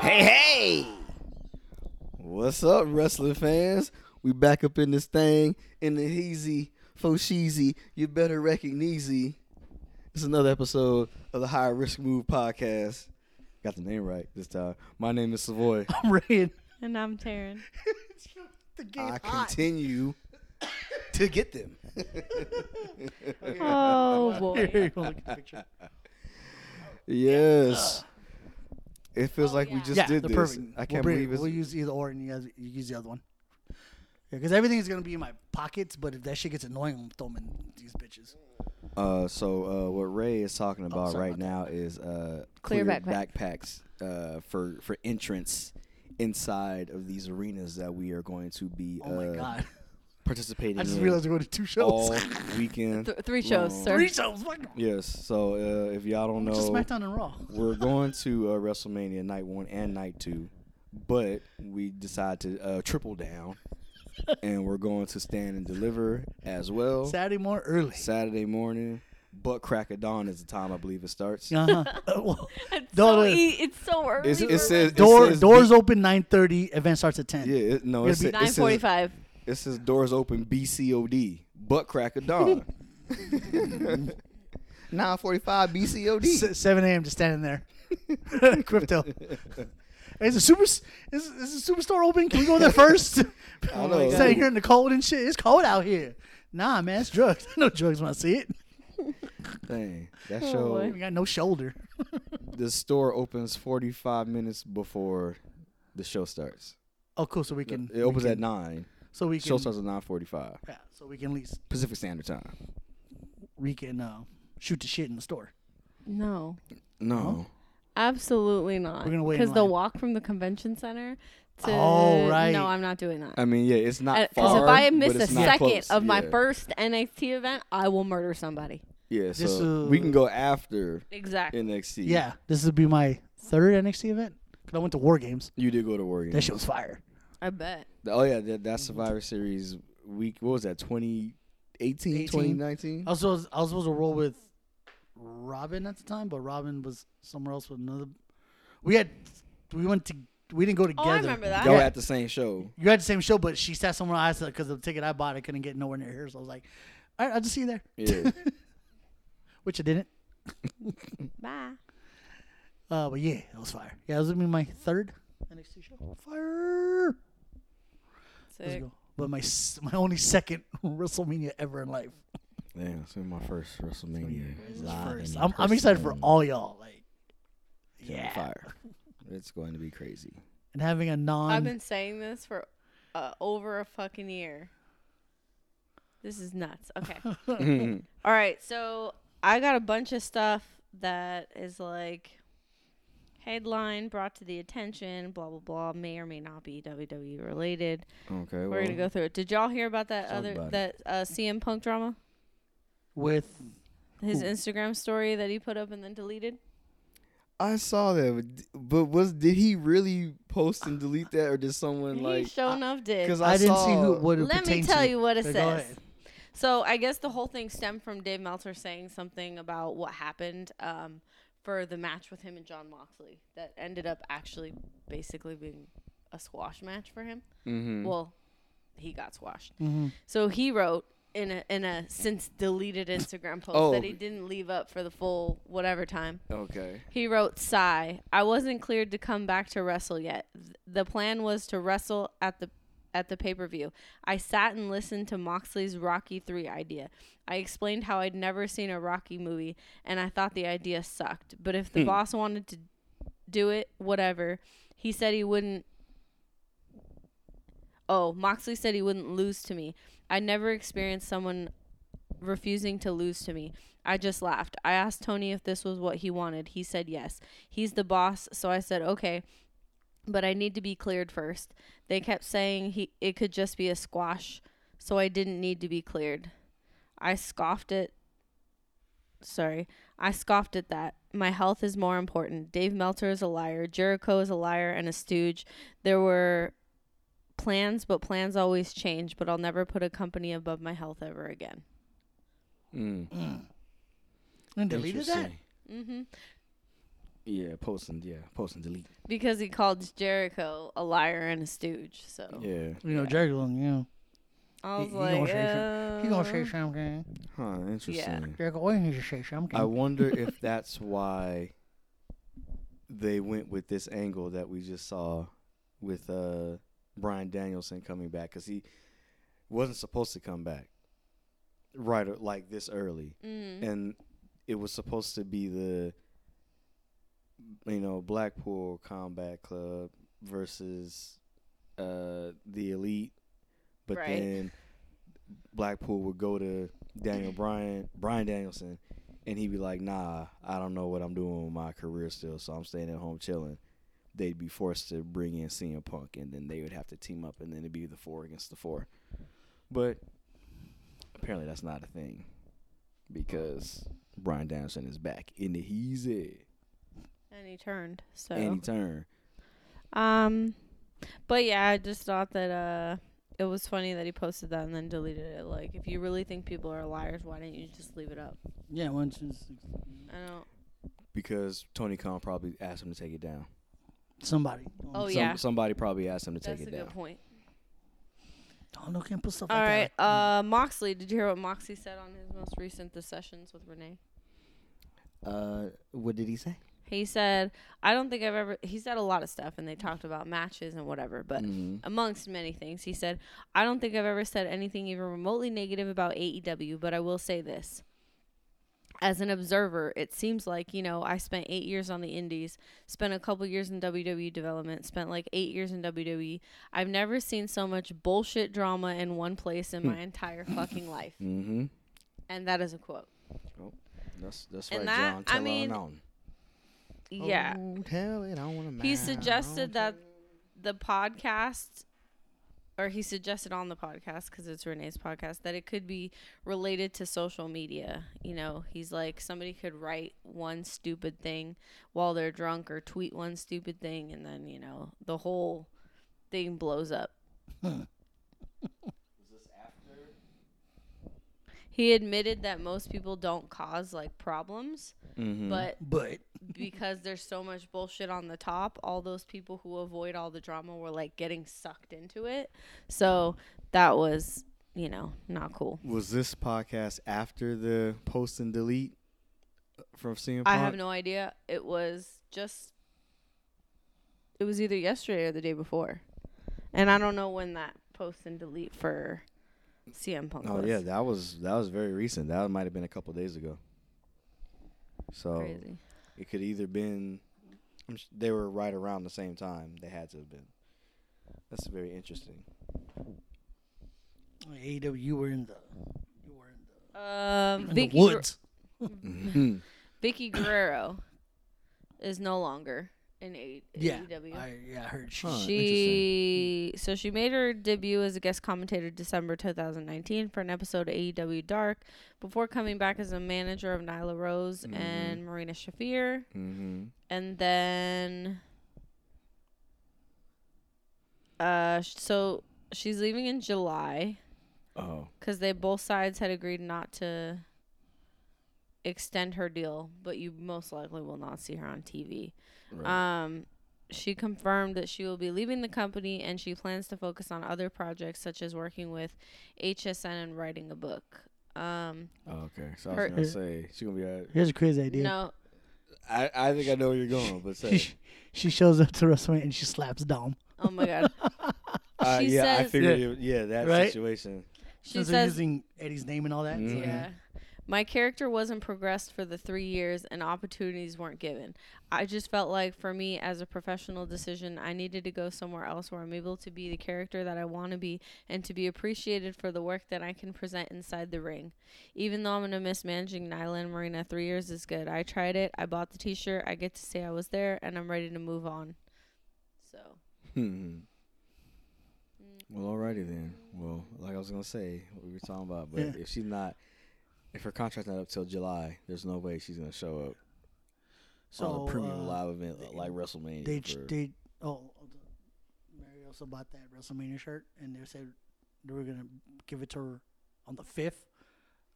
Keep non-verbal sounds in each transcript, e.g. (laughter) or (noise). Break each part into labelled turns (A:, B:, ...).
A: Hey, (laughs) hey!
B: What's up, wrestling fans? We back up in this thing in the heezy, fosheezy. You better recognize. It's another episode of the High Risk Move podcast. Got the name right this time. My name is Savoy.
A: (laughs) I'm ready
C: And I'm Taryn.
B: I (laughs) continue to
A: (laughs)
B: get them.
C: Oh boy.
B: Yes. It feels like we just
A: Oh, yeah,
B: did
A: the
B: this.
A: perfect.
B: I can't
A: we'll bring-
B: believe it's
A: We'll use either or, and you guys you use the other one. Yeah, because everything is gonna be in my pockets. But if that shit gets annoying, I'm throwing these bitches.
B: Uh, so uh, what Ray is talking about
A: Oh, sorry
B: right now is uh,
C: Clear backpack.
B: backpacks uh, for for entrance inside of these arenas that we are going to be
A: Oh my
B: uh, Oh.
A: god! (laughs)
B: participating
A: I just
B: in
A: realized we're going to two shows. (laughs)
B: all weekend.
C: Th- three shows,
B: long.
C: sir.
A: Three shows. Fuck.
B: Yes. So uh, if y'all don't
A: Just
B: know,
A: SmackDown and Raw.
B: we're going to uh, WrestleMania night one and night two, but we decide to uh,
A: (laughs)
B: triple down, and we're going to stand and deliver as well.
A: Saturday more early.
B: Saturday morning, butt crack of dawn is the time I believe it starts.
A: Uh-huh.
B: (laughs)
A: Uh, well,
C: It's
A: No,
C: so,
A: no.
C: e- it's so early.
B: It's,
C: for
B: it says
C: me.
B: it
A: Door
B: says
A: doors
B: B-
A: open 9:30. Event starts at 10.
B: Yeah, it, no, it
A: It'll
B: says,
A: be
B: it, says,
C: 9:45.
B: it says doors open BCOD, butt crack of
C: (laughs)
B: dawn. 945 BCOD.
A: S- 7 a.m. Just standing there. (laughs) Crypto. Is a super is, is a superstore open? Can we go there first?
B: (laughs)
A: (laughs)
B: I know.
A: Standing here in the cold and shit. It's cold out here. Nah, man, it's drugs. (laughs) no drugs when I see it. (laughs)
B: Dang, that
C: Oh,
B: show,
C: boy.
A: We got no shoulder.
B: the store opens 45 minutes before the show starts.
A: oh, cool. So we can.
B: It opens
A: we
B: at
A: can,
B: 9.
A: So we can.
B: Show starts at 945
A: yeah, so we can at least
B: Pacific Standard Time.
A: we can uh, shoot the shit in the store.
C: No,
B: No.
C: absolutely not.
A: We're gonna wait in
C: because the
A: line.
C: walk from the convention center to.
A: Oh, right.
C: No, I'm not doing that.
B: I mean, yeah, it's not
C: Because Uh, if
B: far,
C: I
B: but
C: miss a
B: it's not
C: second
B: close.
C: of my
B: Yeah.
C: first NXT event, I will murder somebody.
B: Yeah, so
A: This, uh,
B: we can go after
C: Exactly.
B: NXT.
A: Yeah, this would be my third NXT event. Cause I went to War Games.
B: You did go to War Games.
A: That shit was fire.
C: I bet.
B: Oh yeah, that, that Survivor Series week. What was that? 2018,
A: 18?
B: 2019?
A: I was supposed, I was supposed to roll with Robin at the time, but Robin was somewhere else with another. We had we went to we didn't go together.
C: Oh, I remember that.
B: Y'all
A: Yeah.
B: were at the same show.
A: You had the same show, but she sat somewhere else because the ticket I bought I couldn't get nowhere near her. So I was like, all right, I'll just see you there,
B: Yeah.
A: (laughs) which I didn't.
C: Bye.
A: Uh, but yeah, it was fire. Yeah, it was gonna be my third NXT show. Fire. Let's
C: Sick.
A: go. But my s- my only second (laughs) WrestleMania ever in life.
B: (laughs) Damn, it's been my first WrestleMania.
A: First. I'm, I'm excited for all y'all. Like, yeah,
B: Fire. It's going to be crazy. (laughs)
A: and having a non.
C: I've been saying this for uh, over a fucking year. This is nuts. Okay.
B: (laughs)
C: All right. So I got a bunch of stuff that is like headline brought to the attention, blah, blah, blah, may or may not be WWE related.
B: Okay.
C: We're going to go through it. Did y'all hear about that
B: Talk
C: other,
B: about
C: that uh, CM Punk drama?
A: with
C: His
A: Who?
C: Instagram story that he put up and then deleted?
B: I saw that, but d- but was did he really post and delete that, or did someone
C: he
B: like?
C: show enough did.
B: Because
A: I,
B: I,
A: didn't
B: saw,
A: see who it would have
C: Let me
A: pertained
C: tell
A: to.
C: you what it
A: So go
C: says.
A: ahead.
C: So I guess the whole thing stemmed from Dave Meltzer saying something about what happened um, for the match with him and John Moxley that ended up actually basically being a squash match for him.
A: Mm-hmm.
B: Mhm.
C: Well, he got squashed. So he wrote in a in a since deleted Instagram post
B: Oh.
C: that he didn't leave up for the full whatever time.
B: Okay.
C: He wrote, "Sigh. I wasn't cleared to come back to wrestle yet. Th- The plan was to wrestle at the at the pay-per-view. I sat and listened to Moxley's Rocky 3 idea. I explained how I'd never seen a Rocky movie and I thought the idea sucked, but if the boss wanted to do it, whatever. He said he wouldn't Oh, Moxley said he wouldn't lose to me. I never experienced someone refusing to lose to me. I just laughed. I asked Tony if this was what he wanted. He said yes. He's the boss, so I said okay, but I need to be cleared first. They kept saying he it could just be a squash, so I didn't need to be cleared. I scoffed at sorry. I scoffed at that. My health is more important. Dave Meltzer is a liar. Jericho is a liar and a stooge. There were plans, but plans always change, but I'll never put a company above my health ever again.
B: Mm.
A: And deleted that.
C: Mm-hmm.
B: Interesting.
C: Mhm.
B: Yeah, post and yeah, post and delete.
C: because he called Jericho a liar and a stooge. So
B: Yeah.
A: You know,
C: Yeah.
A: Jericho, you know,
C: I
A: He-
C: was
A: he gonna
C: like,
A: say
C: uh,
A: he gonna say something.
B: Huh. Interesting.
A: Jericho always needs to say something.
B: I wonder if that's why they went with this angle that we just saw with uh Brian Danielson coming back because he wasn't supposed to come back right or- like this early,
C: mm,
B: and it was supposed to be the you know Blackpool Combat Club versus uh the Elite, but
C: Right.
B: then Blackpool would go to Daniel Bryan Brian Danielson, and he'd be like, "Nah, I don't know what I'm doing with my career still, so I'm staying at home chilling." They'd be forced to bring in CM Punk, and then they would have to team up, and then it'd be the four against the four. But apparently, that's not a thing because Brian Danielson is back in the easy
C: and he turned. So
B: any turn.
C: Um, but yeah, I just thought that uh, it was funny that he posted that and then deleted it. Like, if you really think people are liars, why didn't you just leave it up?
A: yeah, once it's-
C: I don't.
B: because Tony Khan probably asked him to take it down.
A: somebody.
C: Oh,
A: Some-
C: yeah.
B: somebody probably asked him to
C: That's
B: take
C: a
B: it
C: good
B: down.
C: point.
A: Oh no, can't put stuff
C: All
A: like
C: right,
A: that.
C: uh, Moxley. Did you hear what Moxley said on his most recent The Sessions with Renee?
B: Uh, what did he say?
C: He said, "I don't think I've ever." He said a lot of stuff, and they talked about matches and whatever. But
B: Mm-hmm.
C: amongst many things. He said, I don't think I've ever said anything even remotely negative about AEW, but I will say this. As an observer, it seems like, you know, I spent eight years on the indies, spent a couple years in WWE development, spent like eight years in WWE. I've never seen so much bullshit drama in one place in my entire fucking life.
B: Mm-hmm.
C: And that is a quote.
B: That's that's
C: And
B: right,
C: that-
B: John.
C: I
B: Tell
C: mean,
B: it on.
C: Yeah.
B: Oh, tell it on.
C: He
B: man.
C: suggested that the podcast, or he suggested on the podcast because it's Renee's podcast, that it could be related to social media. You know, he's like somebody could write one stupid thing while they're drunk, or tweet one stupid thing, and then you know the whole thing blows up. He admitted that most people don't cause like problems,
B: Mhm.
C: but
A: but
C: because there's so much bullshit on the top, all those people who avoid all the drama were like getting sucked into it. So that was, you know, not cool.
B: was this podcast after the post and delete uh, from CM Punk?
C: I have no idea. It was just, it was either yesterday or the day before. And I don't know when that post and delete for CM Punk
B: Oh
C: was.
B: yeah, that was that was very recent. That might have been a couple days ago. So
C: Crazy.
B: it could either been I'm s- they were right around the same time. They had to have been. That's very interesting.
C: (laughs)
A: AEW, E you were in the you were in the,
C: Um,
A: in the
C: Vicky, Guer-
A: woods.
B: Mm-hmm.
C: Vicky Guerrero is no longer in A- E
A: yeah,
C: AEW.
A: I, yeah, I heard she.
B: Huh. interesting.
C: She so she made her debut as a guest commentator December 2019 for an episode of AEW Dark before coming back as a manager of Nyla Rose and Marina Shafir
B: Mm-hmm.
C: and then uh sh- so she's leaving in July
B: Oh,
C: cuz they both sides had agreed not to extend her deal but you most likely will not see her on TV.
B: right.
C: Um, she confirmed that she will be leaving the company and she plans to focus on other projects such as working with HSN and writing a book. Um,
B: Oh, okay. So I
C: her-
B: was gonna say she's gonna be. A,
A: Here's a crazy idea.
C: no,
B: I I think I know where you're going,
A: (laughs)
B: but
A: She,
B: say,
A: sh- she shows up to WrestleMania and she slaps Dom.
C: oh my god,
B: uh,
C: she
B: yeah, I
C: says-
B: figured.
A: Yeah.
B: It, yeah, that
A: Right?
B: situation.
C: she
A: Since they're
C: says,
A: using Eddie's name and all that. so-
B: Mhm.
C: yeah. My character wasn't progressed for the three years and opportunities weren't given. I just felt like for me as a professional decision, I needed to go somewhere else where I'm able to be the character that I want to be and to be appreciated for the work that I can present inside the ring. Even though I'm going to miss managing Nyla and Marina, three years is good. I tried it. I bought the t shirt. I get to say I was there and I'm ready to move on. So,
B: Hmm. Well, alrighty then. Well, like I was gonna say, what we were talking about, but
A: Yeah.
B: if she's not, if her contract's not up till July, there's no way she's gonna show up on
A: So
B: a premium
A: uh,
B: live event
A: they-
B: like WrestleMania.
A: they
B: for-
A: they oh, the- Mary also bought that WrestleMania shirt and they said they were gonna give it to her on the fifth.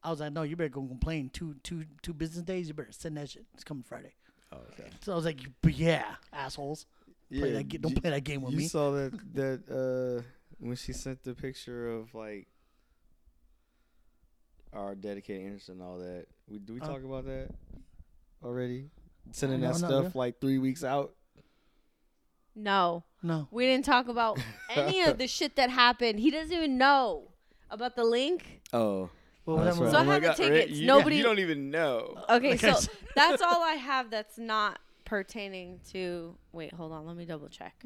A: I was like, no, you better go complain two two two business days. You better send that shit. It's coming Friday.
B: Oh, okay.
A: So I was like, but yeah, assholes, play that, ga- don't
B: you-
A: play that game with
B: you
A: me.
B: saw that that uh when she sent the picture of like our dedicated interest and all that. We do we
A: Uh.
B: talk about that already? Sending
A: No,
B: that
A: no,
B: stuff
A: yeah.
B: like three weeks out.
C: No,
A: no,
C: we didn't talk about any of the shit that happened. He doesn't even know about the link.
B: Oh,
A: what was
B: that's
A: that?
B: right.
A: one?
C: So I
B: my
C: have the
B: God, Rick,
C: tickets.
B: you-
C: Nobody-
B: You don't even know.
A: (laughs)
B: (laughs)
C: Okay,
A: Like I
C: so
A: said-
C: (laughs) that's all I have that's not pertaining to. Wait, hold on. Let me double check.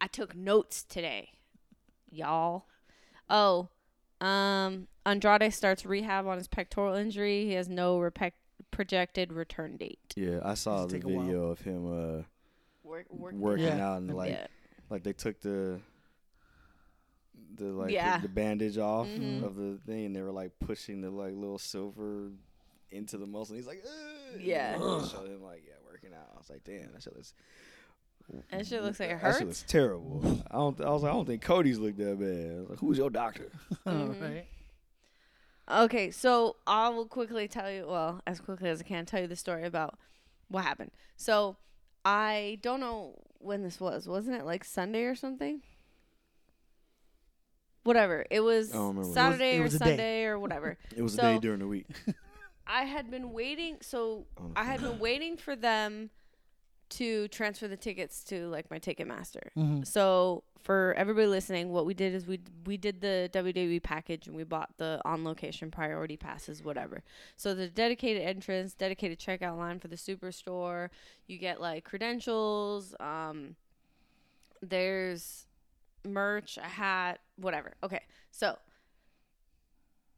C: I took notes today, y'all. Oh, um, Andrade starts rehab on his pectoral injury. He has no repec- projected return date.
B: Yeah, I saw
A: Just
B: the
A: take a while.
B: video of him uh
C: Work, work
B: working
A: Yeah.
B: out and like
C: yeah.
B: like they took the the like the-
C: Yeah.
B: the, bandage off
C: Mhm.
B: of the thing and they were like pushing the like little silver into the muscle and he's like "Ugh," and
C: Yeah.
B: it showed him like yeah working out i was like damn that shit looks
C: That shit looks like it
B: that shit
C: hurts.
B: looks terrible i don't i was like i don't think cody's looked that bad I was like, who's your doctor
C: Mhm.
A: right.
C: Okay, so I will quickly tell you, well, as quickly as I can, tell you the story about what happened. So I don't know when this was. Wasn't it like Sunday or something? Whatever. It was
B: I don't remember. It was-
C: Saturday
A: it was
C: or
A: a day.
C: Sunday or whatever. (laughs)
B: it was
C: a
B: a
C: day
B: day
C: So-
B: during the week
C: I had been waiting. So
B: Oh,
C: I had been waiting for them to transfer the tickets to like my Ticketmaster.
A: Mhm.
C: So for everybody listening, what we did is we we did the WWE package and we bought the on location priority passes, whatever. So the dedicated entrance, dedicated checkout line for the superstore. You get like credentials. Um, there's merch, a hat, whatever. Okay, so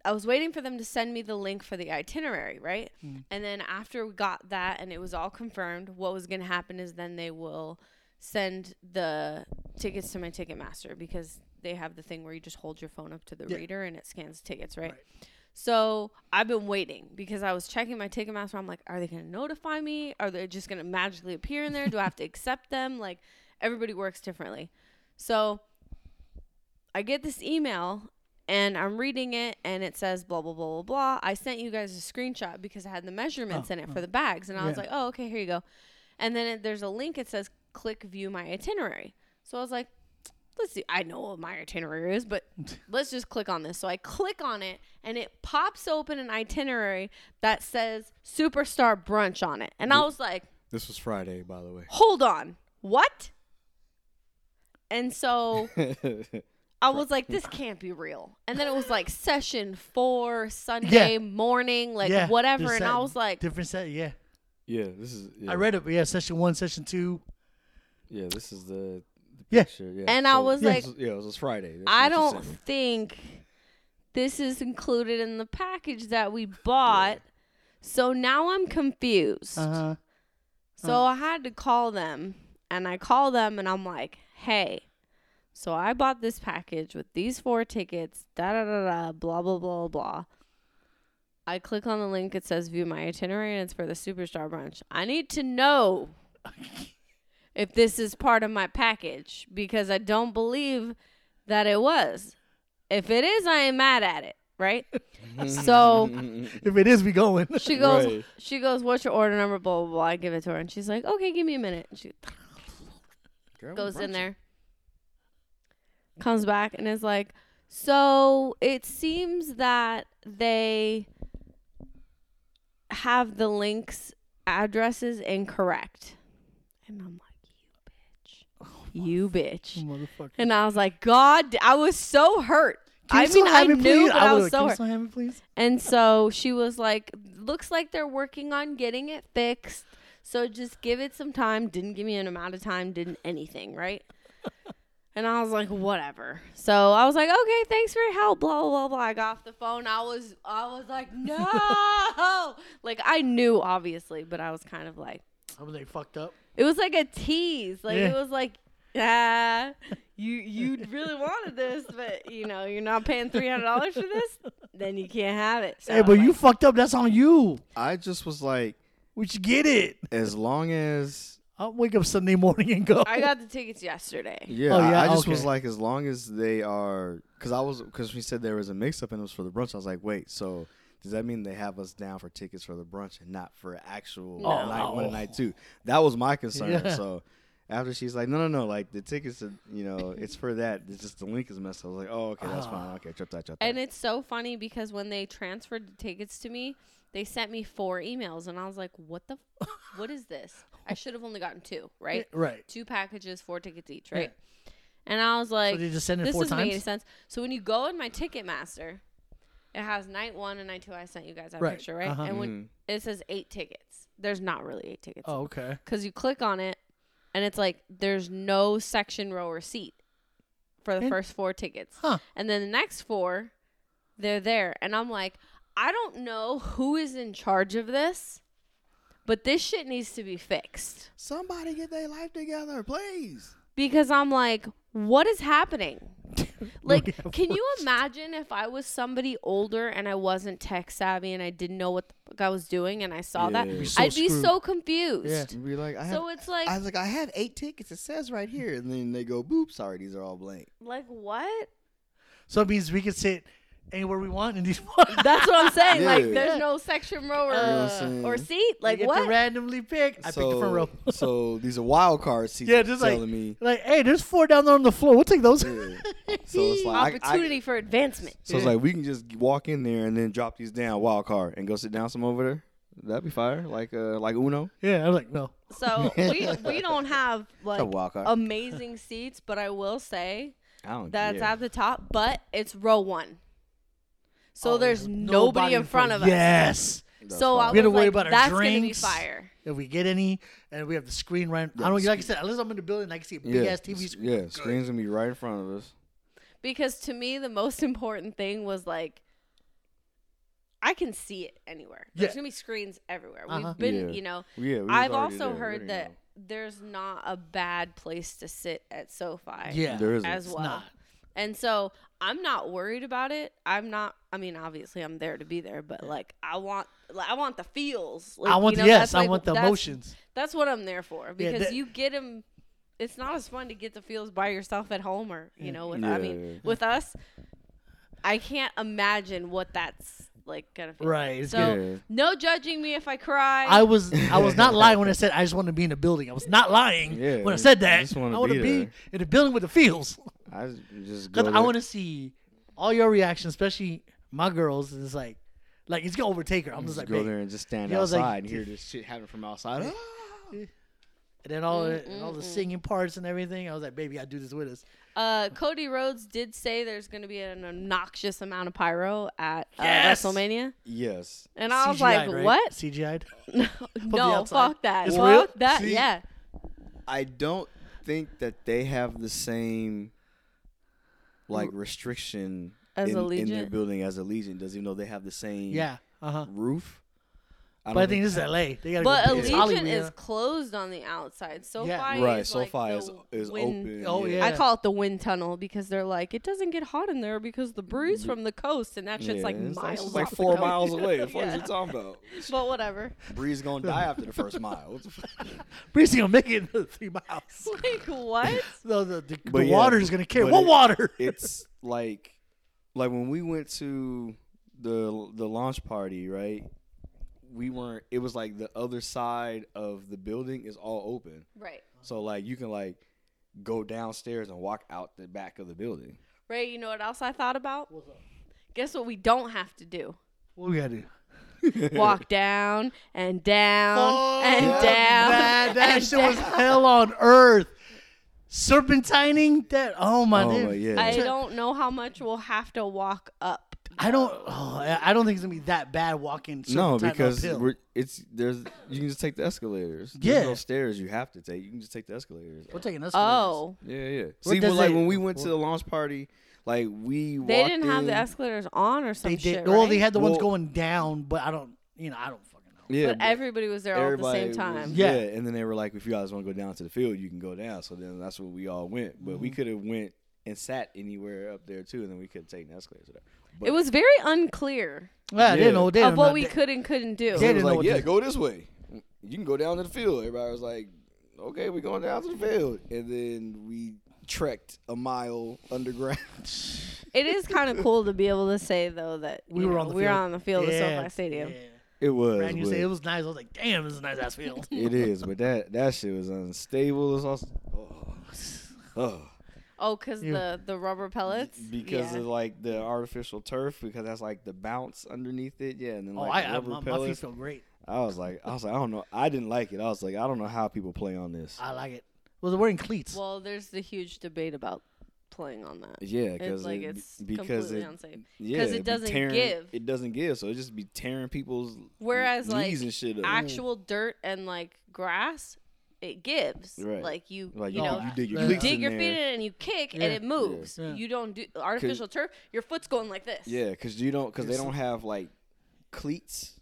C: I was waiting for them to send me the link for the itinerary, right? And then after we got that and it was all confirmed, what was going to happen is then they will send the tickets to my Ticketmaster because they have the thing where you just hold your phone up to the
A: Yeah.
C: reader and it scans tickets, right?
A: Right.
C: So I've been waiting because I was checking my Ticketmaster. I'm like, are they going to notify me? Are they just going to magically appear in there? Do I have to accept them? Like, everybody works differently. So I get this email and I'm reading it and it says blah blah blah blah blah. I sent you guys a screenshot because I had the measurements
A: Oh,
C: in it
A: oh.
C: for the bags and I was
A: Yeah.
C: like, "Oh, okay, here you go." And then it, there's a link it says click view my itinerary. So I was like, "Let's see. I know what my itinerary is, but let's just click on this." So I click on it and it pops open an itinerary that says superstar brunch on it. And I was like,
B: this was friday by the way
C: "Hold on. What?" And so I was like, this can't be real. And then it was like session four, Sunday morning, like
A: yeah,
C: whatever.
A: there's
C: And I
A: that
C: was like,
A: different set. Yeah.
B: (laughs) yeah this is yeah,
A: I read it, but yeah, session one, session two.
B: yeah this is the, the
A: Yeah.
B: picture yeah
C: And I was
B: this
C: like,
B: was- yeah it was friday That's
C: I
B: what she
C: don't
B: sent me.
C: think this is included in the package that we bought. So now I'm confused.
A: Uh
B: (laughs)
A: huh.
C: So I had to call them. And I call them and I'm like, hey, so I bought this package with these four tickets, da da da da, blah, blah, blah, blah. I click on the link. It says view my itinerary and it's for the superstar brunch. I need to know if this is part of my package because I don't believe that it was. If it is, I ain't mad at it, right? so
A: If it is, we
B: (laughs)
A: going.
C: she goes,
B: Right.
C: she goes, what's your order number? Blah, blah, blah. I give it to her and she's like, okay, give me a minute. And she
B: Girl, we
C: goes in
B: brunching.
C: there, comes back, and is like, So it seems that they have the links' addresses incorrect. And I'm like,
A: Oh
C: You bitch. you bitch.
A: Motherfucker.
C: And I was like, God, I was so hurt.
A: Can you
C: I
A: still
C: mean, I
A: have
C: knew,
A: it, please?
C: but I
A: would've-
C: was so
A: Can you
C: hurt.
A: still have it, please?
C: And so she was like, looks like they're working on getting it fixed. So just give it some time. Didn't give me an amount of time, didn't anything, right? (laughs) and I was like, whatever. So I was like, okay, thanks for your help, blah, blah, blah, blah. I got off the phone. I was I was like, no. (laughs) like I knew obviously, but I was kind of like
A: I was like fucked up.
C: it was like a tease. Like it
A: Yeah.
C: was like, ah, you you really wanted this, but you know you're not paying three hundred dollars for this. Then you can't have it. So
A: hey, but
C: like,
A: you fucked up. That's on you.
B: i just was like
A: We should get it.
B: as long as
A: I'll wake up Sunday morning and go.
C: I got the tickets yesterday.
B: Yeah,
A: Oh,
B: I-
A: yeah?
B: I, just was
A: Okay.
B: like, as long as they are, because I was, because we said there was a mix-up and it was for the brunch. I was like, wait, so Does that mean they have us down for tickets for the brunch and not for actual
C: No.
B: night one and night two? That was my concern.
A: Yeah.
B: So after she's like, no, no, no, like the tickets, are, you know, it's for that. It's just the link is messed up. I was like, oh, okay, that's fine. Okay, trip that, trip that.
C: Ah. And it's so funny because when they transferred the tickets to me, they sent me four emails, and I was like, "What the? F- what is this?
A: (laughs)
C: I should have only gotten two, right?
A: Right.
C: Two packages, four tickets each, right?" And I was like,
A: they just send it
C: "This
A: four
C: doesn't make any
A: times?
C: sense." So when you go in my Ticketmaster, it has night one and night two. I sent you guys that
A: Right.
C: picture, right?
A: Uh-huh.
C: And when it says eight tickets, there's not really eight tickets
A: Oh, okay.
C: because you click on it, and it's like there's no section, row, or seat for the
A: And-
C: first four tickets.
A: Huh.
C: And then the next four, they're there. And I'm like, I don't know who is in charge of this, but this shit needs to be fixed.
B: Somebody get their life together, please.
C: Because I'm like, what
A: (laughs)
C: is happening?
A: yeah,
C: Like,
A: of
C: can you imagine if I was somebody older and I wasn't tech savvy and I didn't know what the fuck I was doing and I saw
B: Yeah.
C: that?
B: You'd be
A: so
C: I'd be
A: screwed.
C: so confused.
B: You'd be like, I
C: So
B: have,
C: it's like,
B: I was like, I have eight tickets. It says right here, and then they go, boop. Sorry, these are all blank.
C: like what?
A: So it means we can sit anywhere we want (laughs) in these.
C: That's what I'm saying. Like,
B: Yeah.
C: there's no section row or, uh,
B: You know what I'm
C: or
B: saying?
C: seat. Like
A: you Get
C: what?
A: to randomly pick. I picked the front row.
B: (laughs) so these are wild card seats.
A: yeah, just like
B: telling me.
A: like hey, there's four down there on the floor. We'll take those.
B: Yeah. So
C: (laughs)
B: it's like I- I-
C: Opportunity for advancement.
B: so it's like we can just walk in there and then drop these down wild card and go sit down some over there. That'd be fire. Like uh, like Uno.
A: (laughs) yeah, I'm like no.
B: (laughs)
C: So we we don't have like
B: wild card. (laughs)
C: amazing seats, but I will say
B: I don't.
C: that's
B: yeah.
C: at the top. But it's row one, so
A: Oh,
C: there's
A: yeah.
C: nobody, in front of us.
A: Yes.
B: That's
C: So I
B: fire.
A: We had
C: was
A: to worry
C: like,
A: about our
C: that's gonna be
A: drinks."
C: fire.
A: If we get any, and we have the screen right. I
B: Yeah,
A: don't
B: the
A: like I said, unless I'm in the building, I can see a big
B: yeah,
A: ass TV
B: s-
A: screen.
B: Yeah, screen's gonna be right in front of us.
C: Because to me, the most important thing was like. I can see it anywhere. There's
A: Yeah.
C: gonna be screens everywhere.
A: Uh-huh.
C: We've been,
B: Yeah.
C: you know,
B: Yeah, we was
C: I've
B: already
C: also
B: there. We
C: heard
B: already
C: that
B: know.
C: there's not a bad place to sit at SoFi.
A: Yeah.
B: there is.
C: as
B: As
C: well.
A: not.
C: And so I'm not worried about it. I'm not. I mean, obviously, I'm there to be there, but like, I want, like, I want the feels. Like,
A: I want
C: you
A: the
C: know,
A: yes.
C: that's,
A: I
C: like,
A: want the
C: that's-
A: emotions.
C: That's what I'm there for because
A: that-
C: you get them. It's not as fun to get the feels by yourself at home, or you know, with I
B: Yeah,
C: mean,
B: yeah.
C: with us, I can't imagine what that's like gonna feel.
A: Right,
C: Like.
A: it's
C: So
B: gonna- Yeah.
C: no judging me if I cry.
A: I was I was not lying when I said I just want to be in the building. I was not lying
B: Yeah,
A: when I said
B: you
A: that.
B: just
A: I
B: wanna
A: want to
B: be
A: be,
B: there.
A: in the building with the feels. (laughs)
B: I s- just go.
A: Cause I want to see all your reactions, especially my girls. It's like, like it's gonna overtake her. I'm just,
B: just
A: like,
B: go
A: babe.
B: there and just stand
A: Yeah, I was
B: outside
A: like,
B: and hear this shit happen from outside. Ah.
A: and then all the, and all the singing parts and everything. I was like, baby, I do this with us.
C: Uh, Cody Rhodes did say there's going to be an obnoxious amount of pyro at uh,
A: Yes!
C: WrestleMania,
B: yes.
C: and I was
A: CGI'd,
C: like,
A: right?
B: (laughs)
C: "What? (laughs)
A: CGI'd?
C: no,
A: outside.
C: fuck that,
A: It's
C: fuck
A: real?
C: that,
B: See?
C: yeah."
B: I don't think that they have the same like restriction
C: As
B: in, in their
C: Allegiant?
B: building as Allegiant does, even though they have the same
A: Yeah. Uh huh.
B: roof. I
A: But I
B: don't
A: think this is L.A. They gotta
C: But
A: go. it's Hollywood,
C: Allegiant
A: yeah.
C: is closed on the outside. SoFi
A: Yeah.
C: is
B: right.
C: like
B: SoFi is
C: the
B: is
C: wind-
B: open.
A: Oh, yeah. (laughs)
C: I call it the wind tunnel because they're like, it doesn't get hot in there because the breeze from the coast and that shit's
B: Mm. Yeah,
C: like
B: it's like-
C: miles.
B: it's like
C: off the
B: four
C: coast.
A: (laughs)
B: miles away.
C: (laughs)
B: What are you
C: Yeah.
B: talking about?
C: But whatever. (laughs)
B: Breeze gonna die after
A: (laughs)
B: the first mile. What the fuck?
A: Breezy gonna make it in (laughs) three miles.
C: Like
B: (laughs)
C: what?
A: No, the the, the
B: But yeah,
A: water is gonna care.
B: but
A: What
B: it-
A: water? (laughs)
B: it's like like when we went to the the launch party, right? We weren't. It was like the other side of the building is all open,
C: right.
B: so like you can like go downstairs and walk out the back of the building.
C: Ray, you know what else I thought about? Guess what we don't have
B: (laughs)
C: to do?
A: What we gotta do?
C: walk down and down and
A: Oh, Yeah,
C: down.
A: That, that
C: (laughs) and
A: shit was
C: down.
A: hell on earth. Serpentining that. Oh my.
B: Oh,
A: dude.
B: yeah.
C: (laughs) I don't know how much we'll have to walk up.
A: I don't. Oh, I- I don't think it's gonna be that bad walking.
B: No,
A: serpentine
B: because
A: uphill.
B: we're, it's there's you can just take the escalators.
A: Yeah.
B: There's no stairs you have to take. You can just take the escalators.
A: we're taking this.
C: Oh,
B: Yeah, yeah.
A: What
B: See,
A: does
B: well, like
A: it-
B: when we went to the launch party, like we
C: they
B: walked
C: didn't have the
B: in-
C: escalators on or some
A: they did.
C: shit.
A: Well,
C: right?
A: they had the ones
B: Well-
A: going down, but I don't. You know, I don't fucking know.
B: Yeah,
C: but everybody was there all at the
B: everybody
C: same
B: was-
C: time.
A: Yeah.
B: yeah. and then they were like, if you guys want to go down to the field, you can go down. So then that's where we all went. But
C: Mm-hmm.
B: we could have went and sat anywhere up there too, and then we could have taken escalators. or whatever. But
C: It was very unclear
A: Well, they didn't
B: Yeah.
A: know. They
C: of
A: didn't
C: what
A: know
C: Oh, we
A: that-
C: could and couldn't do.
A: Yeah.
B: It
A: didn't
B: was
A: know
B: like,
A: what
B: yeah,
A: to-
B: go this way. You can go down to the field. Everybody was like, okay, we're going down to the field. And then we trekked a mile underground. (laughs)
C: It is kind of cool to be able to say though that
A: We
C: you
A: were
C: know,
A: on the
C: we were
A: field.
C: on the field
A: yeah,
C: of SoFi Stadium.
A: Yeah.
B: It was.
A: Brad, you
B: but-
A: say it was nice. I was like, damn, this is a nice ass
B: (laughs)
A: field.
B: It is, but that that shit was unstable. It's also oh, oh.
C: Oh, 'cause
A: Yeah.
C: the the rubber pellets.
B: because
C: yeah.
B: of like the artificial turf because that's like the bounce underneath it. Yeah, and then
A: oh,
B: like
A: I,
B: the
A: I
B: rubber
A: my, my feet
B: pellets.
A: feel great.
B: I was like, I was like, I don't know. I didn't like it. I was like, I don't know how people play on this.
A: I like it. Well, they're wearing cleats.
C: well, there's the huge debate about playing on that.
B: yeah,
C: It's
B: because
C: like
B: it,
C: it's
B: because
C: completely
B: it,
C: unsafe.
B: yeah,
C: 'Cause it
B: it'd be
C: doesn't
B: tearing-
C: give.
B: It doesn't give, so it just be tearing people's
C: Whereas,
B: knees
C: like,
B: and shit up.
C: Actual dirt and like grass, it gives.
B: Right.
C: Like you,
B: like
C: you
B: you,
C: know,
A: know,
B: you dig your
A: you
C: you
B: cleats
C: dig
B: in
C: your
B: there.
C: feet in it and you kick
A: Yeah.
C: and it moves.
A: Yeah.
C: You don't do artificial turf. Your foot's going like this.
B: Yeah, because you don't because they
A: It's-
B: don't have like cleats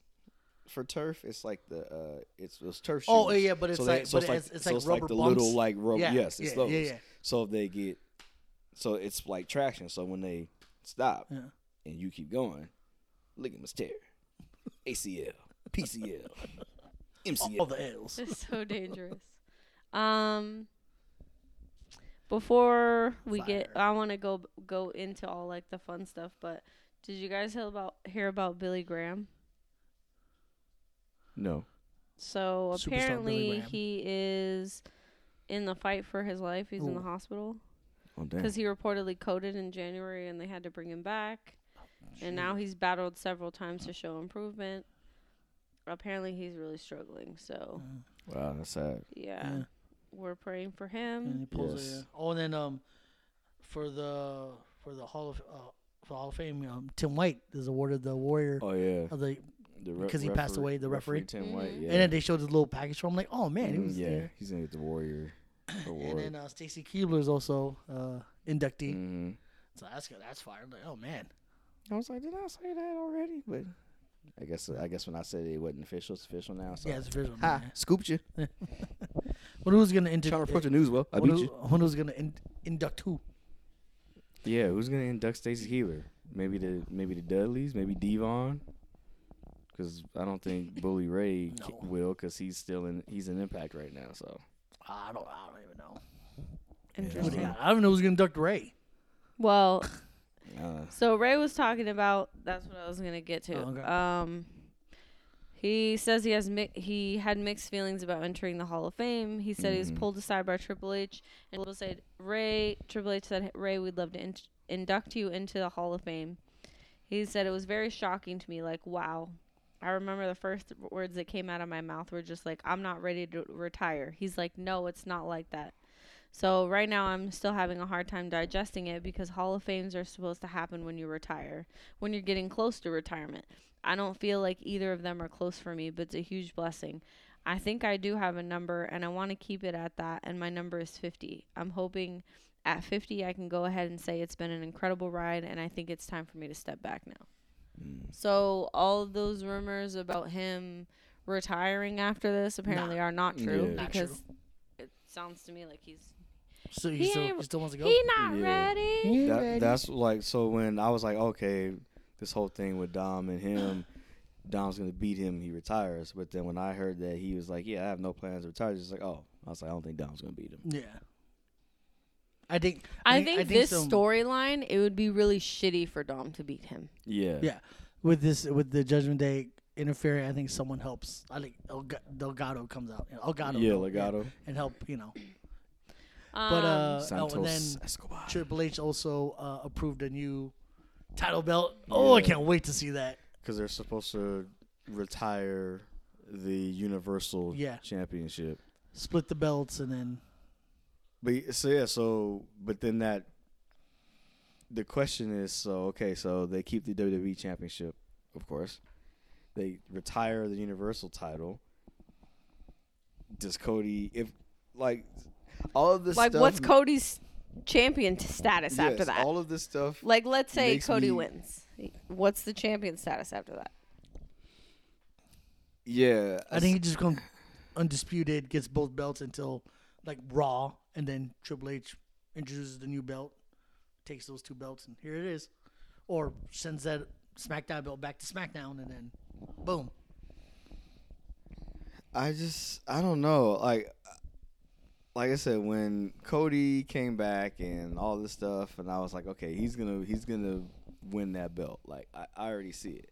B: for turf. It's like the uh, it's those turf.
A: Oh,
B: shoes.
A: yeah, but it's
B: they-
A: like- but it's- it's
B: so
A: like
B: it's
A: rubber
B: the
A: bumps.
B: little like rubber.
A: Yeah,
B: Yes, it's
A: yeah,
B: those.
A: yeah, yeah.
B: So if they get, so it's like traction. So when they stop
A: Yeah.
B: and you keep going,
A: (laughs)
B: ligaments tear, ACL, PCL, MCL.
A: All the L's.
C: (laughs) It's so dangerous. Um before we get
A: Fire.
C: I want to go go into all like the fun stuff, but did you guys hear about hear about Billy Graham?
B: no.
C: So
A: Superstar Billy
C: apparently
A: Graham.
C: he is in the fight for his life. He's in the
A: Ooh.
C: hospital
B: Oh damn.
C: because he reportedly coded in January and they had to bring him back. (laughs) And now he's battled several times to show improvement. Apparently he's really struggling. So
B: Wow, that's sad.
C: yeah,
A: Yeah.
C: we're praying for him.
A: And he pulls it,
B: Yes.
A: yeah. Oh, and then um, for the for the Hall of uh, for the Hall of Fame, um, Tim White is awarded the Warrior
B: Oh yeah,
A: of the,
B: the re-
A: Because he passed
B: referee-
A: away, the referee. Mm-hmm.
B: Tim White.
C: Mhm.
B: Yeah.
A: and then they showed his little package for him. Like, oh man, he
B: Mhm,
A: was
B: yeah,
A: there.
B: he's gonna get the warrior. award.
A: (clears throat) And then uh, Stacy Keebler is also uh, inductee.
B: Mhm.
A: So that's good. That's fire. Like, oh man,
B: I was like, did I say that already? But I guess I guess when I said it, it wasn't official, it's official now. So.
A: yeah, it's visual.
B: Ha,
A: man.
B: scooped you.
A: But who's gonna
B: Trying to
A: induct?
B: report the news, well. I beat
A: who,
B: you.
A: who who's gonna in, induct who?
B: Yeah, who's gonna induct Stacey Keeler? Maybe the maybe the Dudleys, maybe Devon. Because I don't think Bully Ray
A: No.
B: ca- will, because he's still in he's in Impact right now. So
A: I don't. I don't even know. Who they
C: Interesting.
A: got?
B: Mm-hmm.
A: I don't even know who's gonna induct Ray.
C: Well,
B: uh,
C: so Ray was talking about that's what I was gonna get to.
A: Oh, okay.
C: Um, he says he has mi- he had mixed feelings about entering the Hall of Fame. He said he was
B: Mhm.
C: pulled aside by Triple H, and people said Ray. Triple H said Ray, we'd love to in- induct you into the Hall of Fame. He said it was very shocking to me. Like wow. I remember the first words that came out of my mouth were just like, I'm not ready to retire. He's like, no, it's not like that. So right now I'm still having a hard time digesting it because Hall of Fames are supposed to happen when you retire, when you're getting close to retirement. I don't feel like either of them are close for me, but it's a huge blessing. I think I do have a number and I want to keep it at that and my number is 50. I'm hoping at 50 I can go ahead and say it's been an incredible ride and I think it's time for me to step back now.
B: Mm.
C: So all of those rumors about him retiring after this apparently are not true
B: Yeah.
A: Not true.
C: because it sounds to me like he's
A: So he,
C: He
A: still,
C: ain't-
A: he still wants to go.
C: he not
B: Yeah.
C: ready.
B: that, that's like so when I was like, okay, this whole thing with Dom and him, Dom's gonna beat him. He retires. But then when I heard that he was like, yeah, I have no plans to retire. Just like, oh, I was like, I don't think Dom's gonna beat him.
A: yeah. I think.
C: I think, this
A: some-
C: storyline it would be really shitty for Dom to beat him.
B: Yeah.
A: Yeah, with this with the Judgment Day interfering, I think someone helps. I think Elga- Delgado comes out. Elgato.
B: Yeah,
A: no,
B: Legato.
A: and help you know.
C: Um,
A: But uh, oh,
B: Santos
A: and then
B: Escobar.
A: Triple H also uh, approved a new title belt. Oh, I
B: Yeah.
A: can't wait to see that.
B: Because they're supposed to retire the Universal
A: Yeah.
B: Championship.
A: Split the belts and then
B: But y- so yeah, so but then that the question is so okay, so they keep the WWE Championship, of course. They retire the Universal title. Does Cody if like all of this
C: like
B: stuff,
C: what's Cody's champion t- status
B: yes,
C: after that?
B: All of this stuff
C: like let's say
B: makes
C: Cody
B: me-
C: wins. What's the champion status after that?
B: Yeah.
A: I think he just comes undisputed, gets both belts until like Raw, and then Triple H introduces the new belt, takes those two belts, and here it is, or sends that SmackDown belt back to SmackDown, and then boom.
B: I just I don't know. Like like I said, when Cody came back and all this stuff, and I was like, okay, he's gonna he's gonna win that belt. Like I, I already see it.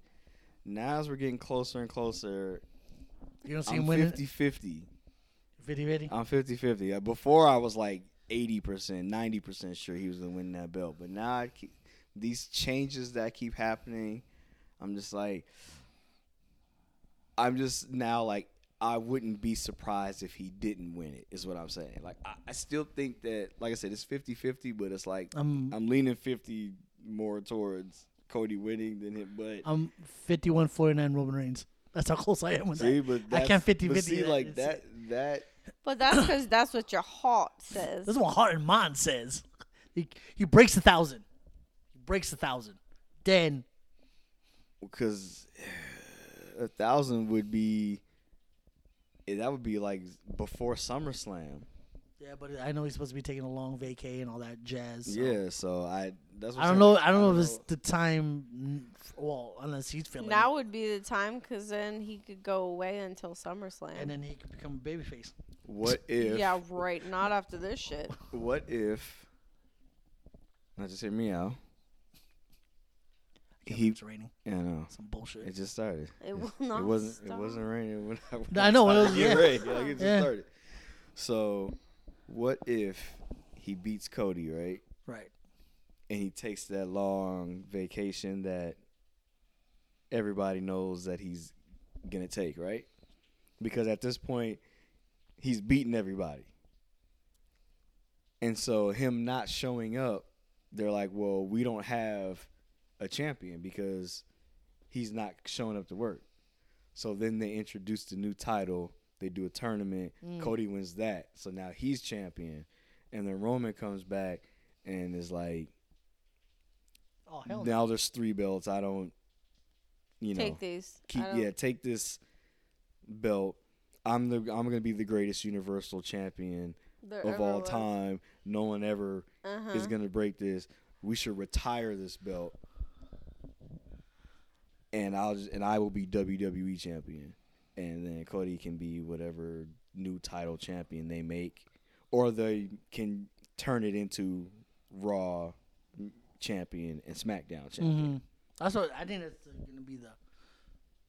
B: Now as we're getting closer and closer,
A: You don't see
B: I'm
A: him winning.
B: 50 50.
A: 50 50.
B: I'm 50 50. Before I was like 80%, 90% sure he was going to win that belt. But now I keep, these changes that keep happening, I'm just like, I'm just now like, I wouldn't be surprised if he didn't win it, is what I'm saying. Like, I, I still think that, like I said, it's 50 50, but it's like,
A: I'm
B: I'm leaning 50 more towards Cody winning than him. But
A: I'm 51 49 Roman Reigns. That's how close I am with
B: see,
A: that.
B: but
A: I
B: that's-
A: can't 50
B: but
A: 50
B: See,
A: that.
B: like
A: It's-
B: that, that.
C: But that's because that's what your heart
B: (coughs)
C: says.
A: This is what Heart and Mind says. He, he breaks a thousand. He breaks a thousand. Then
B: because a thousand would be eh, that would be like before SummerSlam.
A: Yeah, but I know he's supposed to be taking a long vacay and all that jazz. so-
B: Yeah, so I that's what
A: I
B: I'm
A: don't
B: saying.
A: know. I don't know if it's the time. mm, Well, unless he's feeling
C: Now would be the time because then he could go away until SummerSlam.
A: it, and then he could become a babyface. (laughs)
B: what if
C: yeah, right. Not after this (laughs) shit.
B: what if now just hear me out. He-
A: It's raining.
B: I know.
A: Some bullshit.
B: It just started.
C: It will not.
B: it wasn't
C: stop.
B: it wasn't raining when
A: (laughs)
B: I, when
A: I know, when it
B: started
A: was-
B: getting
A: yeah.
B: ready. Like, it just
A: Yeah.
B: started. So what if he beats Cody, right?
A: right.
B: and he takes that long vacation that everybody knows that he's gonna take, right? Because at this point, he's beating everybody, and so him not showing up, they're like, "Well, we don't have a champion because he's not showing up to work." So then they introduce the new title. They do a tournament. Cody wins that, so now he's champion, and then Roman comes back and is like,
A: Oh hell. no.
B: now there's three belts. I don't, you know,
C: Take these. I
B: keep
C: don't-
B: yeah, take this belt. I'm the I'm gonna be the greatest Universal Champion
C: there
B: of
C: ever
B: all
C: was.
B: time. No one ever
C: Uh-huh.
B: is gonna break this. We should retire this belt, and I'll just, and I will be WWE Champion, and then Cody can be whatever new title champion they make, or they can turn it into Raw Champion and SmackDown Champion.
A: Mhm. That's what I think. That's going to be the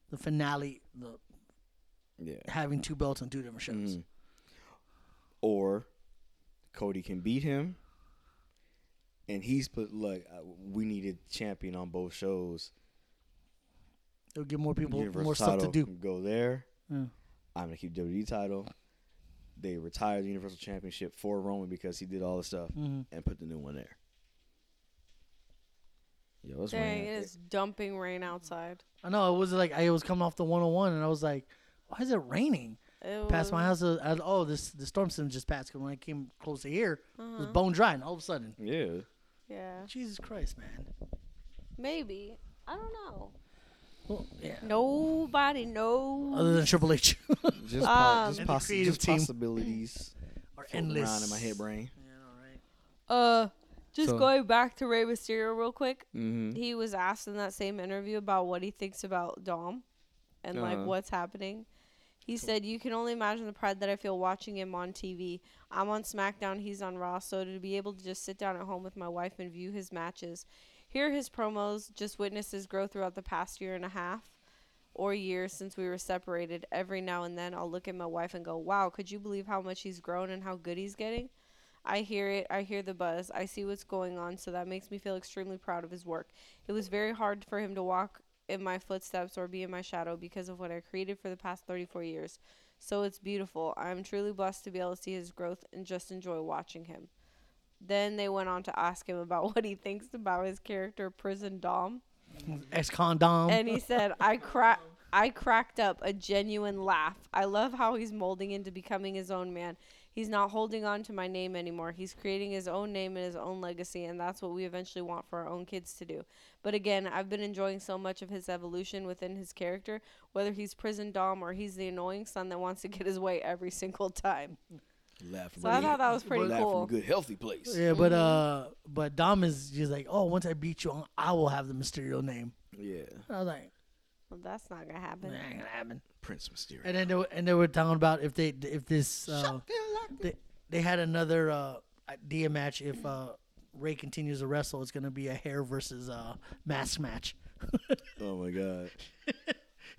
A: the finale. The
B: Yeah.
A: having two belts on two different shows.
B: Mhm. Or Cody can beat him, and he's put look. uh, We need a champion on both shows.
A: It'll give more people
B: Universal
A: more stuff to
B: title
A: do.
B: can Go there.
A: Yeah.
B: I'm gonna keep WWE title. They retire the Universal Championship for Roman because he did all the stuff
A: Mhm.
B: and put the new one there. Yo, it's
C: Dang,
B: raining.
C: it is dumping rain outside.
A: I know. It was like I was coming off the 101, and I was like, "Why is it raining?"
C: It
A: Past my
C: was-
A: house, uh, I was, oh, this the storm system just passed. 'cause when I came close to here, it was bone dry, and all of a sudden,
B: Yeah.
C: Yeah,
A: Jesus Christ, man.
C: maybe. I don't know.
A: Well, yeah.
C: Nobody
A: Other
C: knows.
A: than Triple H, (laughs)
B: Just, po-
C: Um,
B: just,
A: And the
B: possi-
A: creative
B: just
A: team.
B: possibilities
A: are
B: floating
A: endless.
B: around in my head brain.
A: Yeah, all right.
C: Uh, just
B: So-
C: going back to Rey Mysterio real quick.
B: Mm-hmm.
C: He was asked in that same interview about what he thinks about Dom, and like
B: Uh-huh.
C: what's happening. He said, "You can only imagine the pride that I feel watching him on TV. I'm on SmackDown, he's on Raw, so to be able to just sit down at home with my wife and view his matches, hear his promos, just witness his growth throughout the past year and a half." or years since we were separated, every now and then I'll look at my wife and go, Wow, could you believe how much he's grown and how good he's getting? I hear it. I hear the buzz. I see what's going on. So that makes me feel extremely proud of his work. It was very hard for him to walk in my footsteps or be in my shadow because of what I created for the past 34 years. So it's beautiful. I'm truly blessed to be able to see his growth and just enjoy watching him. Then they went on to ask him about (laughs) what he thinks about his character, Prison Dom
A: Ex condom.
C: and he said, "I crack." I cracked up a genuine laugh. I love how he's molding into becoming his own man. He's not holding on to my name anymore. He's creating his own name and his own legacy, and that's what we eventually want for our own kids to do. But again, I've been enjoying so much of his evolution within his character, whether he's prison dom or he's the annoying son that wants to get his way every single time.
B: Laugh from
C: So I
B: a-
C: thought that was pretty
B: laugh from a
C: cool.
B: good healthy place.
A: yeah, but uh, but Dom is just like, oh, once I beat you, I will have the Mysterio name.
B: yeah.
A: And I was like,
C: Well, that's not gonna
A: that
C: happen.
A: ain't gonna happen.
B: Prince Mysterio.
A: And then they were, and they were talking about if they if this uh, they, they had another uh, idea match. If uh, Ray continues to wrestle, it's gonna be a hair versus uh, mask match. (laughs)
B: Oh my god.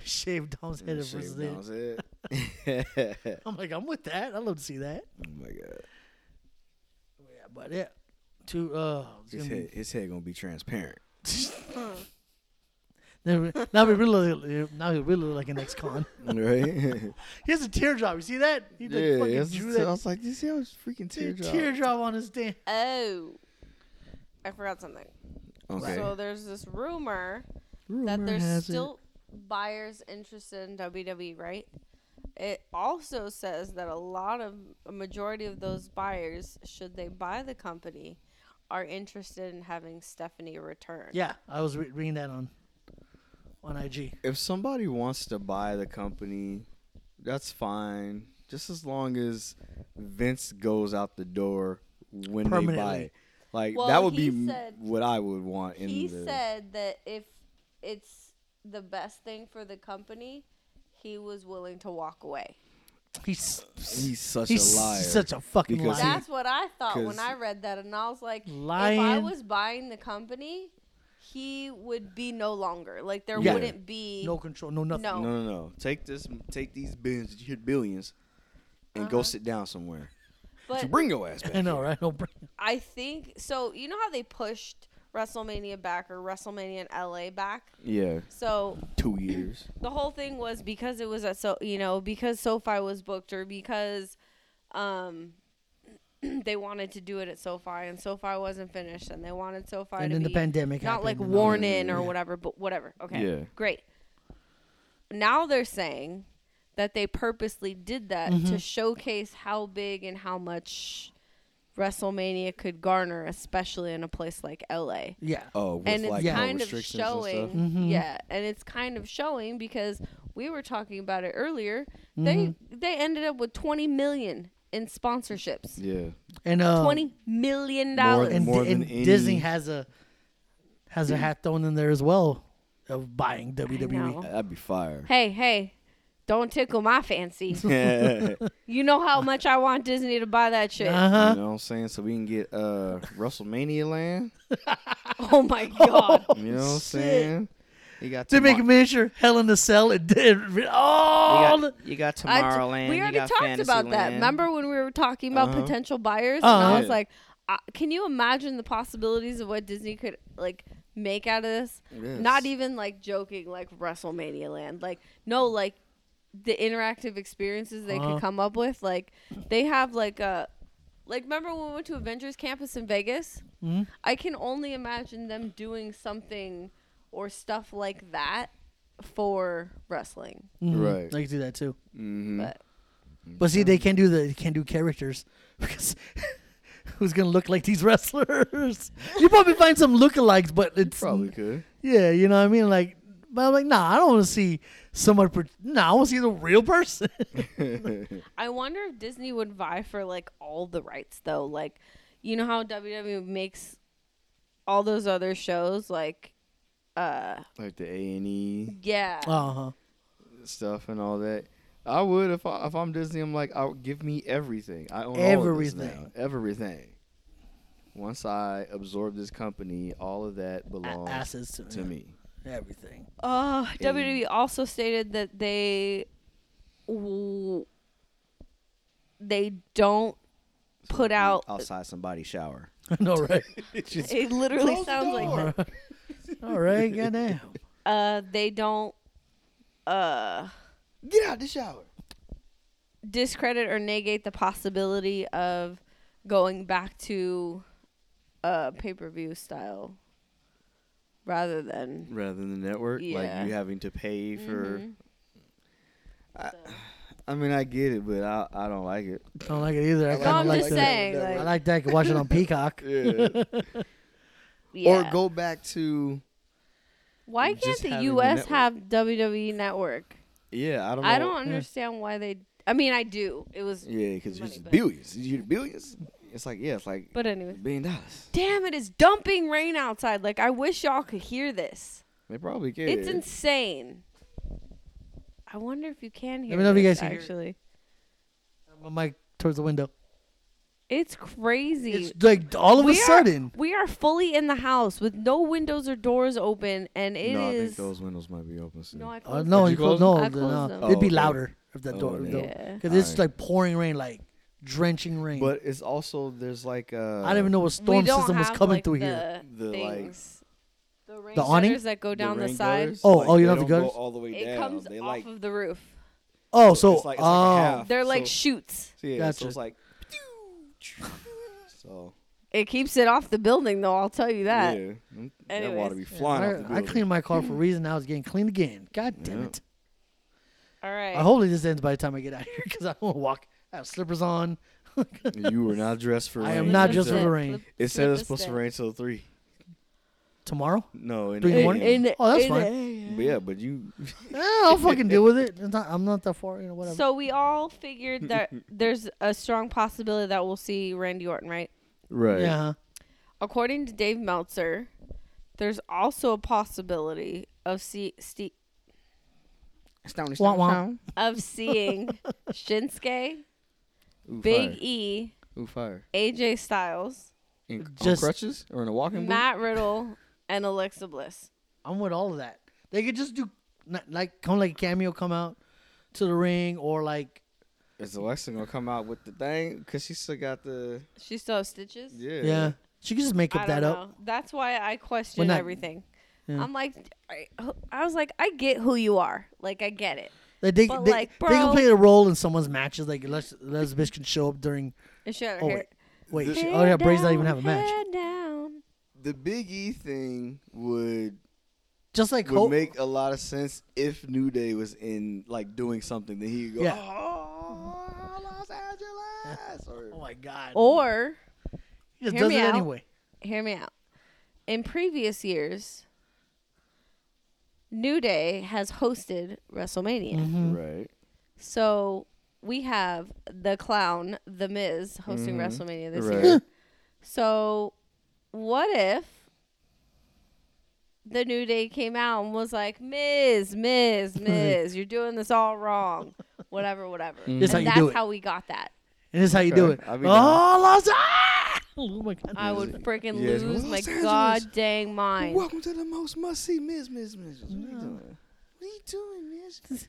A: Shaved Dom's head versus it.
B: Mm, Shave
A: (laughs)
B: Dom's head.
A: I'm like, I'm with that. I love to see that.
B: (laughs) oh my god.
A: Yeah, but yeah, two. Uh, it's
B: His
A: gonna be-
B: head, his head gonna be
A: (laughs)
B: transparent. (laughs)
A: Now we- (laughs) now we really look- now he really look like an ex-con.
B: (laughs) Right?
A: He has a teardrop. You see that? He like
B: yeah.
A: fucking
B: that's-
A: drew
B: I
A: that
B: was like, you see how it's freaking teardrop.
A: teardrop. on his damn.
C: Oh, I forgot something.
B: Okay.
C: So there's this rumor,
B: Rumor
C: that there's
B: has it-
C: still buyers interested in WWE, right? It also says that a lot of a majority of those buyers, should they buy the company, are interested in having Stephanie return.
A: Yeah, I was re- reading that on on IG.
B: if somebody wants to buy the company, that's fine. Just as long as Vince goes out the door when they buy
A: Permanently.
B: it. Like that
C: Well,
B: would be
C: he
B: m-
C: said-
B: what I would want in
C: He
B: the
C: said that if it's the best thing for the company, he was willing to walk away.
A: He's
B: He's such
A: he's
B: a liar.
A: such a fucking
B: Because
A: liar.
C: That's what I thought
B: Because-
C: when I read that, and I was like, if I
A: Lying.
C: was buying the company, he would be no longer. Like there
B: Yeah.
C: wouldn't be
A: No control, no nothing.
C: No.
B: no, no, no. Take this take these bins, you hit billions and go sit down somewhere.
C: Uh-huh. But
B: Bring your ass
A: I
B: back.
A: know, right? No brain.
C: I think so. You know how they pushed WrestleMania back or WrestleMania in LA back.
B: yeah.
C: So
B: Two years.
C: the whole thing was because it was at so you know because SoFi was booked or because um (clears throat) they wanted to do it at SoFi and SoFi wasn't finished and they wanted SoFi
A: And
C: to
A: then the
C: be
A: pandemic
C: not like
A: happened and
C: worn in or whatever but whatever okay
B: Yeah.
C: great now they're saying that they purposely did that
A: Mm-hmm.
C: to showcase how big and how much WrestleMania could garner especially in a place like LA
A: Yeah.
B: Oh, with
C: and it's
B: like no
C: kind of
B: restrictions and stuff.
C: showing yeah and it's kind of showing because we were talking about it earlier they they ended up with 20 million in sponsorships
B: Yeah.
A: And uh,
C: 20 million
B: More
C: dollars
B: than-
A: and,
B: more
A: Di- and
B: any-
A: Disney has a has a hat thrown in there as well of buying E. WWE.
C: know.
B: That'd be
C: (laughs)
B: fire. (laughs)
C: hey hey don't tickle my fancy
B: Yeah.
C: you know
B: (laughs)
C: how much i want disney to buy that shit
A: Uh huh.
B: You know what I'm saying? So we can get uh WrestleMania land.
C: oh my god
B: You know what I'm saying? You got
A: To make a
B: tomo-
A: miniature, Hell in a Cell, (laughs) it did. Oh,
B: you got, you got
C: I t-
B: Tomorrowland.
C: we
B: you
C: already
B: got
C: talked about that
B: Fantasyland.
C: remember when we were talking about
B: Uh-huh.
C: potential buyers and
A: Uh-huh.
C: i was like uh, can you imagine the possibilities of what disney could like make out of this
B: Yes.
C: not even like joking like wrestlemania land like no like the interactive experiences they
A: Uh-huh.
C: could come up with like they have like a like remember when we went to avengers campus in vegas
B: Mm-hmm.
C: i can only imagine them doing something or stuff like that for wrestling
A: Mm-hmm.
B: Right.
A: mm, I can do that too.
B: Mhm.
C: but
A: But see, they can't do the they can't do characters (laughs) because who's gonna look like these (laughs)
B: (laughs)
A: wrestlers? you probably find some lookalikes, but it's
B: Probably could.
A: yeah, you know what I mean. Like, but I'm like, nah, I don't want to see someone. Per- nah, I want to see the real
B: (laughs)
A: person.
C: I wonder if Disney would vie for like all the rights though. Like, you know how WWE makes all those other shows like uh
B: Like the A and E
C: yeah.
A: uh huh.
B: stuff and all that. I would if I if I'm Disney, I'm like, I'll give me everything. I own everything.
A: Everything.
B: Everything. Once I absorb this company, all of that belongs
A: Assets to,
B: to me.
A: Everything. (laughs)
C: Uh WWE also stated that they w- they don't put out (laughs)
B: outside somebody's shower.
A: I know, right?
C: it literally sounds like that.
A: All right, goddamn.
C: uh they don't uh
B: Get out the shower.
C: discredit or negate the possibility of going back to uh pay per view style rather than
B: rather than the network.
C: Yeah. Mm-hmm.
B: Like you having to pay for. I, I mean, I get it, but I I don't like it.
A: I don't like it either. I
B: No,
A: kinda
B: I'm
A: like
B: just
A: that.
C: saying,
A: I
C: like-
A: like that. I can watch it on Peacock.
B: Yeah.
C: (laughs)
B: (laughs)
C: yeah.
B: Or go back to
C: why
B: just
C: can't the
B: having the
C: US
B: network.
C: have WWE network?
B: yeah. I don't. Know,
C: I don't understand why they I mean I do. It was
B: Yeah, because
C: Money,
B: it's
C: but-
B: billions. You billions. It's like yeah, it's like
C: but anyway.
B: billion dollars.
C: Damn it is dumping rain outside. Like I wish y'all could hear this.
B: They probably can.
C: It's insane. I wonder if you can hear
A: me know if you
C: this,
A: guys hear it.
C: actually.
A: My mic towards the window.
C: It's crazy.
A: It's like all of a
C: we
A: sudden.
C: Are, we are fully in the house with no windows or doors open, and it is.
B: no, I think those windows might be open soon.
C: No, I
A: Uh,
C: closed
A: no,
B: Did
A: you
B: you
A: close,
B: close
A: no,
B: them?
C: I
A: the-
C: closed
A: no.
C: them.
A: It'd be
B: Oh, okay.
A: louder if that door.
B: Oh,
C: it.
B: no.
A: Because
C: Yeah.
A: it's
B: Alright.
A: like pouring rain, like drenching rain.
B: but it's also there's like uh
A: I didn't even know a
C: We
A: storm
C: don't
A: system was
C: have,
A: coming
C: like,
A: through here.
C: The,
B: The, like-
C: things. the rain
A: The awning?
C: gutters that go down the,
B: rain
C: side.
B: gutters,
A: Oh,
B: like,
A: oh, you
B: they
A: don't have the
B: go
A: gutters?
B: all the way
C: It
B: down.
C: comes
B: they
C: off
B: like
C: of the roof.
A: Oh,
B: so
A: so
B: it's like- it's like
A: oh,
B: a half.
C: They're like
B: So-
C: shoots.
B: yeah,
A: Gotcha.
B: so it's like so
C: It keeps it off the building, though. I'll tell you that.
B: yeah, Mm, that
C: Anyways.
B: water be
A: Yeah,
B: flying off the
A: I, I
B: building.
A: cleaned my
C: (laughs)
A: car for a reason. Now it's getting cleaned again. God damn
B: Yeah.
A: it!
C: All right.
A: I hope this ends by the time I get out of here because I want to walk. I have slippers on. (laughs)
B: (laughs) You were not dressed for rain.
A: I am
C: Flip
A: not
C: the
A: dressed
C: stick,
A: for rain.
C: flip-
B: It
C: flip
B: said it's
C: the
B: supposed to
C: stick.
B: rain till three.
A: Tomorrow?
B: No, in
A: Three in
B: the
A: the morning?
B: AM.
C: In-
A: Oh, that's
C: in-
A: fine.
B: But yeah, but you (laughs)
A: Eh, I'll fucking deal with it. It's not, I'm not that far. You know, whatever.
C: So we all figured that there's a strong possibility that we'll see Randy Orton, right?
B: right.
A: yeah. huh?
C: According to Dave Meltzer, there's also a possibility of see, see
A: Wah, wah.
C: of seeing Shinsuke,
B: Ooh,
C: Big
B: fire.
C: E,
B: Ooh, fire.
C: AJ Styles,
B: In,
A: Just-
B: on crutches or in a walking boot?
C: Matt Riddle, and Alexa Bliss.
A: I'm with all of that. They could just do not, like come like cameo come out to the ring or like
B: Is Alexa gonna come out with the thing? Cause she still got the
C: She still has stitches.
B: yeah.
A: yeah. She could just make
C: I
A: up
C: don't
A: that
C: know.
A: up.
C: That's why I question
A: not-
C: everything.
A: Yeah.
C: I'm like, I, I was like, I get who you are. Like, I get it.
A: Like, they
C: But,
A: they,
C: like,
A: they can
C: bro-
A: play a role in someone's matches. Like Les, Les Bitch can show up during.
C: And she had her
A: Oh
C: hair.
A: wait, wait. She,
C: Head
A: oh yeah, Bray's not even
C: down,
A: have a match.
C: head down.
B: The Big E thing would
A: Just like
B: would
A: Col-
B: make a lot of sense if New Day was in like doing something. Then he'd go,
A: Yeah.
B: "Oh, Los Angeles!" Or,
A: (laughs) Oh my god.
C: Or
A: he just
C: hear
A: does
C: me
A: it
C: out.
A: anyway.
C: hear me out. In previous years, New Day has hosted WrestleMania.
A: Mm-hmm.
B: Right.
C: So we have the clown, the Miz, hosting WrestleMania this
B: Mm-hmm. Right.
C: year. So what if the New Day came out and was like, Miz,
A: (laughs)
C: Miz, Miz, you're doing this all wrong. Whatever, whatever.
B: Mm-hmm.
A: That's how
C: and
A: you
C: that's
A: do it.
C: how we got that.
A: And this is how you do
B: Okay,
A: it.
B: I'll
A: Oh,
B: be
A: Los Ah! Oh my god.
C: I would freaking
B: Yes.
C: lose my
B: Los Angeles.
C: god dang
B: (laughs)
C: mind.
B: Welcome to the most must see, Miss, Miss, Miss. What are you doing? What are you doing,
A: (laughs)
B: Miss?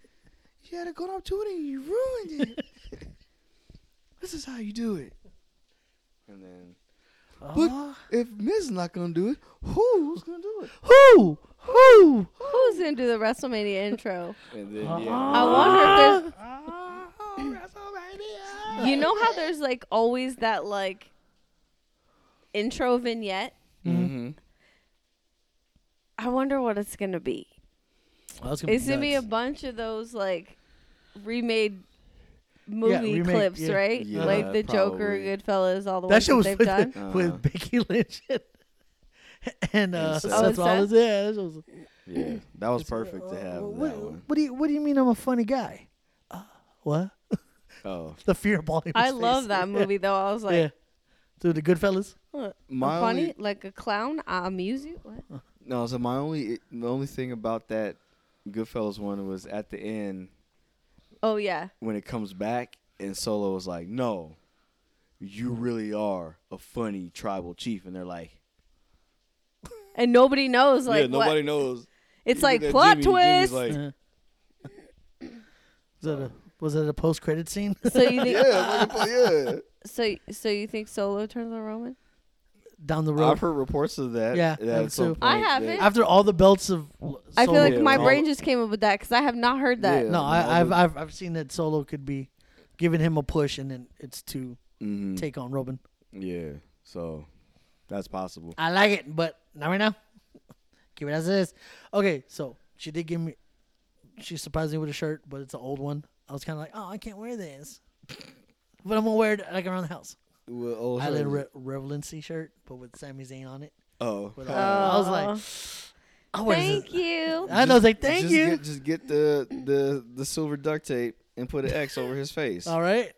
B: You had a good opportunity and you ruined it.
A: (laughs)
B: this is how you do it. And then,
A: Ah.
B: but if Miss is not gonna do it, who's gonna do it?
A: who? Who?
C: Who's gonna do the WrestleMania intro?
B: And then,
A: Uh-huh.
C: I
B: yeah.
C: wonder if
B: WrestleMania.
A: (laughs)
C: there's you know how there's like always that like intro vignette?
B: Mm-hmm.
C: I wonder what it's gonna be.
A: Oh, that's gonna be
C: It's gonna be a
A: nuts.
C: bunch of those like remade movie
A: remake,
C: clips,
A: yeah.
C: right?
B: Yeah,
C: like the Joker,
B: probably.
C: Goodfellas, all the
A: That
C: ones
A: shit was
C: they've
A: with,
C: done.
A: (laughs)
B: Uh-huh.
A: with Becky Lynch and, and uh,
B: Seth.
A: Seth
C: Oh,
A: Rollins.
C: Seth?
A: Yeah, that shit was,
B: Yeah, that was perfect to have
A: what,
B: that one.
A: what do you What do you mean I'm a funny guy? Uh, what? (laughs)
B: Oh,
A: The fear ball. in
C: I
A: his
C: love
A: face.
C: that movie though. I was
A: yeah,
C: like,
A: dude, the Goodfellas.
C: huh, I'm
B: My
C: funny
B: only-
C: like a clown. I amuse you. What?
B: No, so my only the only thing about that Goodfellas one was at the end
C: Oh yeah,
B: when it comes back and Solo was like, "No, you really are a funny tribal chief," and they're like,
C: and nobody knows. Like
B: "Yeah, nobody
C: what?
B: knows."
C: It's
B: You
C: like
B: look at
C: plot
B: Jimmy, Jimmy's
C: twist.
B: like,
A: Uh, was that a Was that a post credit scene? (laughs)
C: so you (laughs) think?
B: yeah, fucking pl- yeah.
C: So so you think Solo turns on Roman?
A: Down the
B: (laughs) I've
A: road.
B: heard reports of that.
A: Yeah,
B: that
A: me
B: at some
A: too.
B: point
C: I haven't.
B: that-
A: After all the belts of.
C: I feel
A: Solo-
C: like
B: Yeah,
C: my
B: all-
C: brain just came up with that because I have not heard that.
B: Yeah.
A: No,
B: all
A: I, I've,
B: the-
A: I've I've seen that Solo could be giving him a push, and then it's to
B: Mhm.
A: take on Robin.
B: Yeah, so that's possible.
A: I like it, but not right now. (laughs) Keep it as it is. Okay, so she did give me. She surprised me with a shirt, but it's an old one. I was kind of like, oh, I can't wear this, (laughs) but I'm gonna wear it like around the house.
B: Well, oh,
A: I had
B: sorry.
A: a re- Revelancy shirt, but with Sami Zayn on it.
B: oh,
A: With all- I was like, I wear this. (laughs)
C: Thank you.
A: And I was like, thank
B: just
A: you.
B: Get, just get the, the the silver duct tape and put an X over
A: (laughs)
B: his face.
A: All right.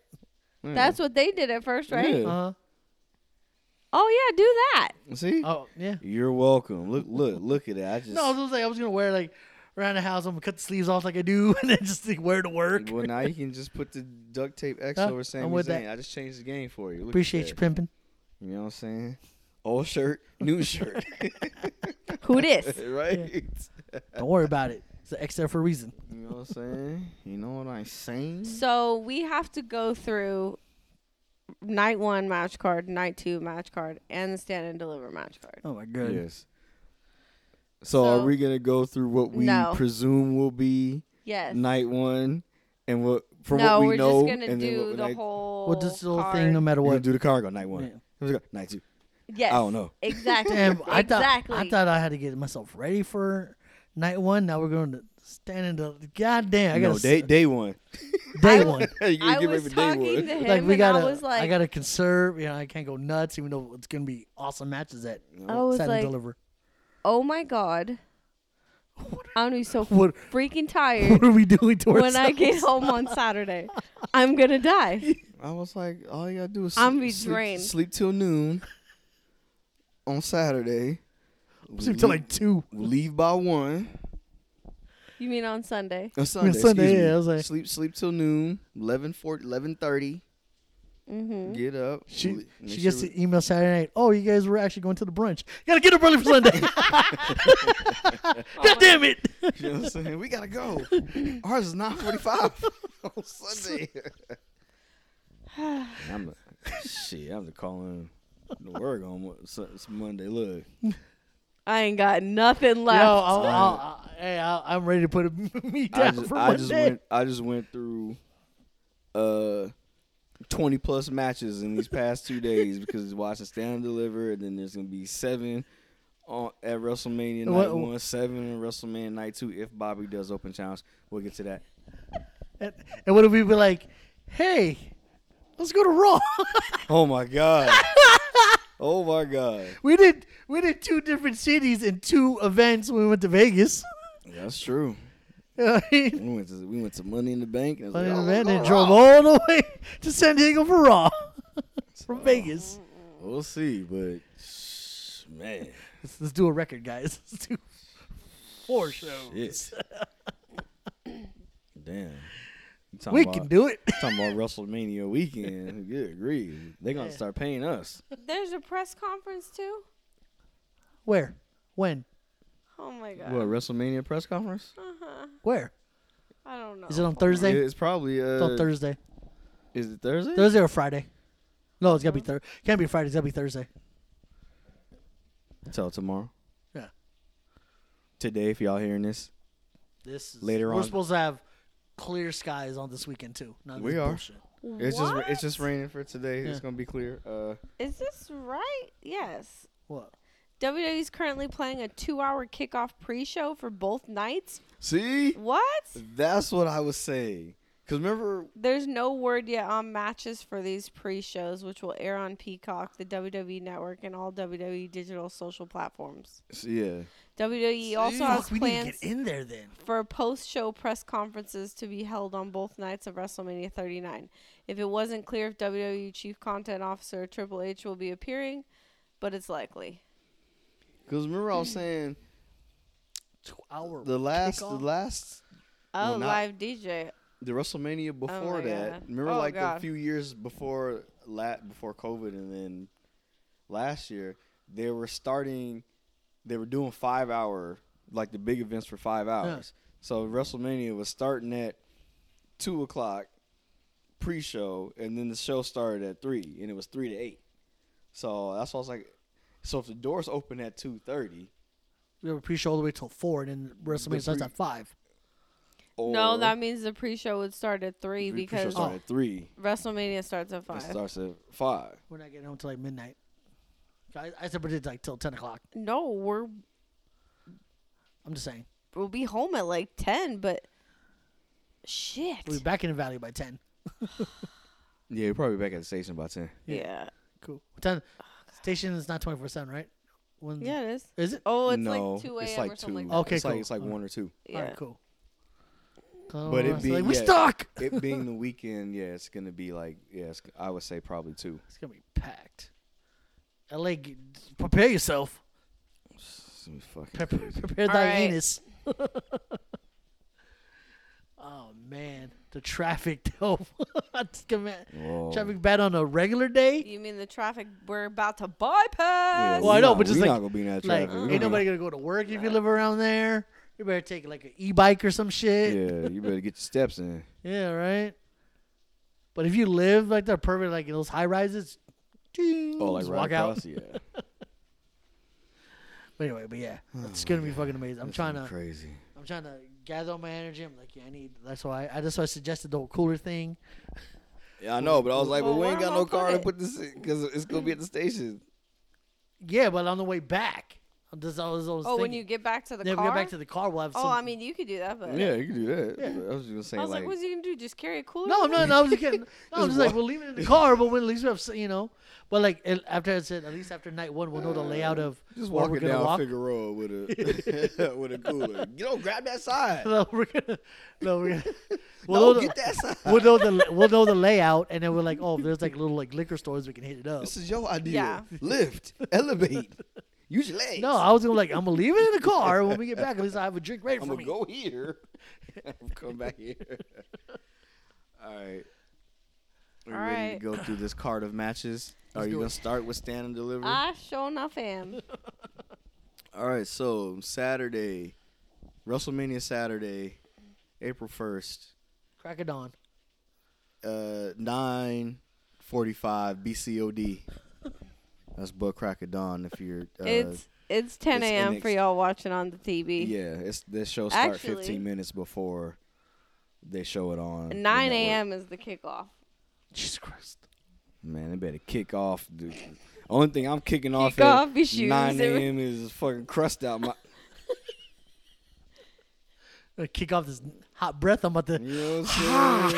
B: Yeah.
C: That's what they did at first, right?
B: Yeah.
A: Uh
C: Oh yeah, do that.
B: See,
A: huh. Oh yeah.
B: you're welcome. Look, look, look at that. I just
A: No, I was like, I was gonna wear like around the house. I'm gonna cut the sleeves off like I do, (laughs) and then just like, wear to work.
B: Well, now you can just put the duct tape X
A: Huh?
B: over Sami
A: Uh, I'm with
B: Zayn. I just changed the game for you. Look at
A: Appreciate you
B: that.
A: pimping.
B: You know what I'm saying? Old shirt,
A: (laughs)
B: new shirt.
C: Who
B: (laughs)
C: dis?
B: right?
A: Don't worry about it. It's an X there for a reason.
B: You know what I'm saying? You know what I'm saying?
C: So we have to go through night one match card, night two match card, and the stand and deliver match card.
A: Oh my god.
B: Yes. So, are
C: So-
B: we gonna go through what we
C: No.
B: presume will be
C: Yes.
B: night one, and what from
C: no,
B: what we
C: are
B: know,
C: just gonna
B: and then
C: do
B: what
C: the
B: night,
C: whole.
A: Well, just the whole
C: card.
A: thing, no matter
B: we're gonna
A: what.
B: do the cargo night one,
A: Yeah.
B: Here we go. night two.
C: Yes.
B: I don't know.
C: Exactly.
A: Damn, I thought
C: exactly.
A: I thought I had to get myself ready for night one. Now we're going to stand in the goddamn. I got
B: no, day day one. (laughs)
A: day
C: I-
A: one.
B: you gotta
C: I
B: get ready
C: was
B: for day
C: talking
B: one.
C: to him,
A: Like we
C: and
A: gotta,
C: I was like,
A: I gotta conserve. You know, I can't go nuts, even though it's gonna be awesome matches at
C: I was
A: Saturn
C: like,
A: Deliver. (laughs)
C: oh my god, I'm gonna be so
A: What
C: freaking tired
A: what are we doing to
C: when
A: ourselves?
B: (laughs)
C: I get home on Saturday. I'm
A: (laughs)
C: gonna die.
B: I was like, all you gotta do is
C: I'm
B: sleep-
C: be
B: sleep,
C: drained.
B: sleep till noon on Saturday.
A: Sleep till like two.
B: We leave by one
C: You mean on Sunday?
B: (laughs) on Sunday. excuse
A: Sunday,
B: me.
A: yeah, I was like-
B: sleep sleep till noon. 11, 11.30.
C: Mm-hmm.
B: Get up.
A: She
B: le- make
A: she
B: sure
A: gets
B: we-
A: an email Saturday night. Oh, you guys were actually going to the brunch. Gotta get up early for
B: (laughs)
A: Sunday. (laughs) God damn it!
B: You know what I'm saying? We gotta (laughs) go. Ours is nine forty five (laughs) on Sunday. I'm a, shit, I'm just calling the work on what- so- it's Monday. Look.
C: I ain't got nothing
A: Yo,
C: left.
A: I'll, I'll, i hey, I'll, I'm ready to put (laughs) a, me down
B: I just
A: for
B: I
A: one
B: just
A: day.
B: went I just went through uh twenty plus matches in these past two days because watching Stand and Deliver and then there's gonna be seven on at WrestleMania night
A: What-
B: one, seven in WrestleMania night two if Bobby does open challenge. We'll get to that.
A: And, and what if we be like, hey, let's go to Raw? (laughs)
B: Oh my (laughs) god. oh my god.
A: we did we did two different cities and two events when we went to Vegas. (laughs)
B: That's true.
A: You know what I mean?
B: We went to we went to Money in the Bank and it was
A: Other
B: like,
A: than
B: oh,
A: that,
B: let's
A: they
B: go
A: drove
B: Raw.
A: all the way to San Diego for (laughs) Raw from
B: So,
A: Vegas.
B: oh, We'll see, but sh- man,
A: Let's, let's do a record, guys. (laughs) Let's do four shows. (laughs)
B: shit. Damn. You talking
A: We
B: about-
A: can do it. (laughs)
B: Talking about WrestleMania weekend, good agree. They're gonna
A: Yeah.
B: start paying us.
C: There's a press conference too.
A: Where? When?
C: Oh my god.
B: What WrestleMania press conference?
C: Uh-huh.
A: Where?
C: I don't know.
A: Is it on Thursday?
B: It's probably uh,
A: It's on Thursday.
B: is it Thursday?
A: Thursday or Friday? No, it's gotta be Thursday. Can't be Friday. It's gotta be Thursday.
B: Until tomorrow.
A: Yeah.
B: Today, if y'all hearing this,
A: This is,
B: Later
A: we're
B: on.
A: We're supposed to have clear skies on this weekend too. Not
B: We
A: this
B: are.
A: Bullshit.
B: it's just
C: What?
B: it's just raining for today. It's
A: Yeah.
B: gonna be clear. Uh,
C: Is this right? Yes.
A: What?
C: WWE is currently playing a two-hour kickoff pre-show for both nights.
B: see,
C: What?
B: that's what I was saying. Cause remember,
C: There's no word yet on matches for these pre-shows, which will air on Peacock, the WWE Network, and all WWE digital social platforms.
B: yeah,
C: WWE also has
A: Fuck, we need to
C: plans
A: get in there then.
C: for post-show press conferences to be held on both nights of WrestleMania 39. If it wasn't clear if WWE Chief Content Officer Triple H will be appearing, but it's likely.
B: cause remember I was saying
A: Two hour.
B: the last the
A: kickoff?
B: last
C: Oh,
B: Well, not-
C: live DJ.
B: the WrestleMania before
C: Oh my
B: that.
C: God.
B: Remember,
C: Oh,
B: like the
C: God.
B: few years before la- before COVID, and then last year they were starting. They were doing five hour like the big events for five hours. So WrestleMania was starting at two o'clock pre show, and then the show started at three, and it was three to eight. So that's why I was like, so if the doors open at two thirty,
A: We have a pre-show all the way till four, and then WrestleMania starts
B: pre-
A: at five.
B: or
C: No, that means the pre-show would start at three
B: the pre-show
C: because
B: started at three,
C: WrestleMania starts at
B: it
C: five.
B: starts at five.
A: We're not getting home till like midnight. I, I said, but it's like till ten o'clock.
C: No, we're
A: I'm just saying,
C: we'll be home at like ten, but shit.
A: we'll be back in the valley by ten.
B: Yeah, we're probably back at the station by ten.
C: yeah,
A: Cool. Ten. Station is not twenty four seven, right? When
C: yeah, it is.
A: Is it?
C: Oh, it's
B: no,
C: like two a.m.
B: It's like
C: or something.
B: two.
C: Like
A: Okay,
B: it's like
A: cool.
B: it's like one or two.
C: that. Yeah.
A: Oh, All right, cool.
B: But it
A: it's
B: be-
A: like, we
B: yeah.
A: stuck.
B: It being the weekend, yeah, it's gonna be like yeah, it's, I would say probably two.
A: It's gonna be packed. LA, g- prepare yourself.
B: It's gonna be fucking
A: Prepare, (laughs)
B: crazy.
A: prepare
C: All
A: thy
C: right.
A: anus. (laughs) Oh man, the traffic (laughs) though. That's command-
B: Whoa.
A: traffic bad on a regular day.
C: You mean the traffic we're about to bypass?
A: Well, I
B: we
A: know,
B: not-
A: but just
B: we
A: like-
B: not gonna be in that
A: Like,
B: traffic. We
A: ain't
B: gonna-
A: nobody gonna go to work if you live around there. You better take like an e-bike or some
C: (laughs)
A: shit.
B: Yeah, you better get your steps in.
A: Yeah, right. But if you live like they're perfect, like in those high rises, ding,
B: Oh, like
A: just
B: right
A: walk
B: across.
A: out.
B: Yeah,
C: (laughs)
A: But anyway, but yeah, it's gonna be fucking amazing. I'm
B: That's
A: trying to,
B: crazy.
A: I'm trying to gather all my energy. I'm like, yeah, I need. That's why I, that's why I suggested the whole cooler thing.
B: Yeah, I know, but I was like, but
C: Well,
B: we
C: where
B: ain't got
C: am
B: no
C: I
B: car to
C: put
B: put this in because it's gonna be at the station.
A: Yeah, but on the way back, I'm just I was, I was
C: Oh, when
A: thinking.
C: you get back to the
A: then
C: car.
A: we get back to the car, we'll have some.
C: oh, I mean, you could do that, but
B: Yeah, you can do that.
A: Yeah.
B: I was just gonna say
C: I was like,
B: like,
C: what's he gonna do? Just carry a cooler?
A: No,
C: with
A: no, (laughs)
C: him?
A: no. I was just
B: (laughs)
A: kidding. No, I was
B: Just
A: just like,
B: walk.
A: we'll leave it in the car, but when at least we have, s- you know. But like it- after I said, at least after night one, we'll know the layout of
B: (sighs) just
A: where
B: walking
A: we're gonna
B: down
A: walk.
B: Figueroa with
C: (laughs)
B: a (laughs) with a cooler. You don't grab that
A: (laughs)
B: side.
A: No, we're gonna. No, we're gonna. (laughs) We'll,
B: Don't
A: know
B: get
A: the,
B: that side.
A: we'll know the we'll know the layout, and then we're like, oh, there's like little like liquor stores we can hit it up.
B: This is your idea.
C: Yeah.
B: Lift, (laughs) elevate, use your legs.
A: No, I was gonna like, I'm gonna leave it in the car. When we get back, at least I have a drink ready
B: I'm
A: for
B: gonna
A: me.
B: go here. (laughs) I'm gonna come back here. (laughs) All right. Are you
C: All
B: ready
C: right.
B: to go through this card of matches? Are
A: Let's
B: you
A: do
B: gonna
A: it.
B: start with stand and deliver?
C: I sure enough am.
B: Uh, All right, so Saturday, WrestleMania Saturday, April first,
A: Crack of dawn.
B: uh, nine forty-five BCOD. That's Butt Crack of Dawn. If you're, uh,
C: it's it's 10
B: it's
C: a.m. for
B: NXT.
C: y'all watching on the TV.
B: yeah, it's this show start
C: Actually-
B: fifteen minutes before they show it on the
C: 9
B: network.
C: a.m. is the kickoff.
A: Jesus Christ.
B: Man, they better kick off. Dude. Only thing I'm kicking off
C: off
B: at
C: your shoes.
B: 9 a.m. is fucking crust out my.
A: I'm gonna kick off this hot breath. I'm about to.
B: You know what
C: (laughs)
B: I'm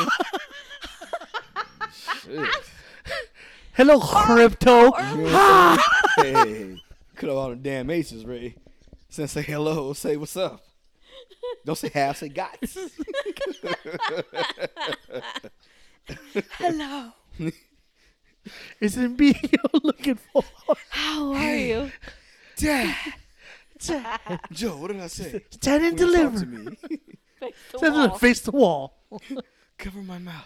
B: saying? Shit.
A: Hello, crypto.
B: You know what I'm saying? hey, could have all the damn aces, Ray. Since say hello, say what's up. Don't say half, say
C: (laughs)
B: guys.
C: Hello.
A: It's in being (laughs) you're looking for.
C: How are
B: (laughs)
C: you?
B: Dad,
A: Stand
B: Joe, what did I say?
A: and
B: When you talk
A: deliver.
B: to me, (laughs)
C: Face the
A: Stand and
C: wall.
A: face the wall.
B: cover my mouth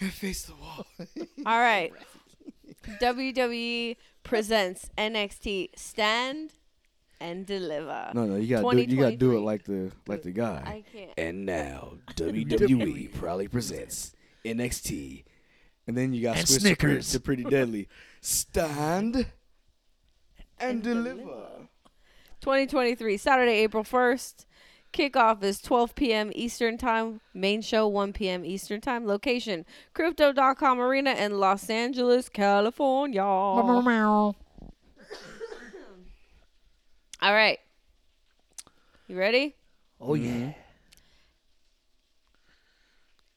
B: and face the wall.
C: (laughs) All right. WWE presents NXT Stand and Deliver.
B: No, no, you gotta do it. You gotta do it
C: 2023.
B: like the like the guy.
C: I can't.
B: And now WWE proudly presents NXT. And then you got
A: And
B: switched to Pretty-
A: Snickers.
B: to Pretty (laughs) Deadly. Stand and, deliver.
C: 2023, Saturday, April 1st. Kickoff is 12 p.m. Eastern Time. Main show 1 p.m. Eastern Time. Location Crypto.com Arena in Los Angeles, California. All right. You ready?
A: Oh yeah.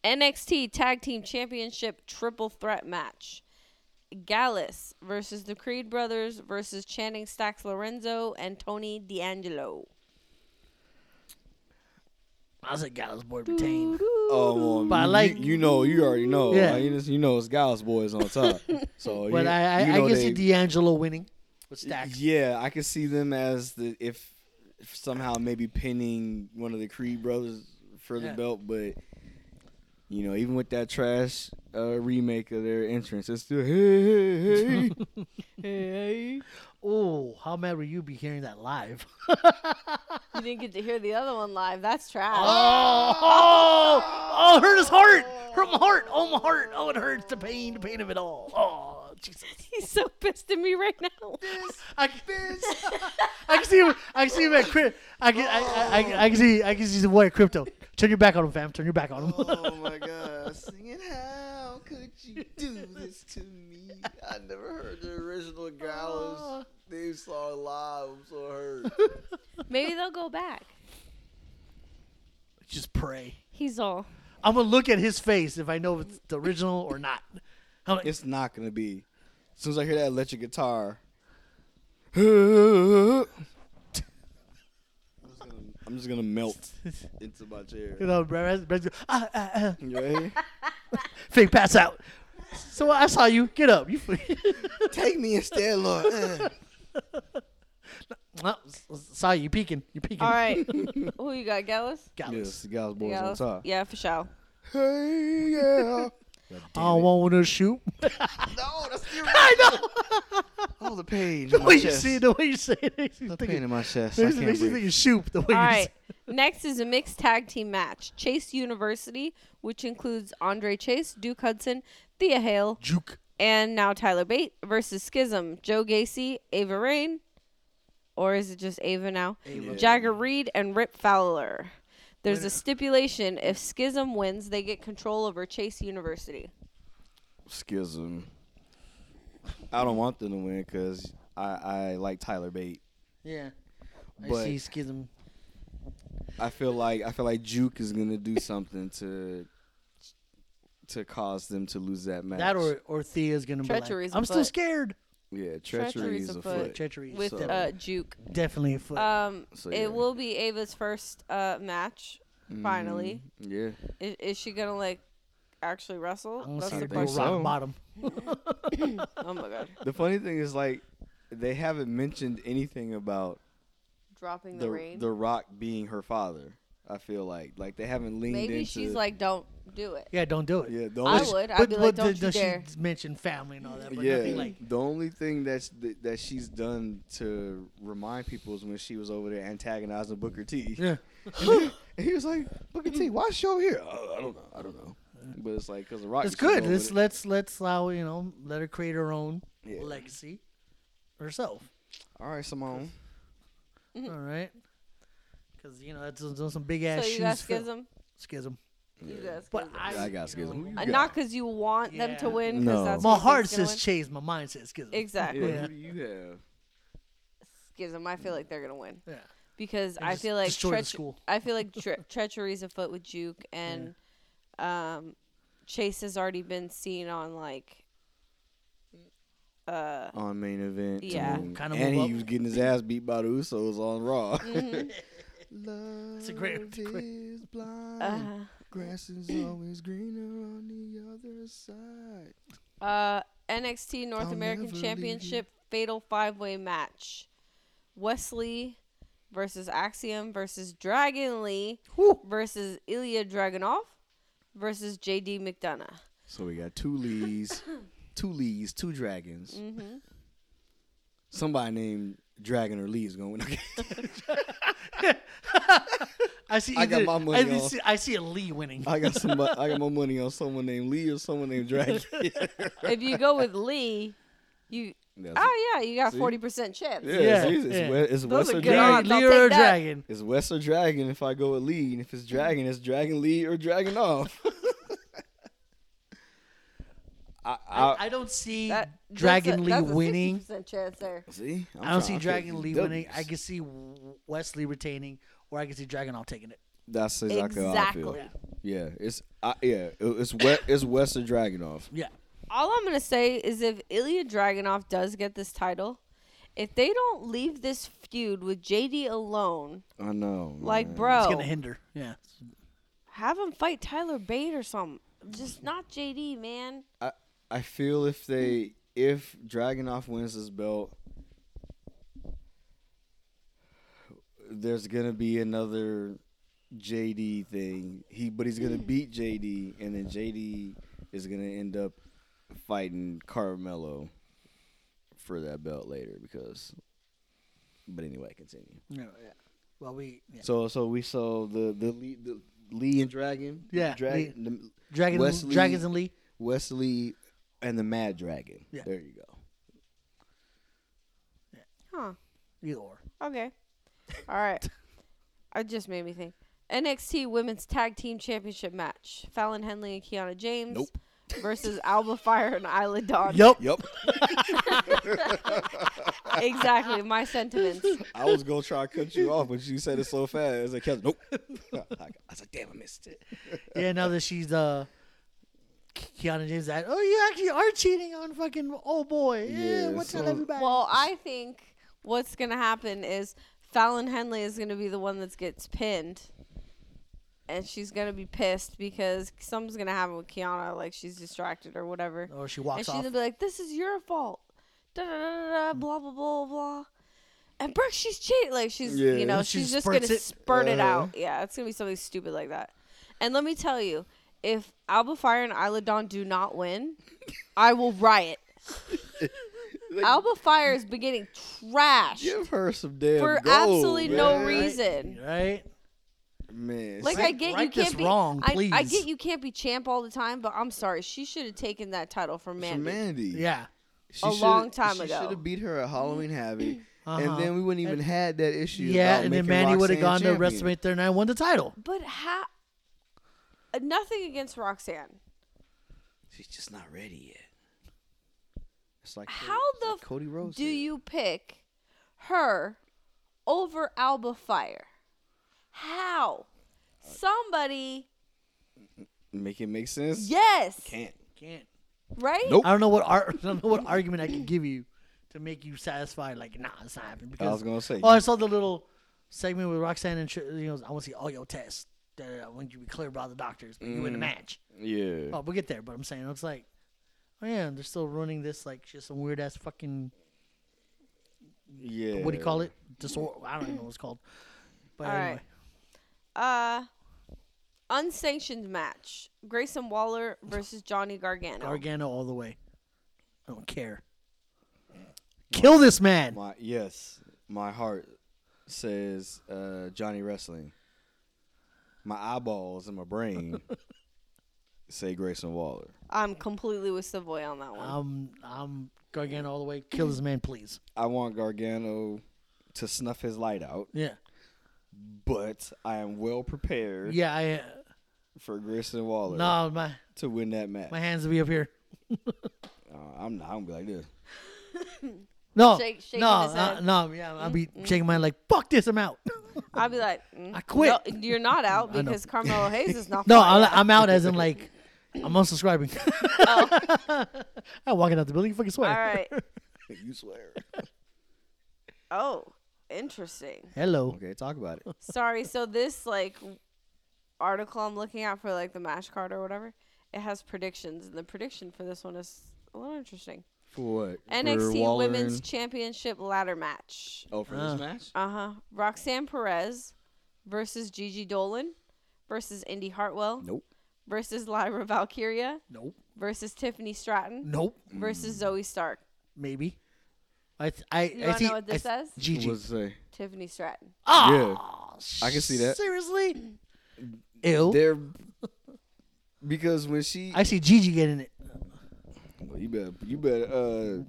C: NXT Tag Team Championship Triple Threat Match. Gallus versus the Creed Brothers versus Channing Stacks Lorenzo and Tony D'Angelo.
A: I said Gallows Boy retain.
B: Oh,
A: But I
B: you-
A: like-
B: you, know, you already know.
A: Yeah.
B: Like, you, just- you know, it's Gals Boys on (laughs) top. So,
A: But
B: you,
A: I, I,
B: you
A: I
B: know
A: can
B: they-
A: see D'Angelo winning with Stacks.
B: Yeah, I could see them as the if, if somehow maybe pinning one of the Creed brothers for the
A: Yeah.
B: belt, but you know, even with that trash uh, remake of their entrance, it's still hey hey hey.
C: Hey.
A: Oh, how mad would you be hearing that live? (laughs)
C: You didn't get to hear the other one live. That's trash.
A: Oh, oh, oh, hurt his heart. Hurt my heart. Oh, my heart. Oh, it hurts. The pain, the pain of it all. Oh, Jesus.
C: (laughs) He's so pissed at me right now.
A: I, (laughs) I can see him. I can see him at crypt. I can. I, I, I, I can see. I can see the boy at crypto. Turn your back on him, fam. Turn your back on him. (laughs)
B: oh my god, singing how could you do this to me? I never heard the original Gallows theme song live. I'm so hurt.
C: Maybe they'll go back.
A: Just pray.
C: He's all.
A: I'm gonna look at his face if I know if it's the original or not. I'm like,
B: It's not gonna be. As soon as I hear that electric guitar, I'm just gonna, I'm just gonna melt into my chair.
A: you know, Brad- Brad's go, ah, ah, ah,
B: You ready?
A: fake pass out. So (laughs) I saw you. Get up. You.
B: (laughs) Take me instead, Lord. Uh.
A: Well, s- s- saw Oh, you peeking. You're peeking.
C: All right. Who you got, Gallus?
A: Gallus.
B: Yes, the guys, boys on
C: Gallus?
B: top.
C: Yeah, for sure.
B: Hey, yeah. (laughs) God damn
A: I
B: it.
A: want to shoot.
B: No, (laughs) that's the I know. Oh, the (laughs) pain.
A: (laughs)
B: in
A: The
B: my
A: way you
B: chest.
A: see it, the way you say it, makes you
B: The
A: think
B: pain
A: it (laughs)
B: in my chest. I
A: makes- makes
B: can't
A: you think
B: breathe.
A: it's shoot. The way
C: All
A: you
C: right.
A: say
C: (laughs) Next is a mixed tag team match. Chase University, which includes Andre Chase, Duke Hudson, Thea Hale,
A: juke.
C: and now Tyler Bate versus Schism, Joe Gacy, Ava Rain, or is it just Ava now? Jagger Reed and Rip Fowler. There's a stipulation: if Schism wins, they get control over Chase University.
B: Schism. I don't want them to win because I, I like Tyler Bate.
A: Yeah. I
B: But-
A: see schism.
B: I feel like I feel like Juke is gonna do something to to cause them to lose that match.
A: That or or Thea's gonna be like,
C: Treachery's
A: I'm still
C: afoot.
A: scared.
B: yeah, treachery
C: Treachery's
B: is
C: afoot.
B: afoot.
A: Treachery. is
C: With
B: So-
C: uh, Juke,
A: definitely a foot.
C: um,
B: So, yeah. Mm.
C: it will be Ava's first uh, match. Finally,
B: Yeah,
C: I is, she gonna like actually wrestle?
A: I'm gonna
C: That's
A: see
C: the
A: her
B: think
A: go rock
C: question.
B: so.
A: bottom.
C: Oh my god,
B: the funny thing is like they haven't mentioned anything about
C: (laughs) dropping the,
B: the
C: rain.
B: the Rock being her father. I feel like like they haven't leaned
C: Maybe
B: into.
C: she's like, don't do it.
A: Yeah, don't do it.
B: yeah, the
C: I
B: only,
C: would. I'd be like, don't
A: does
C: you
A: she
C: dare.
A: mention family and all that? But
B: yeah,
A: nothing like
B: the only thing that's th- that she's done to remind people is when she was over there antagonizing Booker T.
A: yeah. (laughs)
B: And he was like, Booker T, why is she over here? "Oh, I don't know. I don't know. But it's like, because the Rock.
A: It's
B: used to go
A: good.
B: over
A: Let's
B: there.
A: let's let's allow you know let her create her own
B: Yeah.
A: legacy herself.
B: All right, Simone.
A: All right, because you know that's those some big ass
C: Mm-hmm. So you
A: shoes.
C: got
A: to fill.
C: schism.
A: Schism.
C: You got
A: But
C: schism.
A: I,
B: I got schism.
A: you
B: Who
A: know,
B: you
C: Uh,
B: got?
C: Not because you want them
A: Yeah.
C: to win. 'cause
B: No.
C: That's
A: my
C: what
A: heart
C: thing's gonna
A: says
C: win.
A: Chase, my mind says schism.
C: exactly
B: Yeah,
A: Yeah.
B: Who do you have?
C: schism. I feel like they're gonna win
A: Yeah.
C: because
A: They
C: I
A: just
C: feel like
A: destroy the
C: treach-
A: school.
C: I
A: (laughs)
C: feel like tre- treachery's afoot with Juke and um, Chase has already been seen on like uh
B: On main event.
C: Yeah.
B: And,
A: Kinda
B: and
A: move
B: he
A: up.
B: was getting his ass beat by the Usos on Raw.
A: Mm-hmm.
B: (laughs)
A: It's a great- it's a great-
B: is blind.
A: Uh-huh.
C: uh,
B: Grass is always greener on the other side.
C: uh NXT North
B: I'll
C: American
B: never leave you.
C: Championship fatal five way match. Wesley versus Axiom versus Dragon Lee
A: Whew.
C: versus Ilya Dragunov versus JD McDonough.
B: So we got two
C: (coughs)
B: leads, two leads, two dragons.
C: Mm-hmm.
B: Somebody named Dragon or Lee is (laughs) going. Okay.
A: I see.
B: I got
A: either-
B: my money
A: I
B: on-
A: see, I see a Lee winning.
B: I got some. I got my money on someone named Lee or someone
A: (laughs)
B: named Dragon. (laughs)
C: if you go with Lee, you
B: That's-
C: oh yeah, you got
B: See?
C: forty percent chance.
B: yeah,
A: Yeah,
B: see, it's,
A: yeah.
B: We- it's West
C: Those are
B: or
C: good
A: Lee,
B: Dragon.
C: odds. I'll
A: Lee
C: take
A: or a
C: that.
A: dragon.
B: It's West or Dragon. If I go with Lee, and if it's Dragon, it's Dragon Lee or Dragon off. (laughs) I, I,
A: I, I don't see
C: That- that's
A: Dragon
C: a-
A: Lee
C: that's a
A: winning.
C: 60% chance there.
B: see. I'm
A: I don't
B: trying-
A: see
B: I'm
A: Dragon
B: taking
A: Lee
B: Ws.
A: winning. I can see W- Wesley retaining, or I can see Dragon all taking it.
B: That's exactly, how I feel.
C: Exactly.
B: Yeah, it's I, yeah, it- it's wet. It's West or Dragon off.
A: Yeah.
C: All I'm gonna say is if Ilya Dragunov does get this title, if they don't leave this feud with JD alone,
B: I know.
C: like
B: man.
A: It's
C: bro,
A: gonna hinder. Yeah.
C: have him fight Tyler Bate or something. Just not JD, man.
B: I I feel if they if Dragonoff wins this belt, there's gonna be another JD thing. He but he's gonna beat JD, and then JD is gonna end up fighting Carmelo for that belt later because. But anyway, continue.
A: No, yeah. Well, we yeah.
B: So so we saw the the Lee, the Lee and Dragon.
A: Yeah,
B: Dragon. the-
A: Dragon,
B: Wesley-
A: Dragons and Lee.
B: Wesley and the Mad Dragon.
A: Yeah.
B: There you go.
C: Huh.
A: Either or.
C: Okay. All (laughs) right. I just made me think. NXT Women's Tag Team Championship match: Fallon Henley and Kiana James
B: Nope.
C: versus Alba Fire and Isla Dawn.
B: Yep.
C: Exactly my sentiments.
B: (laughs) I was gonna try to cut you off, but you said it so fast. I
A: (laughs)
B: kept nope. I was like, damn, I missed it.
A: Yeah. Now that she's uh, Ke- Keanu James, that oh, you actually are cheating on fucking old boy. Yeah.
B: Yeah,
A: what's up,
B: so-
A: everybody?
C: Well, I think what's gonna happen is Fallon Henley is gonna be the one that gets pinned, and she's gonna be pissed because something's gonna happen with Kiana, like she's distracted or whatever,
A: or she
C: and
A: walks
C: she's
A: off. Mm.
C: gonna be like, "This is your fault," da da da da, da, blah blah blah blah, and Brooke, she's cheating. Like she's,
B: Yeah.
C: you know,
A: She
C: she's just gonna
A: spurts it.
C: spurt it
B: Uh-huh.
C: out. Yeah, it's gonna be something stupid like that. And let me tell you, if Alba Fire and Isla Dawn do not win, I
A: (laughs)
C: will riot. Alba Fire has been getting trashed
B: Give her some damn
C: for
B: gold,
C: absolutely no
B: man.
C: reason.
A: right?
B: Man,
C: Like I
A: Right-
C: get you
A: right this
C: can't be
A: wrong,
C: I, I
A: please.
C: get you can't be champ all the time, but I'm sorry, she should have taken that title from Mandy.
B: Mandy. Mandy.
A: Yeah.
B: She
C: a
B: shoulda-
C: long time
B: she
C: ago. Mm-hmm.
B: should have beat her at Halloween Havoc,
A: Uh-huh.
B: and then we wouldn't even had that issue.
A: Yeah,
B: about
A: and then
B: making
A: Mandy would have gone
B: Roxanne
A: to
B: champion.
A: WrestleMania 39 and won the title.
C: But how? uh, Nothing against Roxanne.
B: She's just not ready yet. It's like
C: How
B: Cody-
C: the
B: like Cody Rhodes?
C: do
B: said.
C: you pick her over Alba Fire? How? Somebody,
B: make it make sense?
C: yes,
B: Can't.
A: Can't.
C: right?
B: Nope.
A: I don't know what ar- (laughs) I don't know what argument I can give you to make you satisfied. Like, nah, it's not happening.
B: I was
A: Because
B: gonna say.
A: oh, I saw the little segment with Roxanne and Sh- you know I want to see all your tests. Da, da, da. I want you to be cleared by the doctors, but you win the match.
B: yeah.
A: Oh, we'll get there. But I'm saying it's like, oh yeah, they're still running this like just some weird ass fucking
B: yeah.
A: what do you call it disorder? I don't even know what it's called. But
C: All
A: anyway,
C: right. Uh, unsanctioned match: Grayson Waller versus Johnny Gargano.
A: Gargano all the way. I don't care. Kill this man.
B: My yes, my heart says uh, Johnny Wrestling. My eyeballs and my (laughs) brain say Grayson Waller.
C: I'm completely with Savoy on that one.
A: I'm I'm Gargano all the way. Kill this man, please.
B: I want Gargano to snuff his light out,
A: Yeah.
B: but I am well prepared
A: Yeah, I uh,
B: for Grayson Waller
A: no my
B: to win that match.
A: my hands will be up here.
B: Uh, I'm not. I'm gonna be like this. (laughs)
A: No,
C: Shake- shaking
A: no,
C: his
A: uh,
C: head. Mm-hmm.
A: no. Yeah, I'll be shaking my like, fuck this, I'm
C: (laughs)
A: out.
C: I'll be like, mm,
A: I quit.
C: no, you're not out
A: (laughs) I know.
C: because Carmelo
A: (laughs)
C: Hayes is not.
A: No,
C: flying.
A: I'm, I'm out as in like, I'm unsubscribing.
C: Oh.
A: (laughs) I'm walking out the building. Fucking swear.
C: All
A: (laughs)
C: right.
B: you swear.
C: Oh, interesting.
A: Hello.
B: okay, talk about it.
C: Sorry. So this like article I'm looking at for like the match card or whatever, it has predictions, and the prediction for this one is a little interesting.
B: (laughs) For what? for
C: NXT
B: Waller
C: Women's
B: and-
C: Championship ladder match.
B: oh, for
A: Ah.
B: this match.
C: Uh huh. Roxanne Perez versus Gigi Dolan versus Indy Hartwell
B: Nope.
C: versus Lyra Valkyria
A: Nope.
C: versus Tiffany Stratton
A: Nope.
B: Mm.
C: versus Zoe Stark.
A: Maybe. I th- I,
C: You
A: I
C: wanna
A: see.
C: know what this
A: I,
C: says?
A: Gigi.
B: What's it say?
C: Tiffany Stratton.
A: Ah,
B: I can see that. Mm,
A: Seriously. Ew.
B: They're (laughs) because when she
A: I see Gigi getting it.
B: Well, you better you better uh,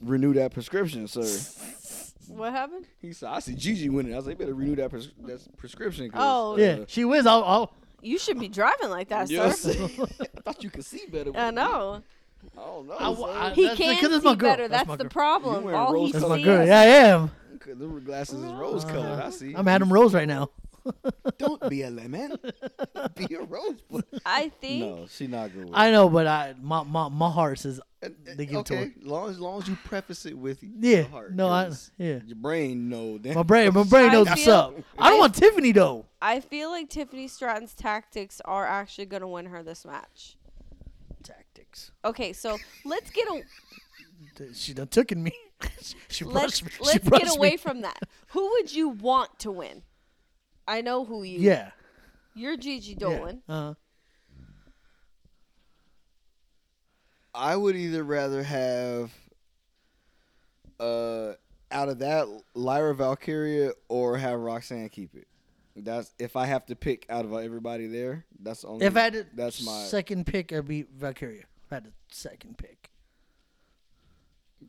B: renew that prescription, sir.
C: What happened?
B: He said, I see Gigi winning. I was like, better renew that, pres- that prescription. 'cause,
C: Oh.
B: uh,
A: Yeah, she wins. I'll, I'll
C: You should be driving like that,
B: you know what I'm
C: sir.
B: saying? I (laughs) thought you could see better.
C: I
B: with me.
C: know.
B: I don't know.
A: I
B: son.
A: wa- I-
C: He
A: That's the- 'cause
C: can
A: it's my
C: see
A: girl.
C: better.
A: That's
C: That's
A: my
C: the
A: girl.
C: problem.
B: wearing
C: All he
B: rose
A: That's
C: sees.
A: my girl. Yeah, I am.
B: Okay, the glasses is rose colored. I see.
A: I'm Adam Rose right now.
B: Don't be
A: (laughs)
B: a lemon. be a rose. boy.
C: I think.
B: No, she not good. With
A: I know, but I my my, my heart says
B: it.
A: they give it to
B: okay, long as long as you preface it with
A: Yeah,
B: your heart.
A: no, I-
B: 'cause
A: yeah.
B: Your brain know that.
A: my brain my brain
C: I
A: knows what's
C: feel-
A: up. I don't
C: I-
A: want Tiffany though.
C: I feel like Tiffany Stratton's tactics are actually going to win her this match.
A: Tactics.
C: Okay, so let's
A: (laughs)
C: get a,
A: She done took in me. (laughs) she
C: let's
A: brushed me. She
C: let's
A: brushed
C: get away
A: me.
C: from that. Who would you want to win? I know who you.
A: Yeah.
C: You're Gigi
A: yeah.
C: Dolan.
A: Uh,
B: I would either rather have uh out of that Lyra Valkyria or have Roxanne keep it. That's if I have to pick out of everybody there. That's the only.
A: if I had to,
B: that's my
A: second pick, I'd be Valkyria. If I had a second pick.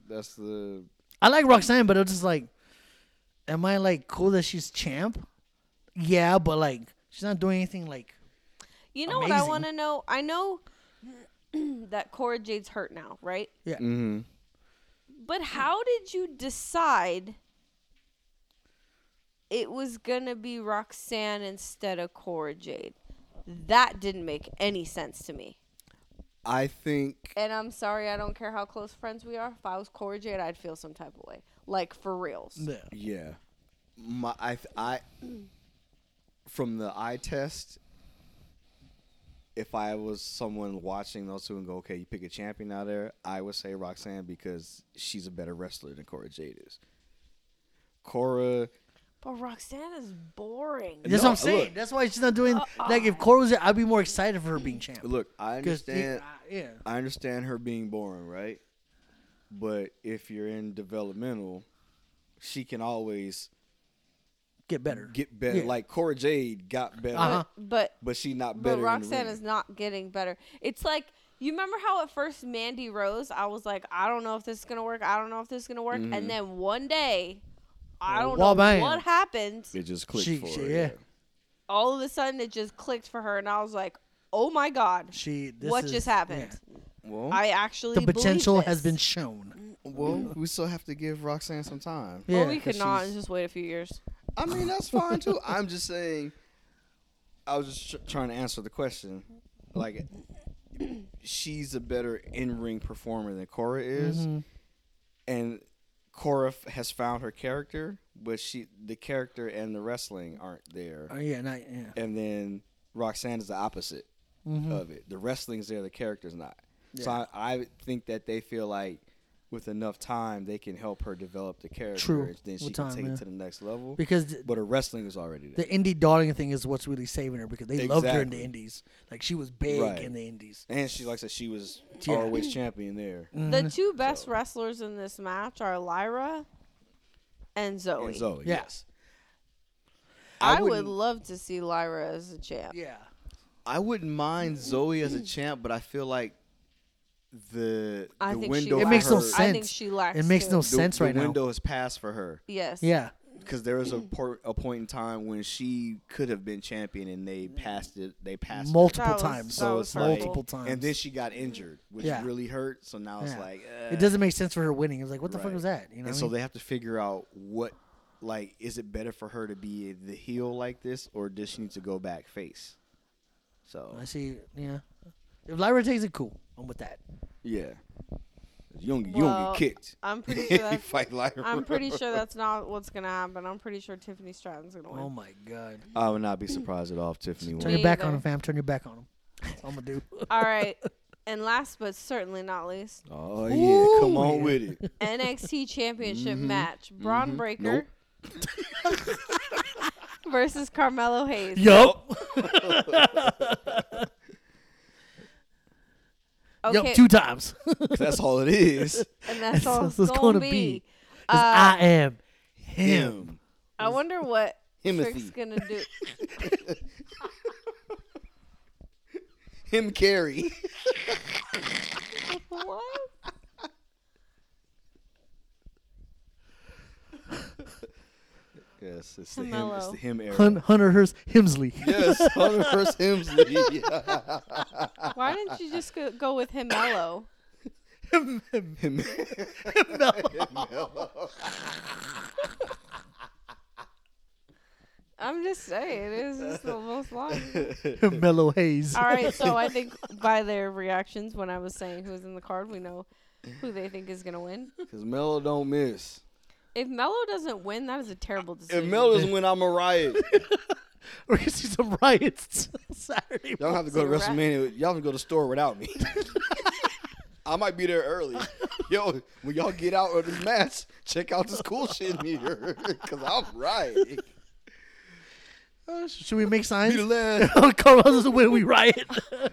B: that's the
A: I like Roxanne, but it's just like, am I like cool that she's champ? Yeah, but like she's not doing anything like
C: You know what I
A: Amazing.
C: want to know? I know (clears throat) that Cora Jade's hurt now, right?
A: yeah.
B: mm-hmm.
C: But how did you decide it was going to be Roxanne instead of Cora Jade? That didn't make any sense to me.
B: I think
C: And I'm sorry, I don't care how close friends we are. If I was Cora Jade, I'd feel some type of way. Like for reals.
A: yeah.
B: yeah. My I th- I from the eye test. If I was someone watching those two and go, okay, you pick a champion out there, I would say Roxanne because she's a better wrestler than Cora Jade is. Cora.
C: But Roxanne is boring.
B: Yeah.
A: That's
B: No,
A: what I'm saying.
B: look.
A: That's why she's not doing.
C: Uh,
A: Like if Cora was there, I'd be more excited for her being champ.
B: Look, I
A: Because
B: understand.
A: yeah, yeah,
B: I understand her being boring, right? But if you're in developmental, she can always
A: get better.
B: get better.
A: Yeah.
B: Like Cora Jade got better,
A: Uh-huh.
C: But
B: but she not better.
C: but
B: in the
C: Roxanne
B: ring.
C: is not getting better. It's like you remember how at first Mandy Rose, I was like, I don't know if this is gonna work. I don't know if this is gonna work. And then one day, I don't
A: Mm-hmm. Oh, Well,
C: know
A: bam.
C: what happened.
B: It just clicked
A: She-
B: for
A: she-
B: her.
A: yeah.
C: All of a sudden, it just clicked for her, and I was like, Oh my God,
A: She. This
C: what
A: is-
C: just happened?
A: yeah. Oh.
B: Well,
C: I actually
A: The potential
C: believe
A: has
C: this.
A: been shown.
B: well, we still have to give Roxanne some time.
A: Yeah.
C: well, we could
B: 'cause
C: not
B: she's-
C: just wait a few years.
B: I
A: (laughs)
B: mean, that's fine too. I'm just saying. I was just tr- trying to answer the question. Like, she's a better in-ring performer than Cora is,
A: Mm-hmm.
B: and Cora f- has found her character, but she, the character and the wrestling aren't there.
A: Uh, yeah, not, yeah.
B: And then Roxanne is the opposite of it. The wrestling's there, the character's not. So
A: Mm-hmm. Yeah.
B: I, I think that they feel like with enough time they can help her develop the character,
A: True.
B: and then she
A: With
B: can
A: time,
B: take
A: yeah.
B: it to the next level.
A: Because th-
B: But her wrestling is already there.
A: the indie darling thing is what's really saving her because they loved her in the
B: Exactly.
A: indies. Like she was big
B: Right.
A: in the indies.
B: And she, like I said, she was
A: Yeah.
B: always champion there.
A: Mm-hmm.
C: The two best wrestlers in this match are Lyra and Zoe.
B: And Zoe,
A: Mm-hmm. Yeah.
B: yes.
C: I,
B: I
C: would
B: wouldn't,
C: love to see Lyra as a champ.
A: Yeah.
B: I wouldn't mind Zoe as a champ, but I feel like the
C: I
B: the
C: think
B: window
C: she
A: It makes no
B: for her-
A: sense.
C: I think she lacks.
A: It makes no
C: too.
B: the,
A: sense
B: the
A: right now.
B: window has passed for her
C: Yes.
A: Yeah.
B: because there was a,
C: Mm.
B: por- a point in time when she could have been champion and they passed it. They passed her.
A: Multiple
C: That was-
A: times.
C: that
B: So
C: Mm. was
B: it's like-
A: multiple times.
B: and then she got injured, which
A: Yeah.
B: really hurt. So now it's
A: Yeah.
B: like
A: it
B: uh,
A: doesn't make sense for her winning. It's like what the fuck
B: Right.
A: was that? You know.
B: and
A: what I
B: so
A: mean?
B: they have to figure out what like is it better for her to be the heel like this or does she need to go back face so
A: I see. Yeah. If Lyra takes it, cool. I'm with that.
B: yeah you don't, you
C: Well,
B: don't get kicked
C: I'm pretty sure
B: if (laughs) you
C: that's.
B: fight like (laughs)
C: I'm pretty sure that's not what's gonna happen. I'm pretty sure Tiffany Stratton's gonna win.
A: Oh my god.
B: i would not be surprised at all if tiffany
A: Turn
B: won
C: Me
A: your back on
C: either.
A: him, fam. Turn your back on him. That's all I'm
B: (laughs)
A: gonna do. (laughs)
C: All right. And last but certainly not least,
B: oh yeah come
A: Ooh,
B: on
A: yeah.
B: with it
C: NXT Championship
A: Mm-hmm.
C: match: Braun
A: (laughs)
C: Breaker (laughs) versus Carmelo Hayes.
A: yup.
C: Okay,
A: Yup. Two
B: (laughs)
A: times.
B: 'Cause that's all
A: (laughs)
B: it is
C: and
A: That's
C: that's all
A: what
C: it's
A: it's
C: gonna,
A: gonna
C: be.
A: be. 'Cause
C: Uh,
A: I am him.
B: him
C: I wonder what Trick's
B: Himothy.
C: gonna
B: (laughs)
C: do.
B: him carry
C: what?
B: (laughs) yes it's the him it's
C: Hello.
B: the him era
A: Hun- Hunter Hearst Hemsley.
B: (laughs) yes hunter first himsley
C: Why didn't you just go, go with Himelo?
B: (laughs) Him-
C: I'm just saying, it's just the
B: (laughs)
C: most long.
A: (laughs) Mellow Hayes.
C: All right, so I think by their reactions when I was saying who's in the card, we know who they think is gonna win.
B: Cause Melo don't miss.
C: If Melo doesn't win, that is a terrible
B: If
C: decision.
B: Melo (laughs) doesn't win, I'm a riot.
A: (laughs) We're gonna see some riots (laughs) Saturday.
B: Y'all have to go to
C: It's a riot.
B: WrestleMania. Y'all can go to the store without me. (laughs) I might be there early. (laughs) Yo, when y'all get out of this match, check out this cool shit in here. (laughs) Cause I'm rioting.
A: Uh, Should we make (laughs)
B: Be the
A: signs? Oh,
B: last.
A: Carmelo doesn't win, we
B: (laughs)
A: riot.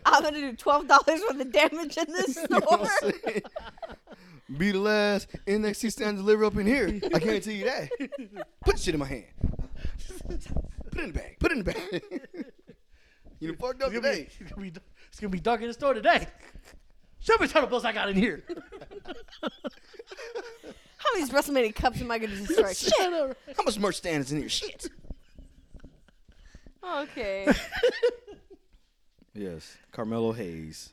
C: I'm gonna do twelve dollars worth of damage in this
B: You know what (laughs)
C: store.
B: I'm saying? Be the last NXT stand deliver up in here. I guarantee you that. Put the shit in my hand. Put it in the bag. Put it in the bag. (laughs) you done fucked up
A: It's gonna, be,
B: today.
A: (laughs) it's, gonna be, it's gonna be dark in the store today. Show me the title bills I got in here.
C: How many WrestleMania cups am I gonna
A: (laughs)
B: (laughs)
C: destroy? Shit.
B: How much merch stand is in here? Shit. (laughs)
C: Okay.
B: Yes, Carmelo Hayes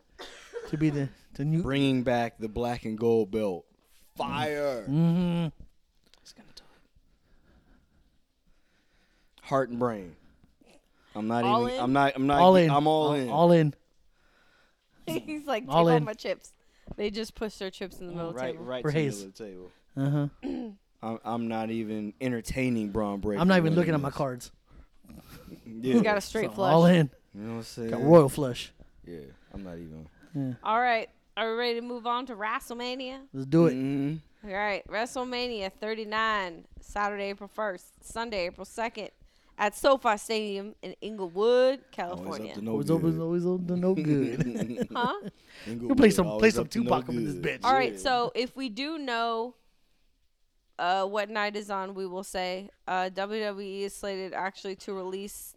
A: to be the, the new
B: bringing back the black and gold belt. Fire.
A: Mm.
B: It's gonna do it. Heart and brain. I'm not
C: All
B: even.
C: in?
B: I'm not. I'm not.
A: all in.
B: I'm all, in.
A: All in.
C: He's like, take
A: All
C: all
A: in.
C: my chips. They just pushed their chips in the middle
B: Right.
C: table.
B: Right.
A: For
B: to the
A: Hayes.
B: middle of the table.
A: Uh huh.
B: I'm, I'm not even entertaining Braun Breaker.
A: I'm not even
B: winning
A: looking at my
B: this.
A: cards.
B: Yeah.
C: He got a straight
A: So
C: flush.
A: All in.
B: you know what I'm saying?
A: Got royal flush.
B: Yeah. I'm not even.
C: All right. Are we ready to move on to WrestleMania?
A: Let's do it.
B: Mhm.
C: All right, WrestleMania 39, Saturday, April 1st, Sunday, April 2nd, at SoFi Stadium in
B: Always
C: Inglewood, California.
B: Oh, up to no
A: Always
B: good.
A: open,
B: (laughs)
A: always open to no good.
C: Huh?
A: You play some- play some Tupac up in this bitch.
C: All right, so if we do know uh, what night is on, we will say uh, WWE is slated actually to release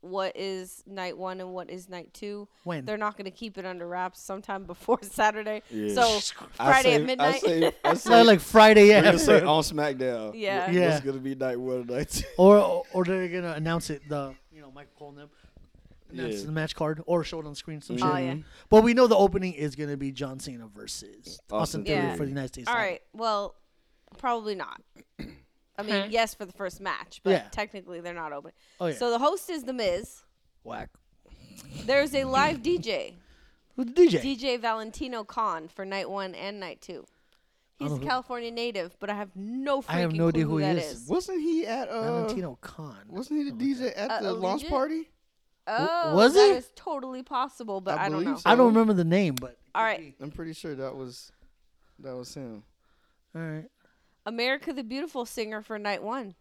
C: what is night one and what is night two.
A: When?
C: They're not going to keep it under wraps sometime (laughs) before Saturday.
B: Yeah.
C: So Friday at midnight.
B: I say, (laughs) I
A: It's like, like Friday
B: we're gonna say
A: after,
B: on SmackDown.
C: Yeah.
B: Wh-
A: Yeah.
B: What's gonna be night one and night (laughs) two?
A: or or they're gonna announce it. The you know Michael Cole and them announce
B: Yeah. Mm-hmm.
A: the match card or show it on screen. Some
C: oh,
A: shit.
C: yeah.
A: But we know the opening is gonna be John Cena versus Austin,
B: Austin
A: Theory
C: Theory.
A: for the United States.
C: All
A: title.
C: right. Well, probably not. I mean, yes, for the first match, but
A: Yeah.
C: technically they're not open.
A: Oh yeah.
C: So the host is The Miz.
A: Whack.
C: There's a live DJ,
A: Who's the DJ?
C: DJ Valentino Khan, for night one and night two. He's a
A: don't know who-
C: California native, but I have no freaking
A: I have no
C: clue
A: idea
C: who,
A: who he
C: that
A: is.
C: is.
B: Wasn't he at uh?
A: Valentino Khan.
B: Wasn't he the DJ at
C: Uh,
B: the launch
C: Allegiant?
B: party?
C: Oh,
A: was
C: that
A: it?
C: is totally possible, but I,
B: I
C: don't
B: believe
C: know.
B: so.
A: I don't remember the name, but
C: All right,
B: I'm pretty sure that was that was him.
A: all right.
C: America the Beautiful singer for night one,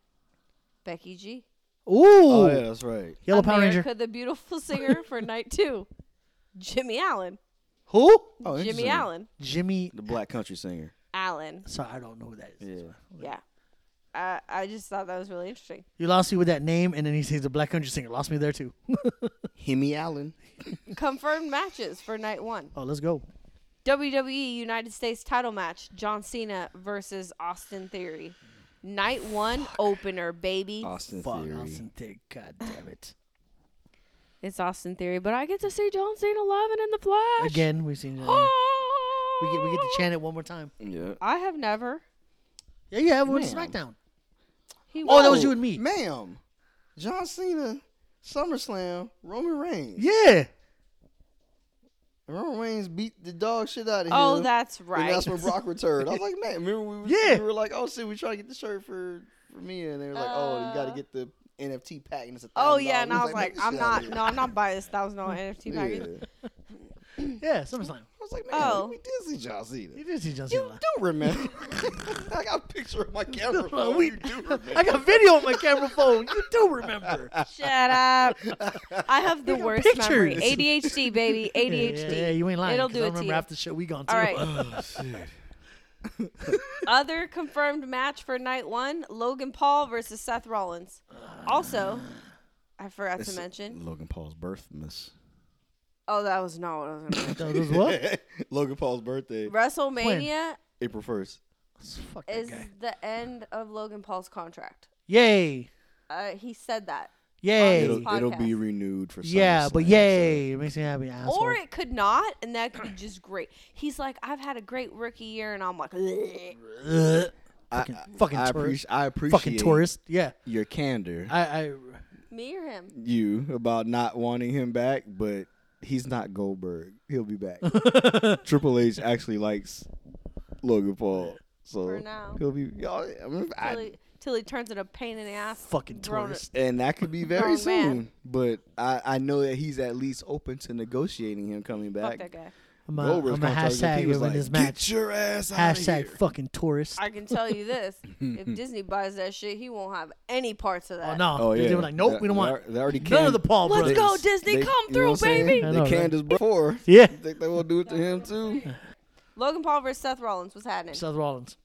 C: Becky G.
A: Ooh,
B: Oh yeah, that's right.
A: Yellow Power
C: America
A: Ranger.
C: the Beautiful singer for night
A: (laughs)
C: two, Jimmy Allen.
A: Who?
B: Oh,
C: Jimmy
B: interesting.
C: Allen.
A: Jimmy.
B: the black country singer.
C: Allen.
A: Sorry, I don't know who that is.
B: Yeah.
C: Yeah. I I just thought that was really interesting.
A: You lost me with that name, and then he says a black country singer. Lost me there too. (laughs)
B: Hemi Allen.
C: Confirmed matches for night one.
A: oh, let's go.
C: WWE United States title match, John Cena versus Austin Theory. Night one opener, baby.
B: Austin
A: Fuck,
B: Theory.
A: Austin Theory. God damn it.
C: It's Austin Theory, but I get to see John Cena live and in the flesh.
A: Again, we've
C: (gasps)
A: seen. Uh,
C: Oh!
A: we get we get to chant it one more time.
B: Yeah.
C: I have never.
A: Yeah, yeah, we went to
B: Man.
A: SmackDown.
C: He
A: Oh, that was
C: won't.
A: you and me.
B: Ma'am, John Cena, SummerSlam, Roman Reigns.
A: Yeah.
B: Roman Reigns beat the dog shit out of him.
C: Oh, that's right.
B: And that's when Brock returned. I was like, man, remember we, was,
A: Yeah.
B: we were like, oh shit, we trying to get the shirt for, for me, and they were like, oh, you got to get the NFT pack, and it's a
C: (laughs) Uh. oh
B: $1,000.
C: yeah, and
B: We
C: I
B: was
C: was
B: man,
C: like,
B: get
C: I'm
B: shit out
C: not.
B: of
C: No, I'm not buying this thousand dollar NFT
B: here.
C: package.
B: Yeah.
A: Yeah, SummerSlam.
B: I was like, man,
C: Oh.
B: we did see John Cena.
A: You did see John
B: You
A: Cena. (laughs)
B: do remember? (laughs) I got a picture of my camera. phone.
A: we-
B: you do remember?
A: (laughs) I got video on my camera phone. You do
C: (laughs)
A: remember.
C: Shut up.
A: (laughs)
C: I have the
A: got
C: worst memory.
A: pictures.
C: ADHD, baby.
A: Yeah,
C: ADHD.
A: yeah, yeah, you ain't lying.
C: It'll
A: 'cause
C: do
A: I
C: it to
A: remember
C: you.
A: after the show we gone to.
C: All right.
B: oh
C: (laughs)
B: shit.
C: Other confirmed match for night one Logan Paul versus Seth Rollins. Also, I forgot to mention.
B: Logan Paul's birth miss.
C: Oh, that was not what I was going to
A: (coughs)
C: mention.
A: (laughs) That was (laughs) what?
B: (laughs) Logan Paul's birthday,
C: WrestleMania
B: April first.
A: Fuck that
C: is
A: guy.
C: the end of Logan Paul's contract.
A: Yay.
C: Uh, he said that.
A: Yay.
C: It'll- Podcast. it'll be
B: renewed for
A: yeah, but yay. It makes me happy, asshole.
C: Or it could not, and that could be just great. He's like, I've had a great rookie year, and I'm like, "Bleh."
A: Ugh. fucking fucking
B: I,
A: tourist.
B: appreci- I appreciate
A: fucking tourist. Yeah.
B: your candor,
A: I, (laughs) I
C: me or him?
B: you about not wanting him back, but he's not Goldberg. He'll
A: (laughs)
B: be back. Triple H actually likes Logan Paul, so
C: For now.
B: he'll be. y'all- I mean, I-
C: Till he, till he turns into a pain in the ass.
A: fucking
C: grown-
A: tourist.
B: and that could be very
C: Grown Oh, man.
B: soon. But I, I know that he's at least open to negotiating him coming
C: Fuck
B: back.
C: that guy.
A: I'm a,
B: Goldberg's
A: I'm a
B: gonna tell you,
A: hashtag
B: he
A: giving
B: was like,
A: this
B: Get
A: match.
B: your ass out of
A: Hashtag
B: here.
A: fucking tourist.
C: I can tell you
A: (laughs)
C: this: if Disney buys that shit, he won't have any parts of that.
A: oh, no.
B: Oh yeah,
A: They were like, nope,
B: They-
A: we don't
B: they
A: want
B: al- They already
A: none
B: canned-
A: of the Paul
C: Let's
A: brothers.
C: go, Disney! come
B: you know
C: through,
B: what I'm saying?
C: baby!
A: I
B: They
A: know,
B: canned
A: right?
B: us before.
C: (laughs)
A: Yeah.
B: You think they will do it to him too?
C: Logan Paul versus Seth Rollins. What's happening?
A: Seth Rollins.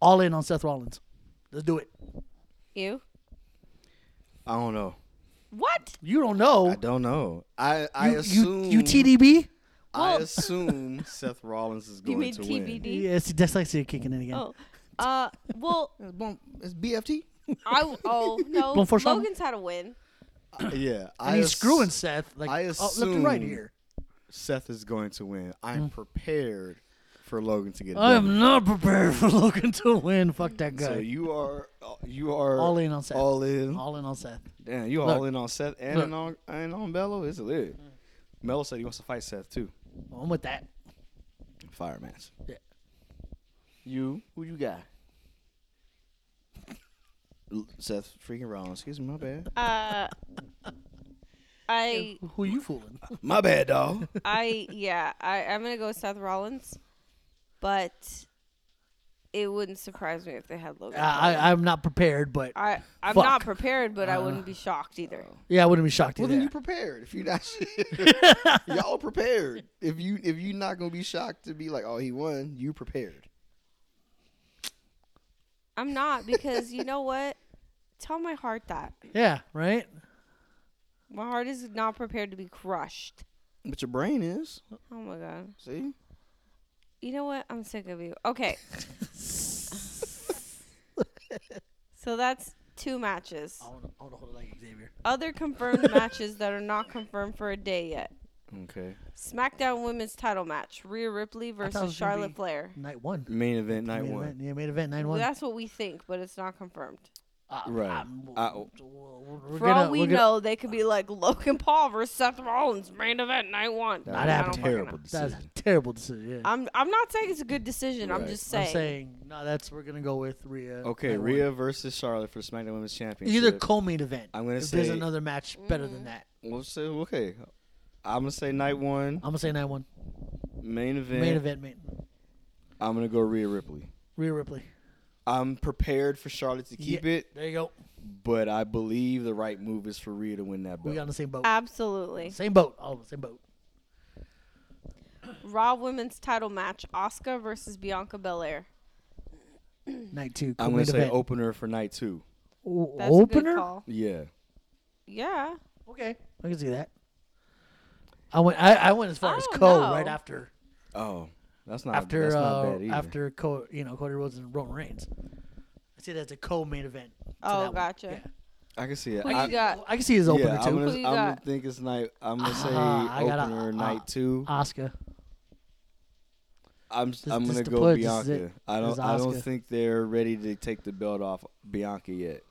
A: all in on Seth Rollins. Let's do it.
C: You?
B: I don't know.
C: What?
A: You don't know.
B: I don't know. I I
A: Oh. you,
B: assume
A: you, you TDB?
B: I
C: Well-
B: assume Seth Rollins is
C: You
B: going
C: mean
B: to win.
C: TBD?
A: Yes, that's like kicking in again.
C: Oh. Uh, well,
B: It's BFT.
C: I w- oh
A: (laughs)
C: no,
A: Bon Forchon?
C: Logan's had a win.
B: Uh, yeah,
A: and
B: I
A: he's
B: ass-
A: screwing Seth. Like
B: I
A: oh, left and right
B: assume-
A: here.
B: Seth is going to win. I'm prepared for Logan to get.
A: Mm. I
B: done.
A: am not prepared for (laughs) Logan to win. Fuck that guy.
B: So you are uh, you are
A: all in on Seth. All,
B: all in.
A: in on Seth.
B: Damn, you
A: Look.
B: all in on Seth and
A: Look. Mm.
B: in on and on Bello. It's lit. Mello said he wants to fight Seth too.
A: I'm with that.
B: Fire match.
A: Yeah.
B: You who you got? L- Seth freaking Rollins. Excuse me, my bad.
C: Uh, I
A: Who you fooling?
B: my bad, dog.
C: I yeah, I I'm gonna go with Seth Rollins, but it wouldn't surprise me if they had Logan. Paul.
A: (laughs) I, I, I'm not prepared, but
C: I I'm
A: Uh, Fuck. Uh.
C: not prepared, but I wouldn't be shocked either.
A: yeah, I wouldn't be shocked
B: well,
A: either.
B: then you prepared. If you not, (laughs) y'all prepared. If you if you not gonna be shocked to be like, oh, he won. You prepared.
C: I'm not because you know what? Tell my heart that
A: yeah, right.
C: my heart is not prepared to be crushed.
B: But your brain is.
C: Oh my god.
B: See.
C: You know what? I'm sick of you.
A: (laughs)
C: Okay. so that's two matches.
A: I want to hold it like Xavier.
C: Other confirmed
A: (laughs)
C: matches that are not confirmed for a day yet.
B: Okay.
C: SmackDown Women's Title match: Rhea Ripley
A: it
C: versus
A: was gonna
C: Charlotte
A: be-
C: Flair.
A: Night one.
B: Main event night
A: main
B: one.
A: Event, yeah, main event nine
C: Well,
A: one.
C: that's what we think, but it's not confirmed.
A: Uh,
B: Right.
A: I'm-
B: I-
A: we're
C: For all we know, they could be like Logan Paul versus Seth Rollins main event night one.
A: That'd
C: I
A: be
C: don't fucking
B: terrible
C: know.
A: that's
B: decision.
A: a terrible decision. Yeah.
C: I'm I'm not saying it's a good decision. I'm
B: Right.
C: just
A: I'm
C: saying.
A: saying no. That's we're gonna go with Rhea.
B: Okay,
A: night one.
B: Rhea versus Charlotte for the SmackDown Women's Championship.
A: Either co-main event.
B: I'm gonna
A: if there's
B: say-
A: another match better
C: Mm-hmm.
A: than that.
B: We'll say okay. I'm gonna say night one
A: I'm gonna say nine one.
B: main event.
A: Uh, Main event, main.
B: I'm gonna go Rhea Ripley.
A: Rhea Ripley.
B: I'm prepared for Charlotte to keep
A: Yeah,
B: it,
A: There you go.
B: but I believe the right move is for Rhea to win that
A: We
B: belt.
A: got on the same boat.
C: Absolutely.
A: Same boat. All of us. Same boat.
C: Raw Women's Title match: Oscar versus Bianca Belair.
A: Night two.
B: I'm
A: co-main
B: gonna say
A: event.
B: opener for night two.
A: O-
C: Mm-hmm. That's a
A: opener.
C: good call.
B: Yeah,
C: Yeah.
A: Okay, I can see that. I went. I, I went as far
C: I
A: as
C: don't
A: Co
C: know.
A: right after
B: Oh, that's not
A: after
B: that's not
A: uh,
B: bad either.
A: after Co you know Cody Rhodes and Roman Reigns. I see that's a co-main event. to
C: Oh,
A: that one.
C: gotcha.
A: Yeah.
B: I can see it.
C: Who you
B: I,
C: got?
A: I can see his
B: yeah,
A: opener too.
B: I'm gonna,
C: Who
B: I'm
C: you
B: gonna
C: got?
B: think it's night. I'm gonna say
A: Ah, I gotta-
B: opener
A: uh,
B: night two.
A: Oscar.
B: I'm
A: This-
B: I'm
A: this
B: gonna
A: the
B: go
A: plug, this is
B: Bianca.
A: it.
B: I
A: This is
B: don't I don't
A: Asuka.
B: think they're ready to take the belt off Bianca yet.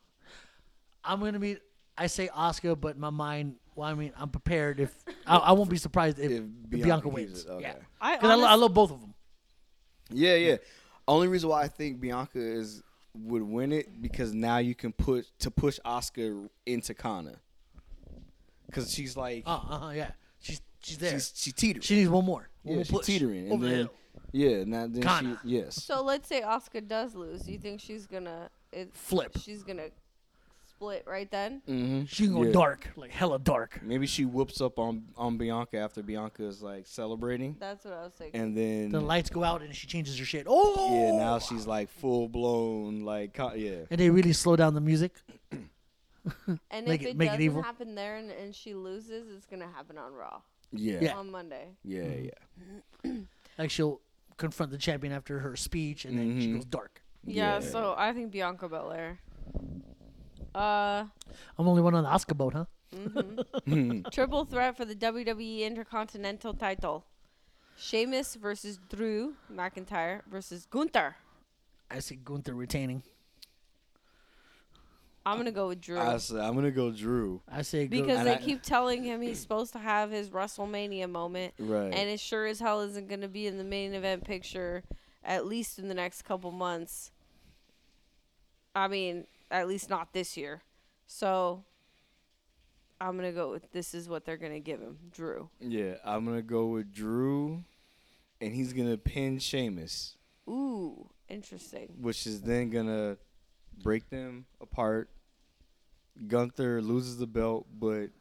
A: I'm gonna be. I say Oscar, but my mind. Well, I mean, I'm prepared. If I, I won't be surprised if, if Bianca,
B: keeps
A: wins.
B: it, okay.
A: Yeah,
C: I,
A: because I, lo- I
C: honest-
A: love both of them.
B: yeah, yeah. Only reason why I think Bianca is would win it because now you can push to push Oscar into Kana. Cause she's like
A: Uh, uh, yeah. She's she's there.
B: she's she teetering.
A: she needs one more. One
B: yeah,
A: more
B: she's
A: push.
B: teetering, and
A: Over the
B: then
A: hill.
B: yeah, now then
A: Kana.
B: she yes.
C: So let's say Oscar does lose. You think she's gonna it,
A: Flip. Mm.
C: She's gonna split right then.
B: Mm-hmm.
A: she can go
B: yeah.
A: dark, like hella dark.
B: Maybe she whoops up on on Bianca after Bianca is like celebrating,
C: That's what I was thinking.
B: and then
A: The lights go out and she changes her shit. Oh,
B: yeah, now she's like full blown like co- yeah.
A: And they really slow down the music.
C: And
A: Make
C: if
A: it-
C: it,
A: make it
C: doesn't
A: evil.
C: happen there and, and she loses, it's gonna happen on Raw
B: Yeah.
A: Yeah.
C: on Monday.
B: Yeah, yeah.
A: Like she'll confront the champion after her speech, and then
B: Mm-hmm.
A: she goes dark.
C: Yeah, so I think Bianca Belair.
A: (laughs)
C: Uh,
A: I'm only one on the Oscar boat, huh?
C: triple threat for the WWE Intercontinental title. Sheamus versus Drew McIntyre versus Gunther.
A: I see Gunther retaining.
C: I'm gonna go with Drew
B: I said, I'm gonna go Drew.
A: I say Gun-
C: because
B: and
C: they
B: I-
C: keep telling him he's supposed to have his WrestleMania moment,
B: Right.
C: and it sure as hell isn't gonna be in the main event picture, at least in the next couple months. I mean, at least not this year. So I'm gonna go with this is what they're gonna give him, Drew.
B: Yeah, I'm gonna go with Drew, and he's gonna pin Sheamus,
C: Ooh, interesting.
B: which is then gonna break them apart. Gunther loses the belt, but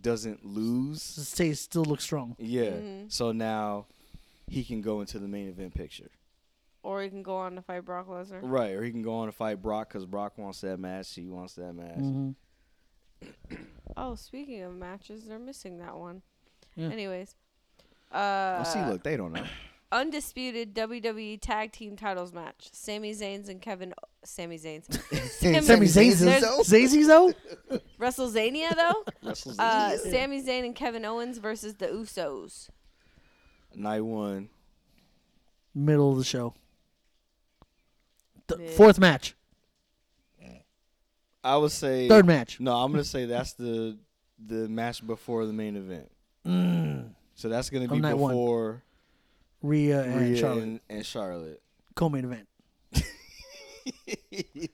B: doesn't lose.
A: say it still looks strong.
B: Yeah. So now he can go into the main event picture.
C: or he can go on to fight Brock Lesnar.
B: Right, or he can go on to fight Brock because Brock wants that match. She wants that match.
A: Mm-hmm.
C: Oh, speaking of matches, they're missing that one.
A: Yeah.
C: Anyways, uh,
B: Well, see,
A: Uh,
B: look,
A: (laughs)
B: they don't know.
C: undisputed WWE Tag Team Titles match: Sami Zayn's and Kevin. O- Sami Zayn's. (laughs)
A: Sami Zayn's
C: There's-
A: Zazy's though.
C: WrestleZania though.
B: (laughs) Wrestles
C: Uh, Sami Zayn and Kevin Owens versus the Usos.
B: night one.
A: Middle of the show. Th-
C: Mid.
A: Fourth match.
B: I would say
A: Third match.
B: No, I'm gonna say that's the the match before the main event. So that's gonna be
A: On Mm. night one.
B: before
A: Rhea and
B: Rhea
A: Charlotte.
B: and, and Charlotte.
A: Co-main event.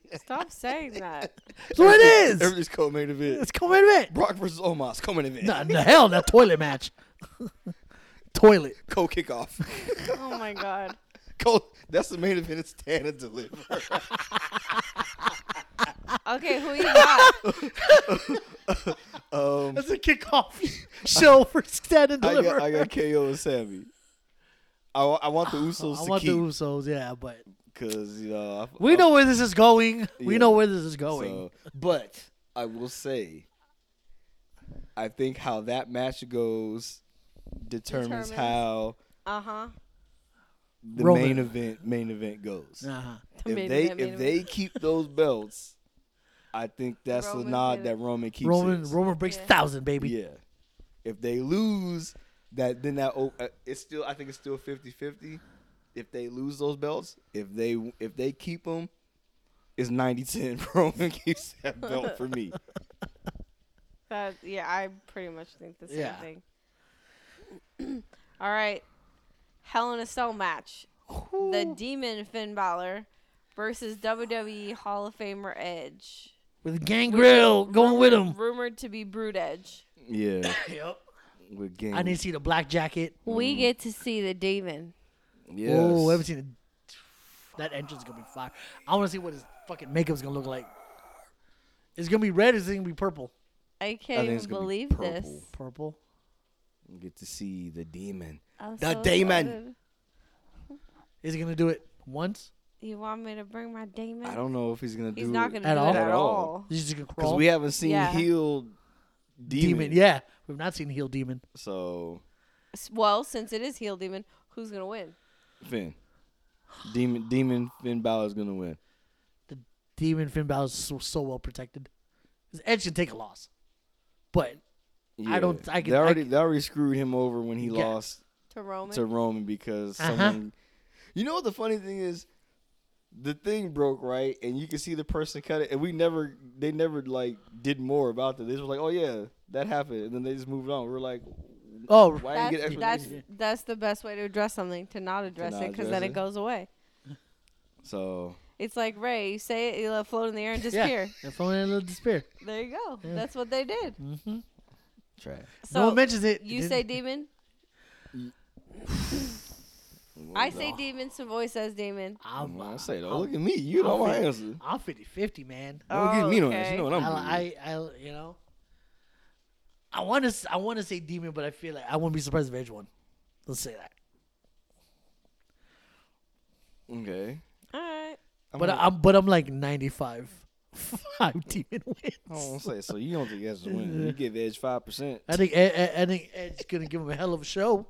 A: (laughs)
C: Stop saying that.
A: So it is.
B: Everything's co-main event.
A: It's co-main
B: (laughs)
A: event.
B: Brock versus Omos co-main event.
A: Nah, nah, hell, that toilet match. (laughs) toilet. (laughs)
B: Co-kickoff.
C: Oh my god.
B: Co- that's the main event. It's stand and deliver.
C: Okay, who you (laughs) got?
B: Um,
A: That's a kickoff (laughs) show for stand and (laughs)
B: I
A: deliver.
B: got,
A: (laughs)
B: I got KO and Sammy. I, wa- I want the Usos
A: (sighs) Oh, I
B: to
A: want the
B: keep
A: Usos, yeah, but
B: because you know I,
A: we
B: I-
A: know where this is going. We
B: Um, Yeah.
A: know where this is going.
B: So, but I will say, I think how that match goes determines,
C: Determines.
B: how
C: Uh huh.
B: the
A: Roman.
B: main event main event goes.
A: (laughs) uh-huh.
B: If they if they keep those belts, I think that's a
C: Roman
B: nod
C: did
B: that
C: it.
B: Roman keeps.
A: Roman
B: his.
A: Roman breaks
C: Yeah.
A: thousand, baby.
B: yeah. If they lose, that then that o- uh, it's still I think it's still 50-50. If they lose those belts, if they if they keep them, it's 90-10. (laughs) Roman keeps that belt for me.
C: That yeah, I pretty much think the same
A: Yeah.
C: thing. (clears throat) All right, Hell in a Cell match: the Demon Finn Balor versus WWE Hall of Famer Edge,
A: With Gangrel going with him.
C: rumored to be Brood Edge.
B: Yeah.
A: Yep.
B: with gang.
A: I need to see the black jacket.
B: Mm.
C: We get to see the Demon.
B: Yes.
A: Oh, I haven't seen it. That entrance is gonna be fire. I want to see what his fucking makeup's gonna look like. It's gonna be red. Or is it gonna be purple?
C: I
B: I
C: can't
B: think it's
C: even
B: gonna be
C: believe
B: purple.
C: this.
A: Purple.
B: You Get to see the demon.
C: I'm
B: The
C: so
B: Demon.
C: excited.
A: Is he gonna do it once?
C: You want me to bring my demon?
B: I don't know if he's gonna
C: He's
B: do
C: not gonna
A: At
C: do
A: all?
C: it at
B: At all.
C: all.
A: He's just gonna
B: because
A: crawl.
B: we haven't seen
C: Yeah.
B: healed demon.
A: demon. Yeah, we've not seen heel demon.
B: So
C: S- Well, since it is heel demon, who's gonna win?
B: Finn, demon, demon, Finn Balor's gonna win.
A: The demon Finn Balor is so, so well protected. His Edge can take a loss, but I
B: Yeah.
A: don't- I can-
B: they
A: I
B: already
A: can-
B: they already screwed him over when he
A: Yeah.
B: lost
C: To Roman.
B: to Roman because
A: Uh-huh.
B: someone. You know what the funny thing is, the thing broke right, and you can see the person cut it, and we never they never like did more about it. They just were like, oh yeah, that happened, and then they just moved on. We're like,
A: oh,
B: why didn't you get
C: that's,
B: explanation?
C: that's that's the best way to address something to not address it, 'cause
B: not
C: it because then
B: address
C: it
B: it.
C: goes away.
B: So
C: It's like Ray, you say it, you let it float in the
B: (laughs)
C: air and
A: yeah,
C: disappear.
A: that's only a little despair.
C: There you go.
A: Yeah.
C: That's what they did.
B: Mm. trash.
C: So
A: no one mentions it.
C: you
A: It
C: say
A: didn't-
C: demon.
B: (sighs)
C: I say demon. Savoy says demon.
A: I'm,
B: I say though,
A: I'm-
B: look at me. You know
A: I'm
B: my
A: fit.
B: answer.
A: I'm 50-50, man.
B: Don't get
C: Oh,
B: me no answer. You know what I'm doing.
A: I, I, I, you know, I want to, I want to say demon, but I feel like I wouldn't be surprised if Edge won. Let's say that.
B: Okay.
C: All right.
B: I'm
A: but
B: gonna-
A: I'm, but I'm like 95. (laughs) Five demon wins.
B: I (laughs) don't wanna say so. You don't think Edge is winning? You give Edge five percent
A: I think Ed, Ed, I think Ed's gonna give him a hell of a show.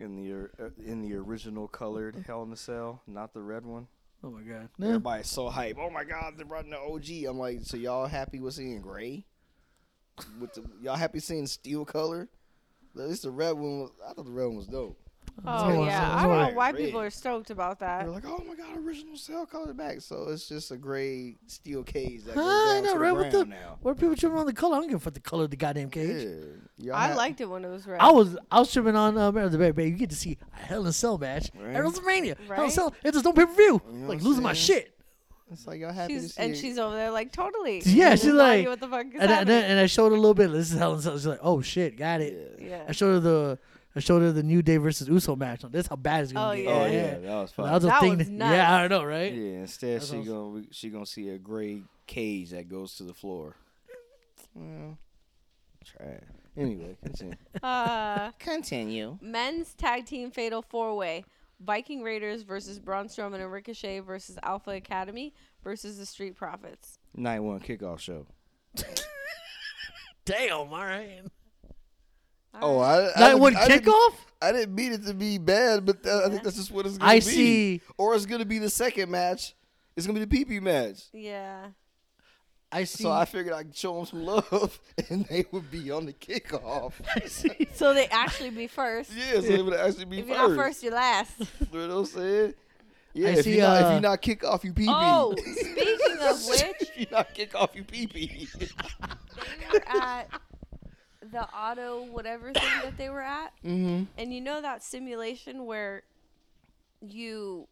B: in the or- uh, in the original colored Hell in a Cell, not the red one.
A: Oh my god.
B: Everybody's so hype. Oh my God, they brought in the OG. I'm like, so y'all happy with seeing gray? With the, y'all happy seeing steel color? At least the red one. Was, I thought the red one was dope.
C: Oh
A: So-
C: yeah.
A: so-
C: I
A: so-
C: don't know why
B: Red.
C: people are stoked about that.
B: They're like, oh my God, original cell color back. So it's just a gray steel cage that goes
A: Huh, I
B: down to
A: got
B: the
A: red
B: ground
A: with the.
B: now.
A: What are people tripping on the color? I don't give a fuck the color of the goddamn cage.
B: Y'all
C: I
B: ha-
C: liked it when it was red.
A: I was I was tripping on uh, Man of the Bay, baby. You get to see a Hell in a Cell match
B: Right.
A: at WrestleMania. Hell in a
C: Right.
A: Cell. It's just no pay per view.
B: You know
A: Like
B: what
A: losing my
B: I'm
A: shit.
B: It's like y'all happy
C: she's,
B: to see
C: and
B: it.
C: she's over there like totally.
A: Yeah,
C: This
A: she's
C: is why
A: like-
C: you- what the fuck is
A: And, I- and, then,
C: happening?
A: and I showed her a little bit. This is Hell in a Cell. She's like, oh shit, got it. I
C: yeah.
A: showed her the I showed her the New Day versus Uso match. That's how bad it's gonna
C: Oh,
A: get.
C: yeah.
B: Oh yeah, that was
A: That
B: fun.
A: was a
C: That
A: thing.
C: was
A: that-
C: nuts.
A: Yeah, I know, right?
B: yeah, instead
A: That
B: she
A: was-
B: gonna she gonna see a gray cage that goes to the floor. Well, try. it. Anyway, continue.
C: (laughs) Uh,
B: continue.
C: men's tag team fatal four way Viking Raiders versus Braun Strowman and Ricochet versus Alpha Academy versus the Street Profits.
B: Night one kickoff show.
A: (laughs) Damn, all right.
B: Oh, I, I
A: Night
B: didn't-
A: one
B: I didn't-
A: kickoff?
B: I didn't mean it to be bad, but that, I think that's just what it's gonna
A: I
B: be.
A: see.
B: Or it's gonna be the second match. It's gonna be the PP match.
C: Yeah.
A: I see. (laughs)
B: So I figured I'd show them some love, (laughs) and they would be on the kickoff.
A: I see.
C: So they actually be first.
B: (laughs) yeah, so it would actually be
C: If you're not
B: first.
C: first, you're last.
B: (laughs) You know what I'm saying? Yeah, if,
A: see,
B: you not, if
A: uh,
B: you not kick off, you pee pee.
C: Oh, speaking of which,
B: (laughs) if you not kick off, you pee pee.
C: we were at the auto whatever thing that they were at,
B: mm-hmm.
C: and you know that simulation where you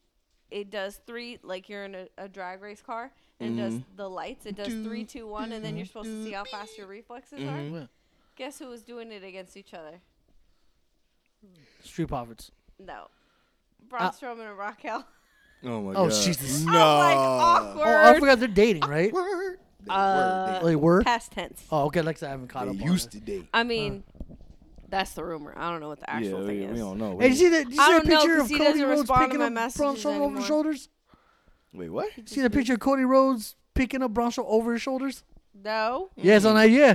C: it does three like you're in a, a drag race car and it
A: Mm-hmm.
C: does the lights. It does three, two, one, and then you're supposed to see how fast your reflexes are.
A: Yeah.
C: Guess who was doing it against each other?
A: Street Profits.
C: No, Braun
A: Uh,
C: Strowman
A: (laughs)
C: and Raquel.
B: Oh my
A: Oh, God. Jesus.
B: No.
C: I'm like
A: Oh,
C: awkward.
A: I forgot they're dating,
C: (laughs)
A: right?
B: Word. They
C: Uh,
A: Oh, They were?
C: Past tense.
A: Oh, uh. okay. Like I said, I haven't caught up
B: word. They, they
A: on
B: used
A: it.
B: to date.
C: I mean, that's the rumor. I don't know what the actual thing is.
B: know.
A: Hey, did you see that? Did you
C: I
A: see that
C: don't know,
A: picture
C: 'cause
A: of
C: he
A: Cody
C: doesn't
A: Rhodes
C: respond to
A: picking
C: my
A: up Braun
C: messages
A: Strowman over
C: anymore.
A: his shoulders?
B: Wait, what?
A: See the picture of Cody Rhodes picking up Braun Strowman over his shoulders?
C: No.
A: Yeah, it's on
C: Mm-hmm.
A: that. Yeah,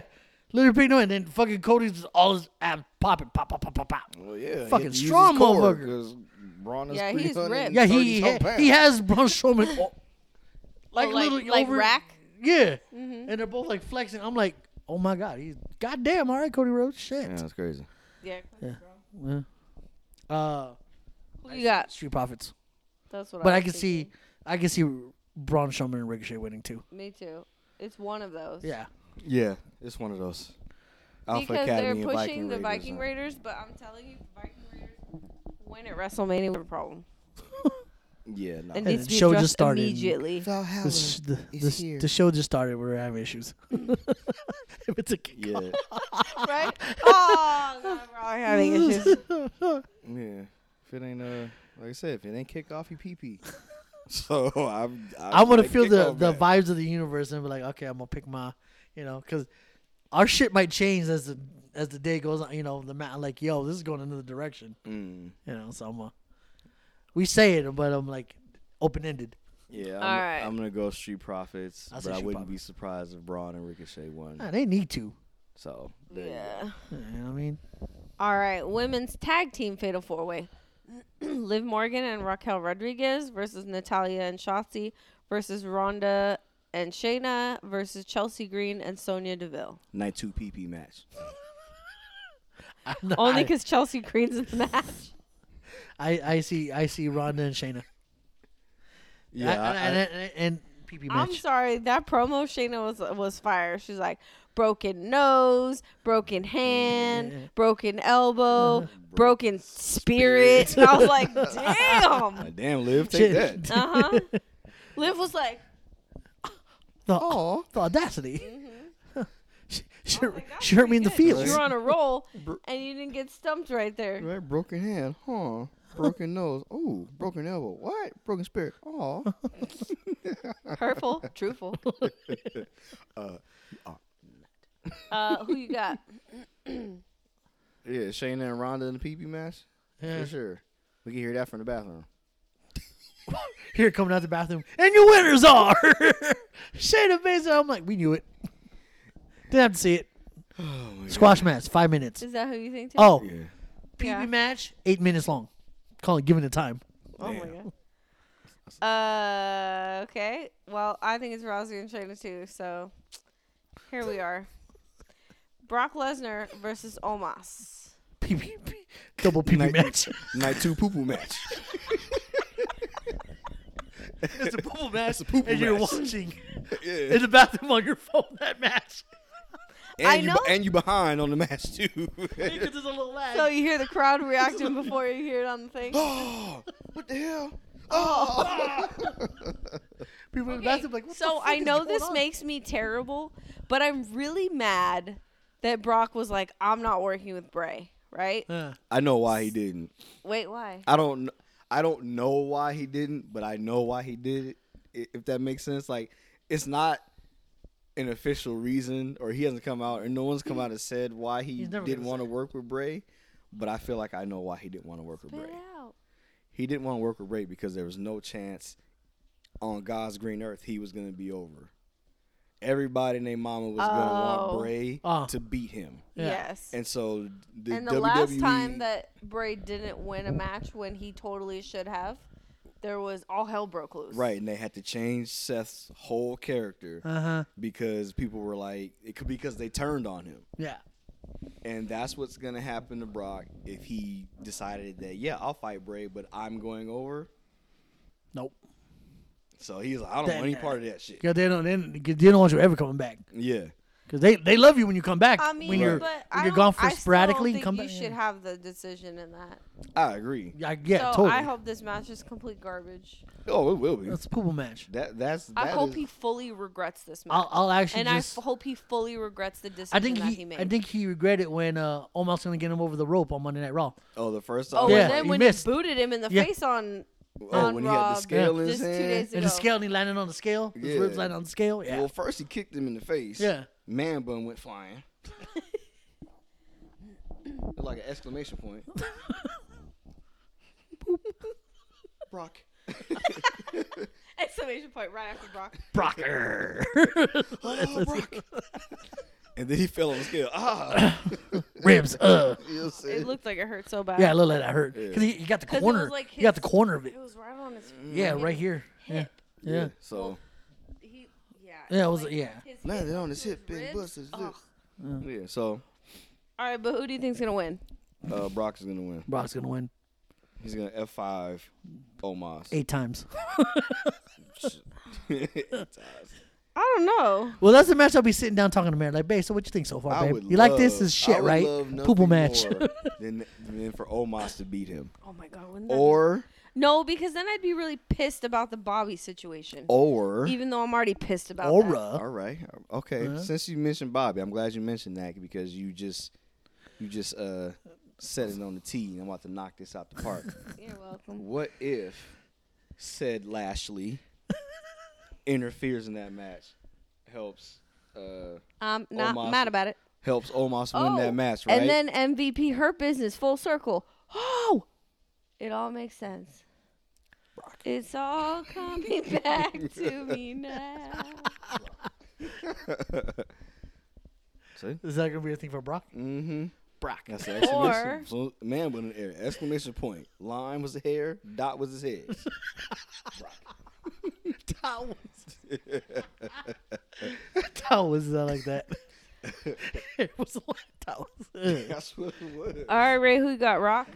A: literally picking up, and then fucking Cody's just all his abs popping, pop, pop, pop, pop, pop.
B: Well, yeah.
A: Fucking strong motherfucker.
B: Because Braun is
C: Yeah, he's
B: 300 and
C: ripped.
A: Yeah,
B: 30
A: he
B: some
A: ha-
B: pounds.
A: he has Braun
C: (laughs)
A: Strowman o- like
C: Oh, like-
A: literally
C: like
A: over-
C: rack?
A: Yeah,
C: Mm-hmm.
A: and they're both like flexing. I'm like, oh my god, he's goddamn all right, Cody Rhodes. Shit.
B: Yeah, that's crazy.
C: Yeah.
A: Uh,
C: Who you got?
A: Street Profits,
C: That's what.
A: but
C: I,
A: I
C: was
A: can see,
C: thinking.
A: I can see Braun Strowman and Ricochet winning too.
C: Me too. It's one of those.
A: Yeah,
B: Yeah, it's one of those. Alpha
C: because
B: Academy
C: they're pushing
B: and Viking Raiders,
C: the Viking
B: huh?
C: Raiders, but I'm telling you, the Viking Raiders win at WrestleMania with a problem.
B: Yeah, no.
C: It
A: And
C: needs
A: the
C: to be
A: show
C: addressed
A: just started. (laughs)
C: immediately.
A: the, sh- the, the, s- the show just started. We're having
C: (laughs)
A: issues. (laughs) if it's a kick
B: yeah,
C: right? Oh, God, we're all having
A: (laughs)
C: issues.
B: yeah. If it ain't uh, like I said, if it ain't kick off, you pee pee. So I'm. I'm,
A: I'm gonna
B: like, oh,
A: feel the,
B: kickoff
A: the
B: match.
A: vibes of the universe and be like, okay, I'm gonna pick my, you know, because our shit might change as the as the day goes on. You know, the mat like, yo, this is going another direction.
B: Mm,
A: You know, so I'm gonna, we say it, but I'm like open ended.
B: yeah, I'm,
C: right.
B: I'm gonna go Street Profits,
A: I'll
B: but
A: say
B: I
A: Street
B: wouldn't be surprised if Braun and Ricochet won.
A: they need to.
B: So there you go.
C: yeah.
A: You know what I mean? (laughs)
C: All right, women's tag team fatal four way. (clears throat) Liv Morgan and Raquel Rodriguez versus Natalia and Shotzi versus Ronda and Shayna versus Chelsea Green and Sonia Deville.
B: night two pee pee match.
A: I'm not-
C: Only
A: I-
C: because Chelsea Green's in the match.
A: I, I see I see Ronda and Shayna.
B: Yeah,
A: I-
B: I-
A: and,
B: I-
A: and, and, and PP match.
C: I'm sorry, that promo Shayna was was fire. She's like broken nose, broken hand,
A: (laughs)
C: broken elbow, broken spirit. And (laughs) I was like, damn.
B: like, damn, Liv,
A: (laughs)
B: take that.
C: Uh huh. Liv was like,
A: The,
C: Uh-huh.
A: the audacity.
C: Oh
A: she she, she
C: "That's
A: hurt me in the
C: mm-hmm. pretty good.
A: feels.
C: You're on
A: (laughs)
C: a roll,
B: Bro-
C: and you didn't get stumped right there.
B: Right, broken hand, huh? Broken nose, ooh, broken elbow, what? Broken spirit, oh.
A: (laughs)
C: Hurtful, truthful.
A: uh,
C: Uh, who you got?
B: Yeah, Shayna and Ronda in the pee pee match.
A: Yeah.
B: For sure. We can hear that from
A: (sighs)
B: the bathroom.
A: Here coming out the bathroom, and your winners are (laughs) Shayna Baszler. I'm like, we knew it. Didn't have to see it. Squash match, five minutes.
C: Is that who you think? Tim?
A: Oh,
B: Yeah.
A: PB
C: Yeah.
A: match, eight minutes long. Call it, given the time.
C: Oh my god. Uh, okay. Well, I think it's Rousey and Shayna too. So here we are. Brock Lesnar versus Omos.
A: PB, double PB
B: Night-
A: match. (laughs)
B: Night two poo poo match.
A: it's a poo match,
B: a poo-poo
A: and you're
B: match.
A: watching
B: yeah.
A: in the bathroom on your phone that
B: (laughs)
A: match
B: And
C: I
B: you
C: know-
B: and you behind on the match too.
A: because (laughs) there's a little lag.
C: So you hear the crowd
A: (laughs)
C: reacting before you hear it on
A: (gasps)
C: the thing.
B: oh, (laughs) what the hell? Oh.
A: People in the
C: Okay,
A: bathroom like, what the
C: so
A: fuck
C: I
A: is
C: know
A: going
C: this
A: on?
C: makes me terrible, but I'm really mad that Brock was like, "I'm not working with Bray." Right?
A: Yeah.
B: I know why he didn't.
C: Wait, why?
A: Uh,
B: I don't kn- I don't know why he didn't, but I know why he did it. i- If that makes sense, like it's not an official reason, or he hasn't come out, or no one's come out and said why he
A: He's never
B: didn't
A: gonna
B: want to work with Bray. But I feel like I know why he didn't want to work with Bray.
C: Spit it out.
B: He didn't want to work with Ray because there was no chance on God's green earth he was going to be over. Everybody named Mama was going to
C: Oh.
B: want Bray
A: Ah.
B: to beat him.
A: Yeah.
C: Yes.
B: And so the, E
C: and the
B: WWE
C: last time that Bray didn't win a match when he totally should have, there was all hell broke loose.
B: Right, and they had to change Seth's whole character
A: Uh huh. because
B: because people were like it could because they turned on him.
A: yeah,
B: And that's what's gonna happen to Brock if he decided that yeah, I'll fight Bray, but I'm going over.
A: nope.
B: So he's like, I don't
A: Damn
B: want any
A: that.
B: part of that shit.
A: Because they don't, they don't, 'cause they don't want you ever coming back.
B: Yeah.
A: Because they, they love you when you come back.
C: I mean,
A: when you're
C: but
A: when
C: I
A: you're gone
C: don't-
A: for
C: I still
A: sporadically,
C: don't think
A: come
C: you
A: back.
C: should have the decision in that.
B: I agree.
A: yeah, yeah,
C: so
A: totally.
C: I hope this match is complete garbage.
B: Oh, it will be.
A: That's a poopoo match.
B: That that's
C: I
B: that
C: hope
B: is-
C: he fully regrets this match.
A: I'll, I'll actually
C: and I
A: just.
C: f- hope he fully regrets the decision
A: I think
C: that
A: he,
C: he, made.
A: I think he regretted when uh, Omos gonna get him over the rope on Monday Night Raw.
B: Oh, the first time
C: oh,
A: Yeah,
C: and then
A: he
C: when
A: missed.
C: he booted him in the
A: Yeah.
C: face on
B: oh,
C: on
B: when he
C: Raw
B: had the scale in his
C: just two
B: hand.
C: days
A: And the
C: ago.
A: scale, and he landed on the scale. His ribs
B: Yeah.
A: landed on the scale. Yeah.
B: Well, first he kicked him in the face.
A: Yeah.
B: Man bun went flying.
C: (laughs)
B: It was like an exclamation
C: (laughs)
B: point. Brock.
C: (laughs) Exclamation point right after Brock.
A: Brocker.
B: (laughs)
A: (laughs)
B: Oh, Brock. and then he fell on the scale.
C: (laughs)
B: Ah.
A: ribs. Uh.
B: You know what I'm saying?
C: It looked like it hurt so bad.
A: Yeah, a little that hurt. Because he, he got the
C: 'Cause it
A: corner.
C: was like
A: he got the
C: his-
A: corner of it.
C: It was right on his.
A: Yeah, right here. Yeah.
C: hip.
A: Yeah.
B: So,
C: He, yeah.
A: Yeah, it was- yeah.
C: his
B: landed
C: hip
B: on his
C: to
B: hip and
C: ribs.
B: busted his
C: Ugh.
B: lip. Ah. yeah, so
C: All right, but who do you think's gonna win?
B: uh, Brock is going to win.
A: Brock's going to win
B: He's going to F5 Omos.
A: eight times.
B: (laughs) Eight times.
C: I don't know.
A: Well, that's the match I'll be sitting down talking to Mary. Like, babe, so what you think so far,
B: I
A: babe?
B: would
A: you like this?
B: love-
A: This is
B: Oh, I
A: shit,
B: would
A: right?
B: love nothing
A: Poople match. (laughs)
B: more than, than for Omos to beat
C: (laughs)
B: him.
C: Oh my god. Wouldn't that be-
B: Or,
C: no, because then I'd be really pissed about the Bobby situation.
B: or,
C: Even though I'm already pissed about that.
A: Aura.
B: all right, uh, okay.
A: Uh-huh.
B: Since you mentioned Bobby, I'm glad you mentioned that because you just, you just uh, set it on the tee, and I'm about to knock this out
A: (laughs)
B: the park.
C: You're welcome.
B: what if
A: (laughs)
B: said Lashley interferes in that match, helps, uh,
C: I'm Um, not
B: Omos-
C: mad about it.
B: helps Omos win that match, right?
C: Oh, And then MVP her business full circle. Oh, it all makes sense. It's all coming back
B: (laughs)
C: to me now.
B: See?
A: Is that going to be a thing for Brock?
B: (laughs) Mm-hmm.
A: Brock.
B: That's the exclamation.
C: Or-
B: so, man with an air. Exclamation point. Line was the hair. Dot was his head.
A: That was, (laughs) that was not like
B: (laughs)
A: that. it was like that was
B: (laughs) That's what it was.
C: All right, Ray, who you got? Rock.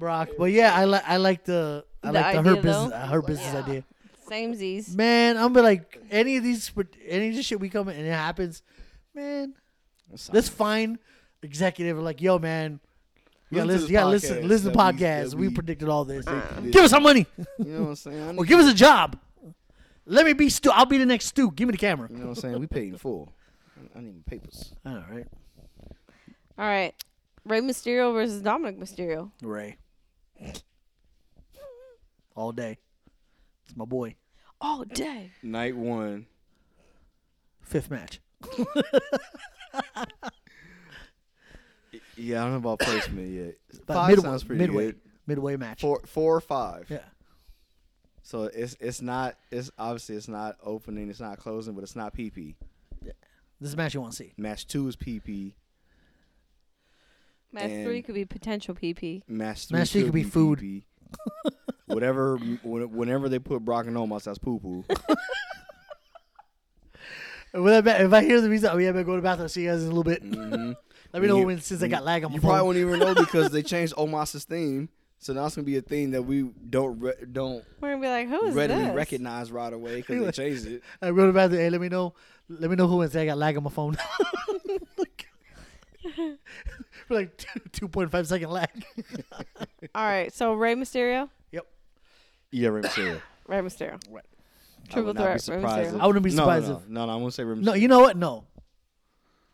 A: Brock. But yeah, I like I like the I
C: The
A: like the her
C: idea,
A: business
C: though?
A: uh, her business idea.
C: Same Z's.
A: Man, I'm be like any of these any of this shit we come in and it happens, man. This fine executive are like, yo, man. Yeah,
B: Listen
A: listen,
B: to
A: yeah,
B: this
A: listen,
B: podcast
A: listen to
B: that we-
A: podcasts.
B: that
A: We,
B: we-
A: predicted all this.
B: predicted
A: Give
B: it.
A: us our money,
B: You know what I'm saying? I
A: or
B: need-
A: give us a job. Let me be Stu. I'll be the next Stu. Give me the camera.
B: you know what I'm saying? We paid in full. I- I need my papers.
A: All right,
C: All right, Ray Mysterio versus Dominic Mysterio.
A: Ray. All day. It's my boy.
C: All day.
B: Night one.
A: Fifth match.
B: Yeah, I don't know about placement yet.
A: But
B: Five
A: midway,
B: sounds pretty
A: midway,
B: good.
A: midway match.
B: Four, four or five.
A: Yeah.
B: So it's it's not it's obviously it's not opening, it's not closing, but it's not PP.
A: This is a match you want to see.
B: Match two is PP.
C: Match
B: And-
C: three could be potential PP.
B: Match three,
A: Match three could be food.
B: PP. Whatever, (laughs) when- whenever they put Brock and Omos, that's poo poo.
A: Well, I bet- if I hear the reason, I mean, I better go to the bathroom. See you guys in a little bit. (laughs) Let me know
B: You-
A: when since I got lag on my
B: You
A: phone.
B: probably won't
A: (laughs)
B: even know because they changed Omos's theme, so now it's gonna be a thing that we don't re- don't
C: We're gonna be like, who is
B: readily
C: this?
B: recognize right away
A: (laughs)
B: because they changed it.
A: I Uh, go to the bathroom. Hey, let me know. Let me know who and say I got lag on my phone. (laughs) For (laughs) like two, two point five second lag. (laughs)
C: All right, so Ray Mysterio.
A: Yep.
B: Yeah, Rey Mysterio.
C: Ray Mysterio.
A: Right.
B: I
C: (laughs) Triple
B: would not be
C: threat. Rey
B: surprised.
C: Mysterio.
A: I wouldn't be surprised
B: No, no,
A: if-
B: no, no, no I won't say Rey Mysterio.
A: No, you know what? No.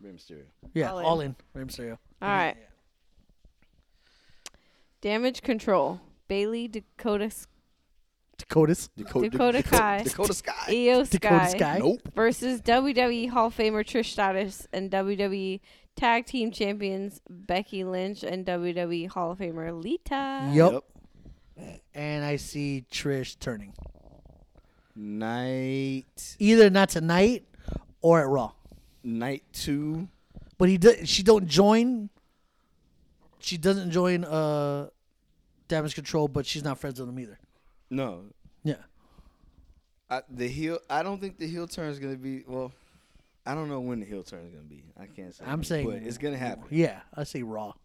B: Rey Mysterio.
A: Yeah.
C: All
A: All
C: in.
A: in. Rey Mysterio.
C: All right. Damage control. Bailey, Dakota,
A: Dakotas.
B: Dakota,
C: Dakota Kai.
B: Dakota Sky.
C: Io
A: Dakota
C: Sky,
A: Sky.
B: Nope.
C: versus WWE Hall of Famer Trish Stratus and WWE Tag Team Champions Becky Lynch and WWE Hall of E Famer Lita.
A: Yup.
B: Yep.
A: and I see Trish turning
B: Night
A: either not tonight or at Raw.
B: night two.
A: But he does. She don't join. She doesn't join uh, Damage Control, but she's not friends with him either.
B: No,
A: Yeah,
B: I, the heel. I don't think the heel turn is gonna be. Well, I don't know when the heel turn is gonna be. I can't say.
A: I'm saying
B: but it's gonna happen.
A: Yeah, I say Raw. (laughs)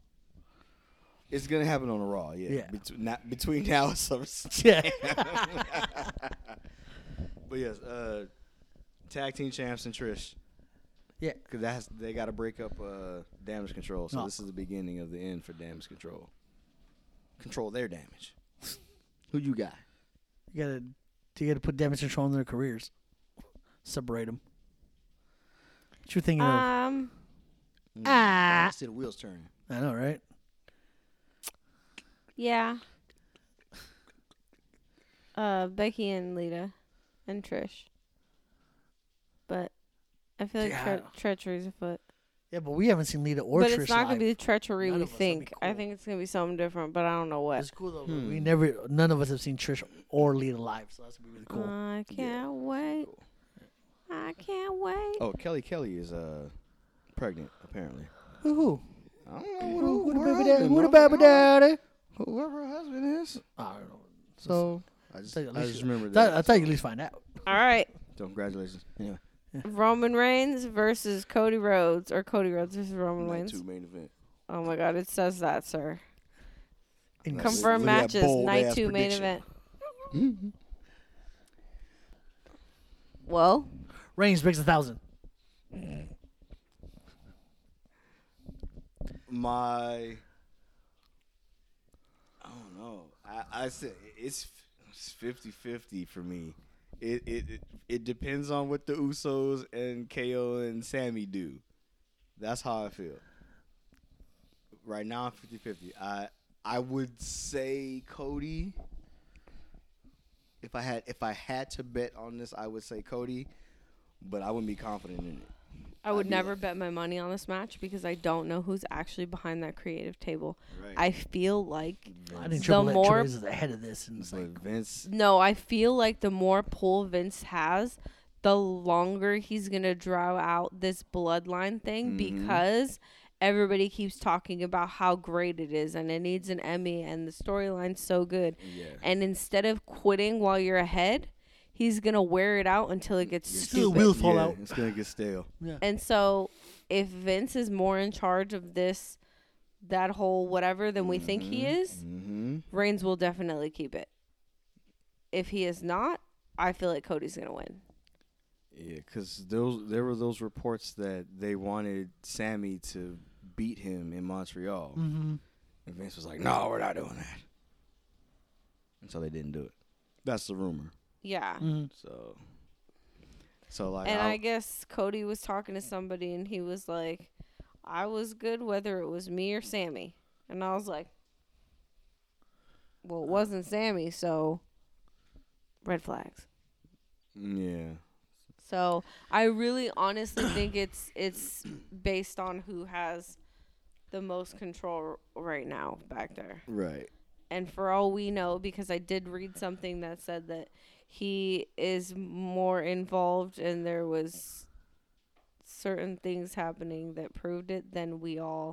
B: It's gonna happen on the Raw. Yeah.
A: Yeah.
B: Betw- not between (laughs) now and SummerSlam.
A: Yeah,
B: But yes, uh, tag team champs and Trish.
A: yeah.
B: Cause that's they got to break up uh, damage control. So
A: No.
B: this is the beginning of the end for damage control. Control their damage. Who you got?
A: You gotta, you gotta put Damage Control in their careers. Separate them. What you thinking of?
C: Um,
B: Ah. I see the wheels turning.
A: I know, right?
C: yeah. Uh, Becky and Lita, and Trish. But I feel like tre-
A: Yeah.
C: treachery's afoot.
A: Yeah, but we haven't seen Lita or
C: but
A: Trish
C: it's not
A: live.
C: gonna be the treachery
A: None
C: we
A: of us. That'd be
C: think. I
A: cool.
C: think it's gonna be something different, but I don't know what.
A: It's cool though. but
B: Hmm.
A: We never, none of us have seen Trish or Lita live, so that's gonna be really cool.
C: I can't wait. I can't wait.
B: Oh, Kelly Kelly is uh pregnant apparently.
A: Woohoo.
B: I don't know
A: Who
B: what,
A: the
B: who, her
A: baby
B: husband-
A: daddy? Who the
B: I don't
A: baby
B: know
A: daddy?
B: Whoever her husband is.
A: I don't know.
B: So I just,
A: Thought you at
B: I
A: least-
B: just remember
A: Thought,
B: that.
A: I thought you at least find out. (laughs)
C: All right.
B: so congratulations. Anyway,
C: Roman Reigns versus Cody Rhodes, or Cody Rhodes versus Roman
B: night
C: Reigns.
B: two main event.
C: Oh my God, it says that, sir.
A: In
B: Nice.
A: comfort.
C: Confirmed
B: look at that
C: matches,
B: bold
C: night
B: ass
C: two main
B: prediction.
C: event. well,
A: Reigns breaks a thousand.
B: my I don't know. I I said it's it's 50-50 for me. It it it, it depends on what the Usos and KO and Sammy do. That's how I feel. Right now I'm 50-50. I I would say Cody if I had if I had to bet on this, I would say Cody, but I wouldn't be confident in it.
C: I would
B: I'd be
C: never bet my money on this match because I don't know who's actually behind that creative table.
B: Right.
C: I feel like
A: I think
C: The
A: Triple H
C: more-
A: is ahead of this, and it's
B: But
A: like
B: Vince
C: No, I feel like the more pull Vince has, the longer he's going to draw out this bloodline
B: Mm-hmm.
C: thing because everybody keeps talking about how great it is and it needs an Emmy and the storyline's so good.
B: Yeah.
C: And instead of quitting while you're ahead, he's going to wear it out until it gets
A: still
C: stupid.
A: will fall
B: yeah,
A: out.
B: It's gonna get stale.
C: And so if Vince is more in charge of this that whole whatever than we think he is,
B: Mm-hmm.
C: Reigns will definitely keep it. If he is not, I feel like Cody's gonna win.
B: Yeah, because those there were those reports that they wanted Sammy to beat him in Montreal,
A: Mhm.
B: and Vince was like, "No, we're not doing that." And so they didn't do it. That's the rumor.
C: Yeah.
A: mm-hmm.
B: So, so like,
C: And I
B: I,
C: guess Cody was talking to somebody and he was like, I was good whether it was me or Sammy. And I was like, well, it wasn't Sammy, so red flags.
B: yeah,
C: So I really honestly think it's it's based on who has the most control r- right now back there.
B: right.
C: and for all we know because i did read something that said that he is more involved and there was certain things happening that proved it than we all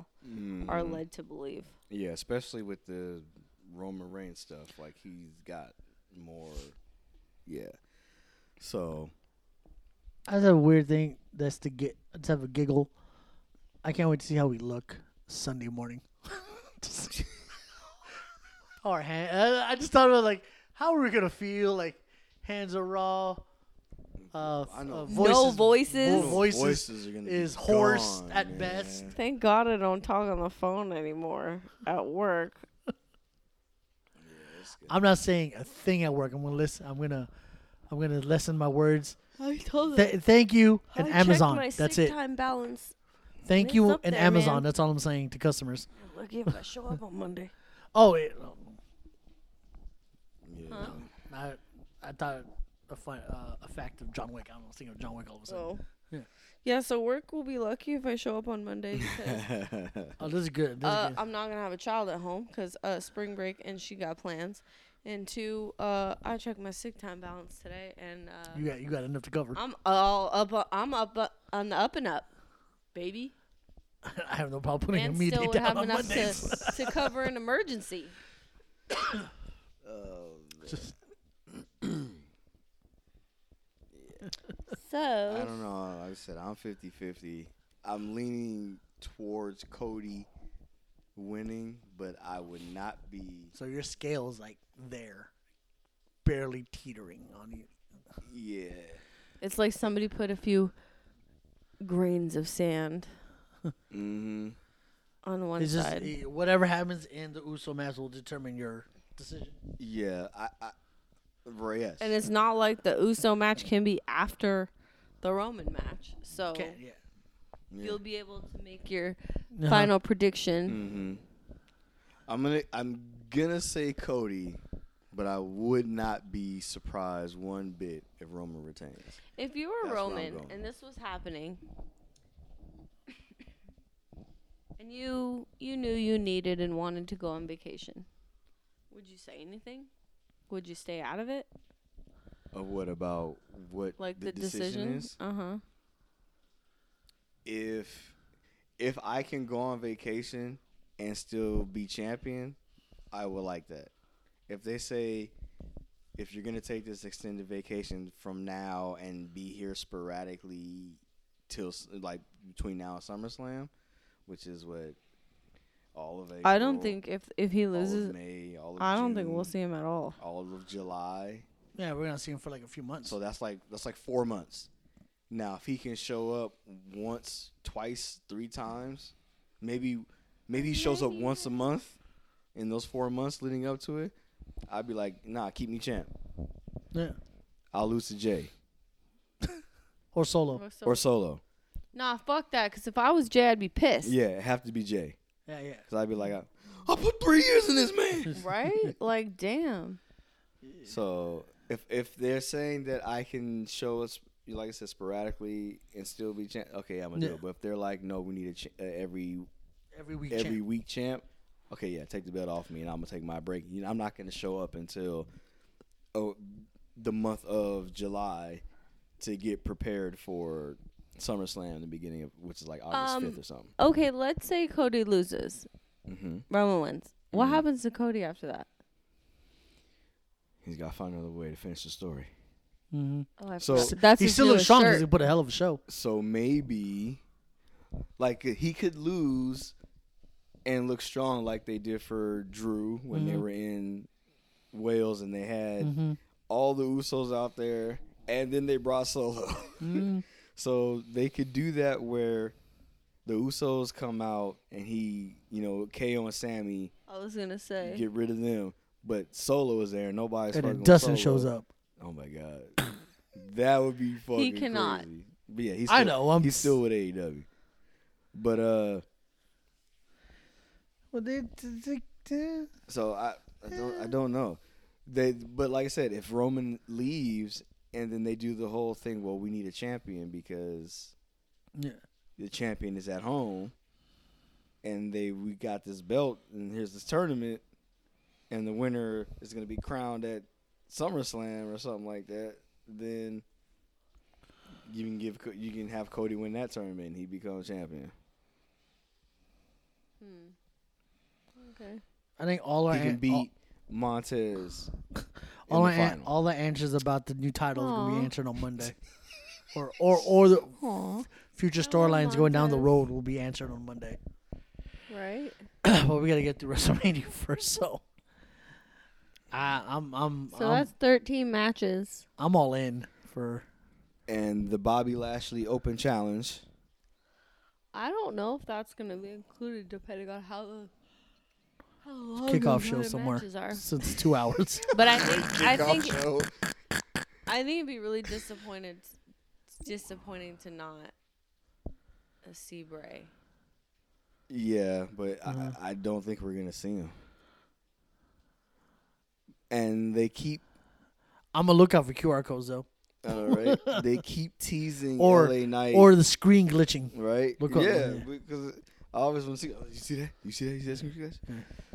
C: are
A: Mm-hmm.
C: led to believe
B: Mm, Yeah, especially with the Roman Reigns stuff. Like he's got more. Yeah. So
A: That's a weird thing. That's to get let's have a giggle. I can't wait to see how we look Sunday morning. (laughs) Just- (laughs) Our hand. I I just thought about like how are we gonna feel? Like hands are raw. Uh,
B: I
A: uh,
B: know. No
A: voices,
C: voices.
A: vo- voices,
B: Voices are gonna be
A: is hoarse
B: gone,
A: at
B: man.
A: best.
C: thank god i don't talk on the phone anymore at work
A: I'm not saying a thing at work. I'm gonna listen. I'm gonna, I'm gonna lessen my words.
C: i told them
A: Th- thank you
C: I
A: and
C: checked
A: Amazon.
C: my
A: That's
C: sick
A: it.
C: time balance
A: Thank
C: It's
A: you
C: up
A: and
C: there,
A: Amazon.
C: man.
A: That's all I'm saying to customers.
C: look if i show up on monday
A: Oh, it,
B: Yeah.
A: I, I thought a fun, uh, a fact of John Wick. I was thinking of John Wick all of a sudden.
C: (laughs) so
A: Yeah.
C: yeah so work will be lucky if i show up on
A: (laughs)
B: (laughs)
C: monday
B: Um,
C: because
A: Oh, this is good. This
C: Uh,
A: is good.
C: I'm not gonna have a child at home because uh, spring break and she got plans, And two, uh, I checked my sick time balance today, and uh,
A: You got you got enough to cover.
C: I'm all up. I'm up uh, on the up and up, baby.
A: (laughs) I have no problem putting
C: And
A: a meat
C: still
A: date
C: would
A: (laughs) down
C: have
A: on
C: enough to,
A: Mondays.
C: to cover an emergency.
A: Just-
C: So
B: I don't know. Like I said, I'm 50 50. I'm leaning towards Cody winning, but I would not be.
A: so your scale is like there, barely teetering on you.
B: Yeah.
C: It's like somebody put a few grains of sand
B: Mm-hmm.
C: on one
A: It's just
C: side.
A: eh, whatever happens in the Uso match will determine your decision.
B: Yeah. I. I bro, yes.
C: and it's not like the Uso match can be after the Roman match. So
A: Can't, yeah.
B: yeah.
C: you'll be able to make your
A: Uh-huh.
C: final
B: Mm-hmm.
C: prediction.
B: I'm gonna. I'm gonna say Cody, but I would not be surprised one bit if Roman retains.
C: If you were
B: That's where I'm
C: Roman
B: going.
C: and this was happening (coughs) and you you knew you needed and wanted to go on vacation, would you say anything? Would you stay out of it?
B: Of what about what
C: Like
B: the, decision is?
C: Uh huh.
B: if if I can go on vacation and still be champion, I would like that. If they say if you're gonna take this extended vacation from now and be here sporadically till s- like between now and SummerSlam, which is what all of April,
C: I don't think if if he
B: all
C: loses
B: of May, all of
C: I don't think
B: June,
C: we'll see him at all.
B: all of July.
A: Yeah, we're gonna see him for like a few months.
B: So that's like that's like four months. Now, if he can show up once, twice, three times, maybe maybe he shows up once a month in those four months leading up to it, I'd be like, nah, keep me champ.
A: yeah.
B: I'll lose to Jay
A: Or solo.
B: or Solo.
C: nah, fuck that. Cause if I was Jay, I'd be pissed.
B: Yeah, it have to be Jay
A: Yeah, yeah.
B: because I'd be like, I, I put three years in this man.
C: (laughs)
B: (laughs)
C: Right? like, damn.
B: so if if they're saying that I can show us. Like I said, sporadically and still be champ. Okay, I'm gonna do
A: Yeah.
B: it. But if they're like, no, we need a ch- uh, every
A: Every week.
B: every
A: champ.
B: week champ. Okay, yeah, take the belt off me, and I'm gonna take my break. You know, I'm not gonna show up until oh, the month of July to get prepared for SummerSlam in the beginning of which is like August
C: Um,
B: fifth or something.
C: Okay, let's say Cody loses.
B: Mm-hmm.
C: Roman wins. What
A: Mm-hmm.
C: happens to Cody after that?
B: He's got to find another way to finish the story.
C: Oh, I
B: So-
C: forgot. that's
A: He
C: his
A: still
C: newest
A: looks strong because
C: shirt.
A: he put a hell of a show.
B: So maybe, like he could lose and look strong like they did for Drew when
A: Mm-hmm.
B: they were in Wales and they had all the Usos out there, and then they brought Solo.
A: Mm.
B: (laughs) so they could do that where the Usos come out and he, you know, KO and Sammy
C: I was gonna say.
B: get rid of them, but Solo is there. Nobody's
A: And
B: fucking
A: then
B: with
A: Dustin
B: Solo.
A: shows up.
B: Oh my god, that would be fucking.
C: cannot.
B: Crazy. But yeah, he's.
A: I
B: Still,
A: know, I'm
B: he's still with AEW. But uh,
A: Well, they, they, they,
B: so I, I don't, I don't know. They, but like I said, if Roman leaves and then they do the whole thing, well, we need a champion because
A: yeah.
B: the champion is at home, and they we got this belt and here's this tournament, and the winner is gonna be crowned at SummerSlam or something like that. Then you can give Co- you can have Cody win that tournament and he becomes champion.
C: okay.
A: I think all our
B: he can
A: an-
B: beat
A: all, (laughs)
B: Montez.
A: all, our
B: in the
A: an-
B: final.
A: all the answers about the new title is gonna
C: Aw.
A: be answered on
C: (laughs)
A: Monday, or or or the
C: Aw,
A: future storylines going down the
C: Monday.
A: road will be answered on Monday. (clears throat)
C: right.
A: but we gotta get through (laughs) WrestleMania first, so I, I'm I'm
C: So
A: I'm,
C: that's thirteen matches.
A: I'm all in for.
B: and the Bobby Lashley Open Challenge.
C: I don't know if that's gonna be included depending on how the how long
A: Kickoff
C: those
A: show
C: other
A: somewhere. (laughs)
C: matches are.
A: Since two
C: (laughs)
A: hours,
C: But I think I think I think it'd be really disappointed, disappointing to not a see Bray.
B: Yeah, but
A: Uh-huh.
B: I, I don't think we're gonna see him. And they keep,
A: I'm gonna look out for QR codes though, (laughs)
B: all right, they keep teasing
A: or
B: LA Knight,
A: or the screen glitching.
B: right?
A: Look up,
B: yeah,
A: yeah.
B: because I always want to see. Oh, you see that? You see that? You see that? You see that?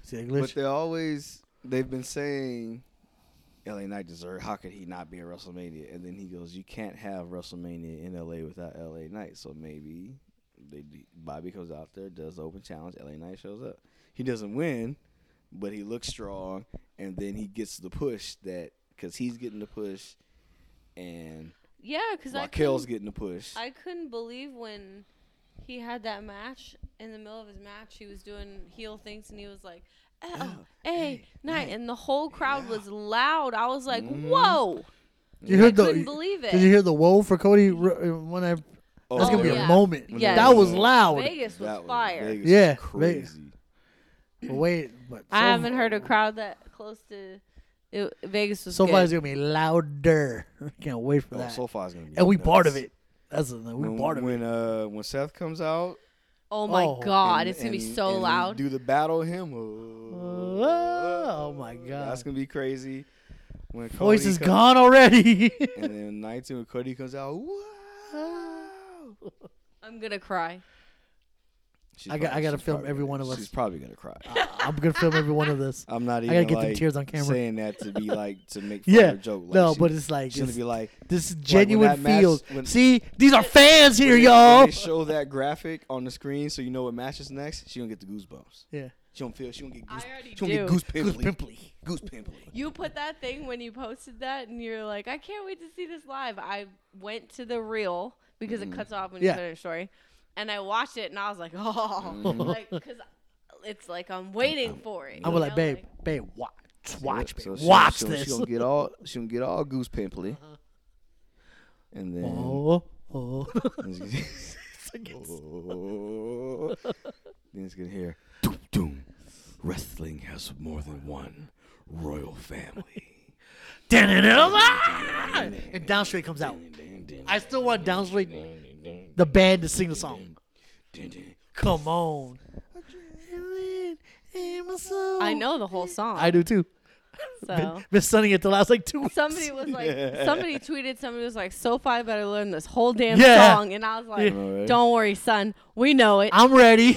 A: See that
B: But
A: glitch?
B: they always they've been saying LA Knight deserved. How could he not be at WrestleMania? And then he goes, you can't have WrestleMania in LA without LA Knight. So maybe they d- Bobby comes out there, does the open challenge. LA Knight shows up. He doesn't win, but he looks strong, and then he gets the push that because he's getting the push, and
C: Yeah, because I
B: Raquel's
C: couldn't,
B: getting the push.
C: I couldn't believe when he had that match in the middle of his match, he was doing heel things and he was like, "Oh, hey, night," and the whole crowd was loud. I was like, "Whoa!"
A: You heard
C: couldn't
A: the
C: believe it.
A: Did you hear the whoa for Cody r- uh, when I
B: Oh,
A: that's gonna be
C: yeah.
A: a moment.
C: Yeah.
A: That was loud.
C: Vegas was
B: that was-
C: fire.
B: Vegas was
A: Yeah, Vegas.
B: crazy.
A: But wait, but so,
C: I haven't heard a crowd that close to it, Vegas was
A: so
C: good.
A: far it's gonna be louder. (laughs) Can't wait for
B: Oh,
A: that.
B: so far it's gonna be.
A: and we part of
B: nuts.
A: it. That's the thing. We
B: when,
A: part of it.
B: when uh when Seth comes out,
C: oh my
A: Oh,
C: god,
B: and-
C: it's gonna be
B: and-
C: so
B: and
C: loud.
B: Do the battle hymn.
A: Oh my
B: That's
A: god.
B: gonna be crazy. When
A: Voice
B: Cody
A: is
B: comes-
A: gone already. (laughs)
B: And then nineteen when Cody comes out, wow.
C: I'm gonna cry.
B: She's
A: I got-
B: probably-
A: I gotta
B: she's
A: film
B: probably
A: every
B: gonna-
A: one of us.
B: She's probably gonna cry.
A: (laughs) I'm gonna film every one of this.
B: I'm not
A: I
B: even.
A: gotta get
B: like,
A: them tears on camera.
B: Saying that to be like
A: (laughs)
B: to make fun
A: Yeah.
B: of a joke. Like,
A: no,
B: she-
A: but it's like
B: she's gonna
A: it's,
B: be like
A: this is
B: when
A: genuine
B: that match-
A: feels.
B: when-
A: See, these are fans here,
B: when they-
A: y'all.
B: when They show that graphic on the screen so you know what matches next. She gonna get the goosebumps.
A: Yeah.
B: She don't feel. She don't get.
C: I
B: Goose,
C: already
B: she don't get
C: do.
B: goose
A: Goose
B: pimply.
A: pimply.
B: Goose pimply.
C: You put that thing when you posted that, and you're like, I can't wait to see this live. I went to the reel because it cuts off when
A: Mm. Yeah.
C: you put in a story, and I watched it, and I was like, oh,
A: Mm.
C: like because it's like I'm waiting for it.
A: I
C: you
A: was like,
C: know,
A: babe, babe, watch, watch,
B: So
A: babe,
B: she-
A: watch
B: so She
A: this.
B: gonna get all. She gonna get all goose pimply.
C: Uh-huh.
B: And then. (laughs)
A: Oh, oh.
C: (laughs)
B: Oh. then it's gonna hear doom, doom. Wrestling has more than one royal family.
A: and Downstreet comes out. I still want Downstreet, the band, to sing the song. Come on.
C: I know the whole song.
A: I do too. (laughs)
C: so.
A: Been stunning it the last like two weeks.
C: Somebody was like, somebody tweeted, somebody was like, SoFi better learn this whole damn
A: Yeah.
C: song. And I was like,
B: Alright.
C: don't worry, son. We know it.
A: I'm ready.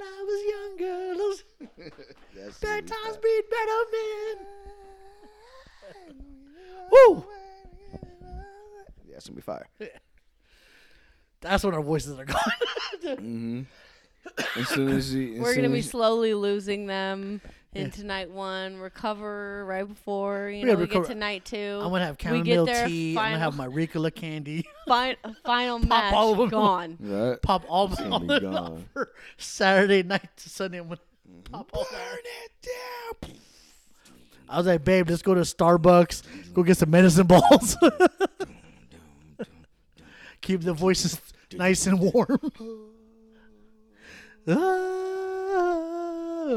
A: I was younger, those
B: (laughs) That's
A: bad
B: gonna
A: times beat better
C: (laughs)
A: men. Woo!
B: be- That's gonna be fire.
A: That's when our voices are gone. (laughs)
C: Mm.
B: Mm-hmm. (coughs) As soon as she, as
C: We're
B: soon
C: going to be
B: as she-
C: slowly losing them into night one, recover right before, you know,
A: gotta
C: we get
A: recover.
C: to night two.
A: I'm gonna have
C: we
A: chamomile
C: their
A: tea. I'm
C: Final,
A: gonna have
C: (laughs)
A: my Ricola candy. (laughs)
C: fi- final match
A: all of 'em. (laughs)
C: gone.
B: Right.
A: Pop all my
B: gonna be
A: all in
B: gone. Mm-hmm.
A: all for Saturday night to Sunday. I'm gonna pop all that. I was like, babe, let's go to Starbucks. Go get some medicine balls. (laughs) Keep the voices nice and warm. (laughs) Ah.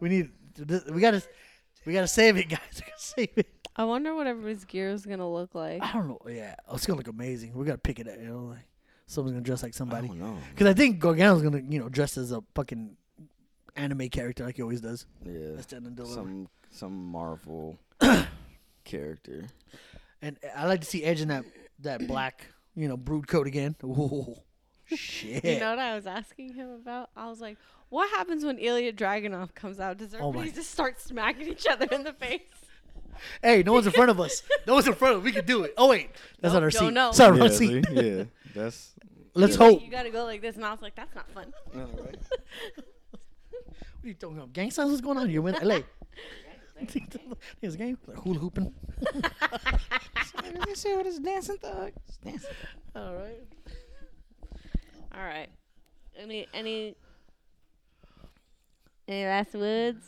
A: we need. We gotta. We gotta save it, guys. (laughs) We gotta save it.
C: I wonder what everybody's gear is going to look like.
A: I don't know. Yeah, Oh, it's gonna look amazing. We gotta pick it up. You know, like someone's gonna dress like somebody.
B: don't know.
A: Because I, think Gargano's gonna, you know, dress as a fucking anime character like he always does.
B: Yeah.
A: Let's stand and deliver.
B: Some some (coughs) Marvel character.
A: And I like to see Edge in that that black, you know, brood coat again. Ooh,
C: (laughs)
A: shit.
C: You know what I was asking him about? I was like, what happens when Ilya Dragunov comes out? Does
A: Oh my-
C: everybody just start smacking each other in the face?
A: hey, no one's in front of us. No one's in front of us. We can do it. Oh wait, that's
C: Nope,
A: not our
C: don't
A: seat.
C: know.
A: It's not our
B: yeah, see?
A: seat.
B: yeah. That's (laughs)
A: Let's
C: He's
A: hope.
C: like, you gotta go like this, and I was like, "That's not fun."
B: right.
A: What are you talking about? Gang signs? What's going on here? We're in
C: (laughs)
A: LA. (laughs) There's a game. Like hula hooping.
B: This shit is dancing thug.
A: All right.
C: All right. Any any any last words?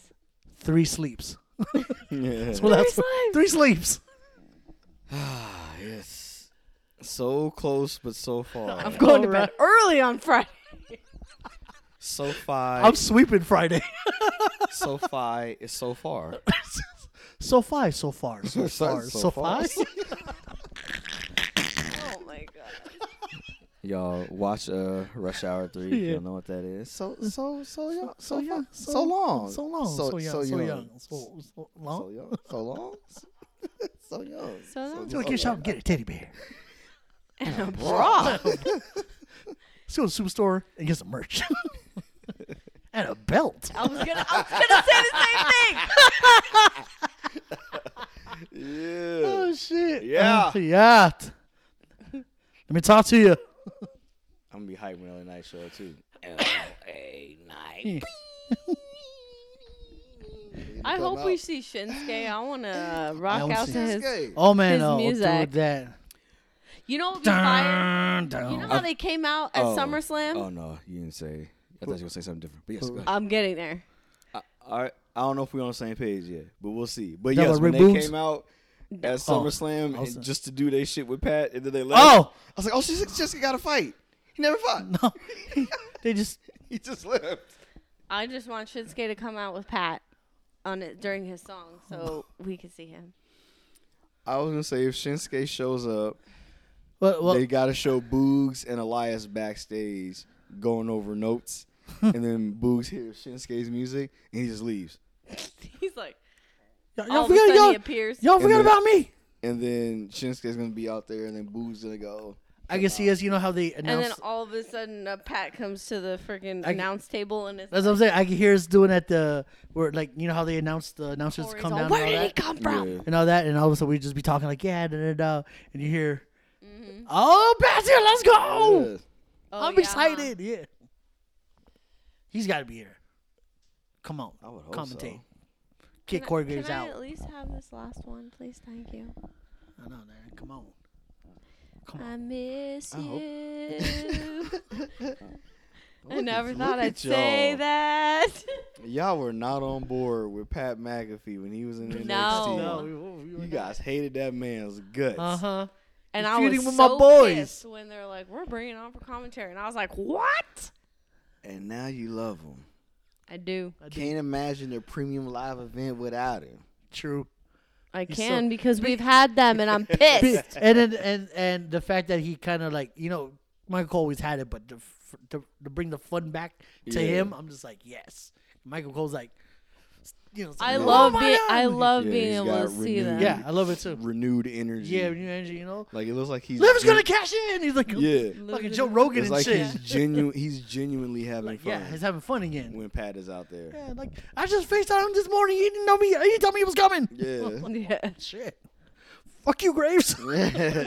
A: Three sleeps.
B: Yeah.
A: Well, that's
C: sleeps.
A: three sleeps.
B: Ah, yes. So close, but so (laughs) far.
C: I'm going to
A: Alright.
C: bed early on Friday.
B: so
A: I'm
B: fi,
A: sweeping
C: (laughs)
A: Friday.
B: so fi is so far.
A: so far, so far, so
B: (laughs) So-
A: far,
B: so
A: (laughs) so far.
B: far.
C: Oh my god.
B: Y'all watch uh Rush Hour Three. if You
A: Yeah.
B: don't know what that is. So so so young. So,
A: far,
B: young. So, long.
A: so long, so, young, so, young, so, so long.
B: So young. So long. (laughs) so young.
C: So long.
B: Oh,
A: Go to your shop and get a teddy bear.
C: And a bra.
A: (laughs) Let's go to the superstore and get some merch. (laughs) and a belt.
C: I was gonna, I was gonna say the same thing.
B: (laughs) Yeah.
A: Oh shit!
B: Yeah.
A: Uh, yeah. Let me talk to you.
B: I'm gonna be hyped when LA Night show too.
C: I
B: Come
C: hope we
B: out.
C: see Shinsuke. I wanna rock
A: don't
C: out
A: see
C: to his.
B: Shinsuke.
A: Oh man,
C: His
A: oh
C: music.
A: dude, that.
C: You know what would be fire?
A: Dun,
C: You
A: dun.
C: know how they came out at
B: Oh.
C: SummerSlam?
B: Oh no, you didn't say. I thought you were gonna say something different. But yes, go ahead.
C: I'm getting there.
B: I, all right. I don't know if we're on the same page yet, but we'll see. But
A: That
B: yes,
A: what, Rick
B: when they
A: Boons?
B: came out at
A: Oh,
B: SummerSlam
A: also-
B: and just to do their shit with Pat, and then they left.
A: Oh!
B: I was like, oh, she's just got to fight. He never fought.
A: No. (laughs) they just
B: (laughs) he just left.
C: I just want Shinsuke to come out with Pat on it during his song,
A: (laughs)
C: so we can see him. (laughs)
B: I was gonna say if Shinsuke shows up,
A: well, well
B: they gotta show Boogs and Elias backstage going over
A: (laughs)
B: notes, and then Boogs hears Shinsuke's music and he just leaves.
C: He's like,
A: y'all,
C: all
A: y'all
C: of a sudden
A: forgot,
C: he
A: y'all,
C: appears.
A: y'all forgot
B: then-
A: about me.
B: And then Shinsuke's gonna be out there, and then Boogs gonna go.
A: I can see us. You know how they
C: and
A: announce.
C: then all of a sudden, uh, Pat comes to the freaking
A: I-
C: announce table and it's
A: that's what I'm saying. I can hear us doing at the where like you know how they announce the announcers to
C: Corey's
A: come
C: all,
A: down.
C: Where
A: and all
C: did he
A: that?
C: come from?
B: Yeah.
A: and all that, and all of a sudden we just be talking like, yeah, da da da, and you hear, oh, Pat's here, let's go!
B: Yeah.
C: Mm-hmm. Oh,
A: I'm
C: yeah, huh?
A: excited, yeah. He's got to be here. Come on,
B: I would hope
A: commentate.
B: so.
A: Get
C: Can I-
A: Corey Graves
C: can
A: out.
C: I at least have this last one, please? Thank you.
A: I know, man. Come on.
C: I miss
B: I
A: (laughs)
B: hope-
C: you. I
B: Look
C: never
B: at-
C: thought
B: look
C: I'd
B: at
C: say
B: y'all.
C: that. (laughs)
B: Y'all were not on board with Pat McAfee when he was in NXT.
C: No.
A: No,
C: we-
B: You guys hated that man's guts.
A: Uh huh.
C: and
A: You're
C: I was
A: feuding with my
C: so
A: boys.
C: pissed when they're like, "We're bringing it on for commentary," and I was like, "What?"
B: And now you love him.
C: I do.
B: Can't imagine a premium live event without him.
A: True.
C: I
A: so-
C: can because we've had them,
A: (laughs)
C: and I'm pissed.
A: and then and and the fact that he kind of like you know Michael always had it, but to f- to, to bring the fun back to
B: Yeah.
A: him, I'm just like yes. Michael Cole's like, s- you know, it's
C: I
A: like, oh
C: love
A: my
C: being.
A: God.
C: I love
B: Yeah,
C: being
B: he's
C: able
B: got
C: to see
B: renewed- (laughs)
C: them.
A: Yeah, I love it too.
B: Renewed energy.
A: Yeah, new energy, you know.
B: Like it looks like he's
A: Liver's
B: gen-
A: gonna cash in. He's like,
B: Yeah.
A: fucking Joe Rogan
B: It's
A: and
B: like
A: shit.
B: he's genuine he's genuinely having
A: Like,
B: fun
A: yeah, he's having fun again.
B: when Pat is out there.
A: Yeah, like I just FaceTimed him this morning. He didn't know me. He didn't tell me he was coming. (laughs)
B: Yeah.
C: Yeah.
A: Shit. Fuck you, Graves.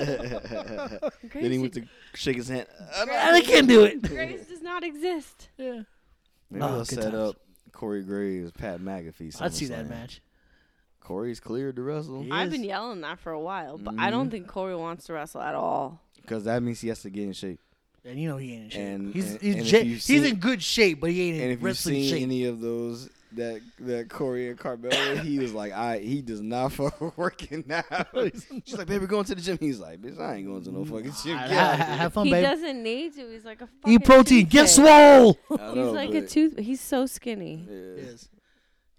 B: then he went to shake his hand. (laughs) I
C: (laughs)
B: don't-
A: I can't do
B: (laughs)
A: it.
C: Grace does not exist.
A: Yeah.
B: Maybe
A: Oh,
B: they'll
A: good
B: set
A: times.
B: up Corey Graves, Pat McAfee.
A: I'd see that
B: SummerSlam.
A: match.
B: Corey's cleared to wrestle
A: Yeah.
C: I've
A: is-
C: been yelling that for a while, but I
B: Mm-hmm.
C: don't think Corey wants to wrestle at all.
B: because that means he has to get in shape.
A: And you know he ain't in shape.
B: And-
A: he's
B: and-
A: he's,
B: and if
A: ja-
B: you've
A: he's
B: seen-
A: in good shape, but he ain't
B: And
A: in
B: if you've
A: wrestling
B: seen
A: shape.
B: any of those that that Corey and Carmella, he was like, I he does not fuck (laughs) with working now. She's like, baby, going to the gym. He's like, bitch, I ain't going to no fucking gym. (laughs)
A: Ah,
B: Get
A: ha-
B: out
A: ha-
B: of here."
A: have fun,
C: he
A: babe.
C: doesn't need to. He's like a fucking
A: Eat protein. Get
C: toothpick.
A: swole.
C: (laughs)
B: I (laughs)
C: He's
B: know,
C: like a
B: but-
C: tooth. He's
B: (laughs)
C: so skinny.
B: Yeah.
A: yes.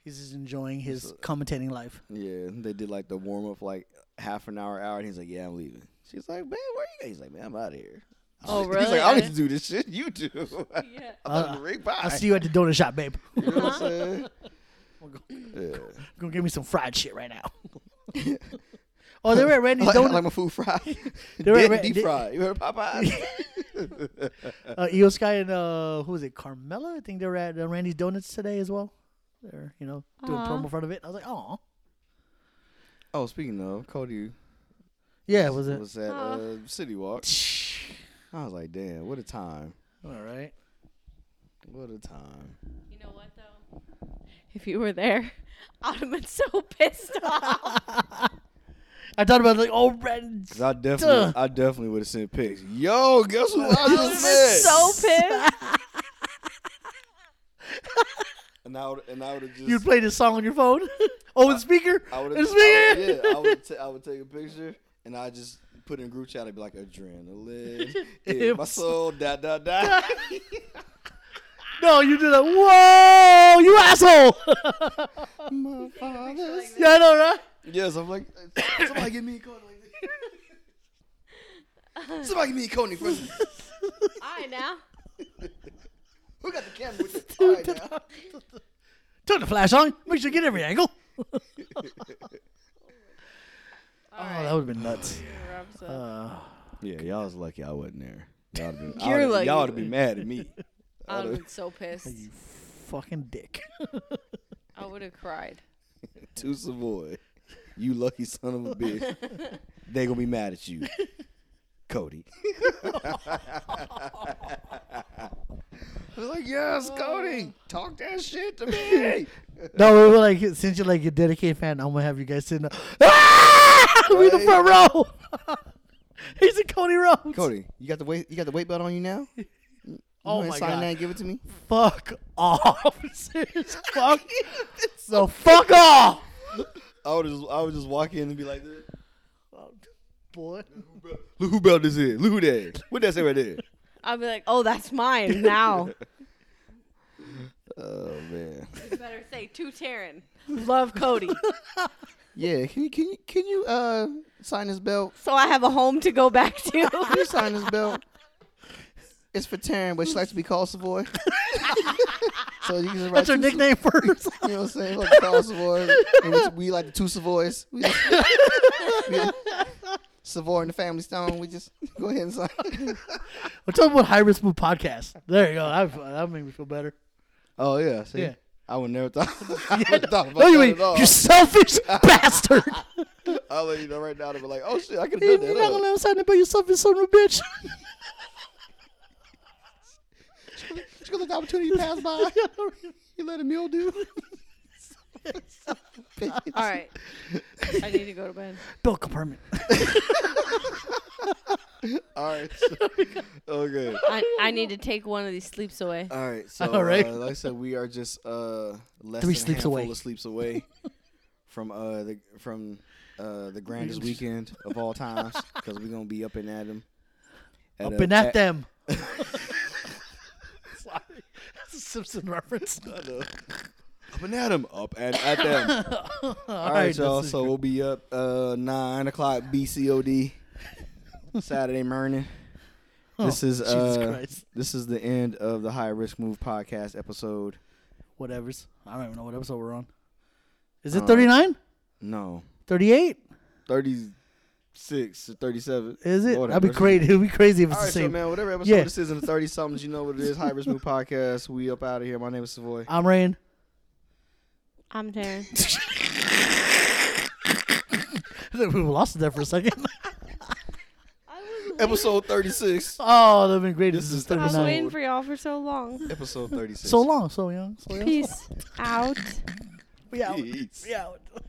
A: He's just enjoying his commentating life.
B: Yeah, they did like the warm up like half an hour, hour, and he's like, "Yeah, I'm leaving." She's like, "Man, where you?" Going? He's like, "Man, I'm out of here."
C: Oh,
B: (laughs) He's
C: really?
B: like, "I don't need to do this shit. You do." (laughs) I'm
C: Yeah.
B: out the ring. Bye.
A: Uh, I'll see you at the donut shop, babe.
B: (laughs)
A: (laughs)
B: You know what I'm (laughs) saying? Yeah.
A: gonna give me some fried shit right
B: (laughs)
A: now. oh, they were at
B: I
A: Randy's
B: like, I
A: Donut.
B: like my food (laughs) fried,
A: They're
B: dead,
A: right-
B: deep
A: they-
B: fried. You heard of Popeyes?
A: uh, Io Sky and uh, who was it? Carmella. I think they were at uh, Randy's Donuts today as well. They're you know doing
C: Aw.
A: promo in front of it. I was like, oh,
B: oh, speaking of, Cody
A: yeah, was it?
B: was at uh, City Walk. I was like, "Damn, what a time!
A: All right.
B: What a time!"
C: You know what though? If you were there, (laughs) I'd have been so pissed
B: (laughs)
C: off.
A: I thought about it, like, oh, Randy.
B: 'Cause I
A: Duh.
B: definitely, I definitely would have sent pics. Yo, guess who I
C: I
B: just
C: was been
B: met?
C: so pissed.
B: (laughs) and I would, and I would have just.
A: You'd play this song on your phone. (laughs) oh, with speaker.
B: I would
A: With speaker.
B: Yeah, I would. T- I would take a picture and I just put in group chat. I'd be
A: (laughs)
B: like, adrenaline, in my
A: Hips.
B: soul, da
A: (laughs)
B: da da.
A: No, you did a whoa, you asshole. (laughs)
B: my father.
A: yeah, I know, right?
B: Yes, I'm like, somebody give me a Cody.
C: (laughs)
B: Somebody give me a Cody first.
C: All right now.
B: Who got the camera? With this? All right, now.
A: Turn the flash on. Make sure you get every angle. (laughs)
C: All
A: Oh, that
C: right.
A: would have been nuts.
C: wraps up.
A: Uh,
B: Yeah, y'all was lucky I wasn't there. Y'all would have been,
C: You're
B: y'all
C: lucky.
B: would've been mad at me. (laughs)
C: I'd have been so pissed.
A: you fucking dick. (laughs)
C: I would have cried.
B: to Savoy. You lucky son of a (laughs) bitch. they gonna be mad at you, (laughs) Cody. I was like, yes, Cody, talk that shit to me.
A: no, we were like, since you're like a dedicated fan, I'm gonna have you guys sitting. Up. (laughs) Ah! We in the front row. (laughs) He's a Cody Rhodes.
B: (laughs) Cody, you got the weight, you got the weight belt on you now. You
A: Oh
B: wanna
A: my
B: sign
A: God.
B: that and give it to me.
A: Fuck off. (laughs)
B: (laughs)
A: Serious, fuck. so fuck off.
B: I would just, I would just walk in and be like, this.
A: (laughs) Boy.
B: look who belt this is, look who that is. What that say right there?
C: I'd be like, oh,
B: (laughs)
C: that's mine now.
B: Oh man.
C: you better say to Taryn. Love Cody.
B: Yeah, can you, can you, can you uh sign this belt?
C: so I have a home to go back (laughs)
B: Can
C: to.
B: you sign this
A: (laughs)
B: belt? It's for Taryn, but she likes to be called
A: (laughs)
B: Savoy. so you can just write
A: That's her
B: two-
A: nickname (laughs) for herself.
B: You know what I'm saying? Like the Carl Savoy. And we, we like the two Savoys. We just, we, Savoy and the Family Stone. We just go ahead and sign.
A: We're talking about high risk move podcast. There you go. That, that made me feel better.
B: (laughs) Oh, yeah. See?
A: Yeah.
B: I would never thought, (laughs) I would thought about
A: No, you,
B: that at all.
A: you
B: (laughs)
A: selfish bastard.
B: I'll let you know right now. I'll be like, oh, shit, I could
A: (laughs) You're
B: have
A: not
B: done
A: gonna
B: that. up.
A: let him sign it by yourself, you son of a bitch.
B: She's going to let the opportunity pass by.
A: (laughs)
B: You let a mule do. (laughs)
C: All right. I need to go to bed.
A: (laughs) Bill (laughs) Compartment.
B: All right. So, (laughs) okay.
C: I, I need to take one of these sleeps away.
B: All right, so
A: All right.
B: uh, like I said, we are just uh, less
A: Three
B: than
A: sleeps
B: a handful
A: away.
B: of sleeps away (laughs) from uh, the from uh, the grandest weekend of all times because we're gonna be up in at 'em. At,
A: Up
B: uh,
A: in at
B: (laughs)
A: them. Sorry. That's a Simpson reference.
B: (laughs) I know. Up in at 'em. Up and at them.
A: All
B: all right, y'all. So we'll be up uh, nine o'clock
A: (laughs)
B: BCOD Saturday morning. this is
A: Oh, Jesus
B: uh,
A: Christ.
B: this is the end of the High Risk Move podcast episode.
A: Whatever's. I don't even know what episode we're on. Is it
B: Uh,
A: 39?
B: No,
A: 38?
B: thirty six or thirty seven.
A: Is it?
B: Lord have
A: That'd be
B: mercy.
A: crazy. It'd be crazy if it's
B: All
A: the
B: right, so
A: same.
B: man, whatever episode
A: Yeah.
B: this is in the thirty somethings, you know what it is. High risk move podcast. We up out of here. My name
A: (laughs)
B: is Savoy.
A: I'm Rain.
C: I'm Taryn.
A: we lost it there for a second.
B: Episode thirty six.
A: oh, that'd been great. if
B: This
A: This
B: is
A: is
C: I was
A: 39.
C: waiting for y'all for so long.
B: Episode thirty six.
A: So long, so young, so young.
C: Peace out.
A: We out. We out.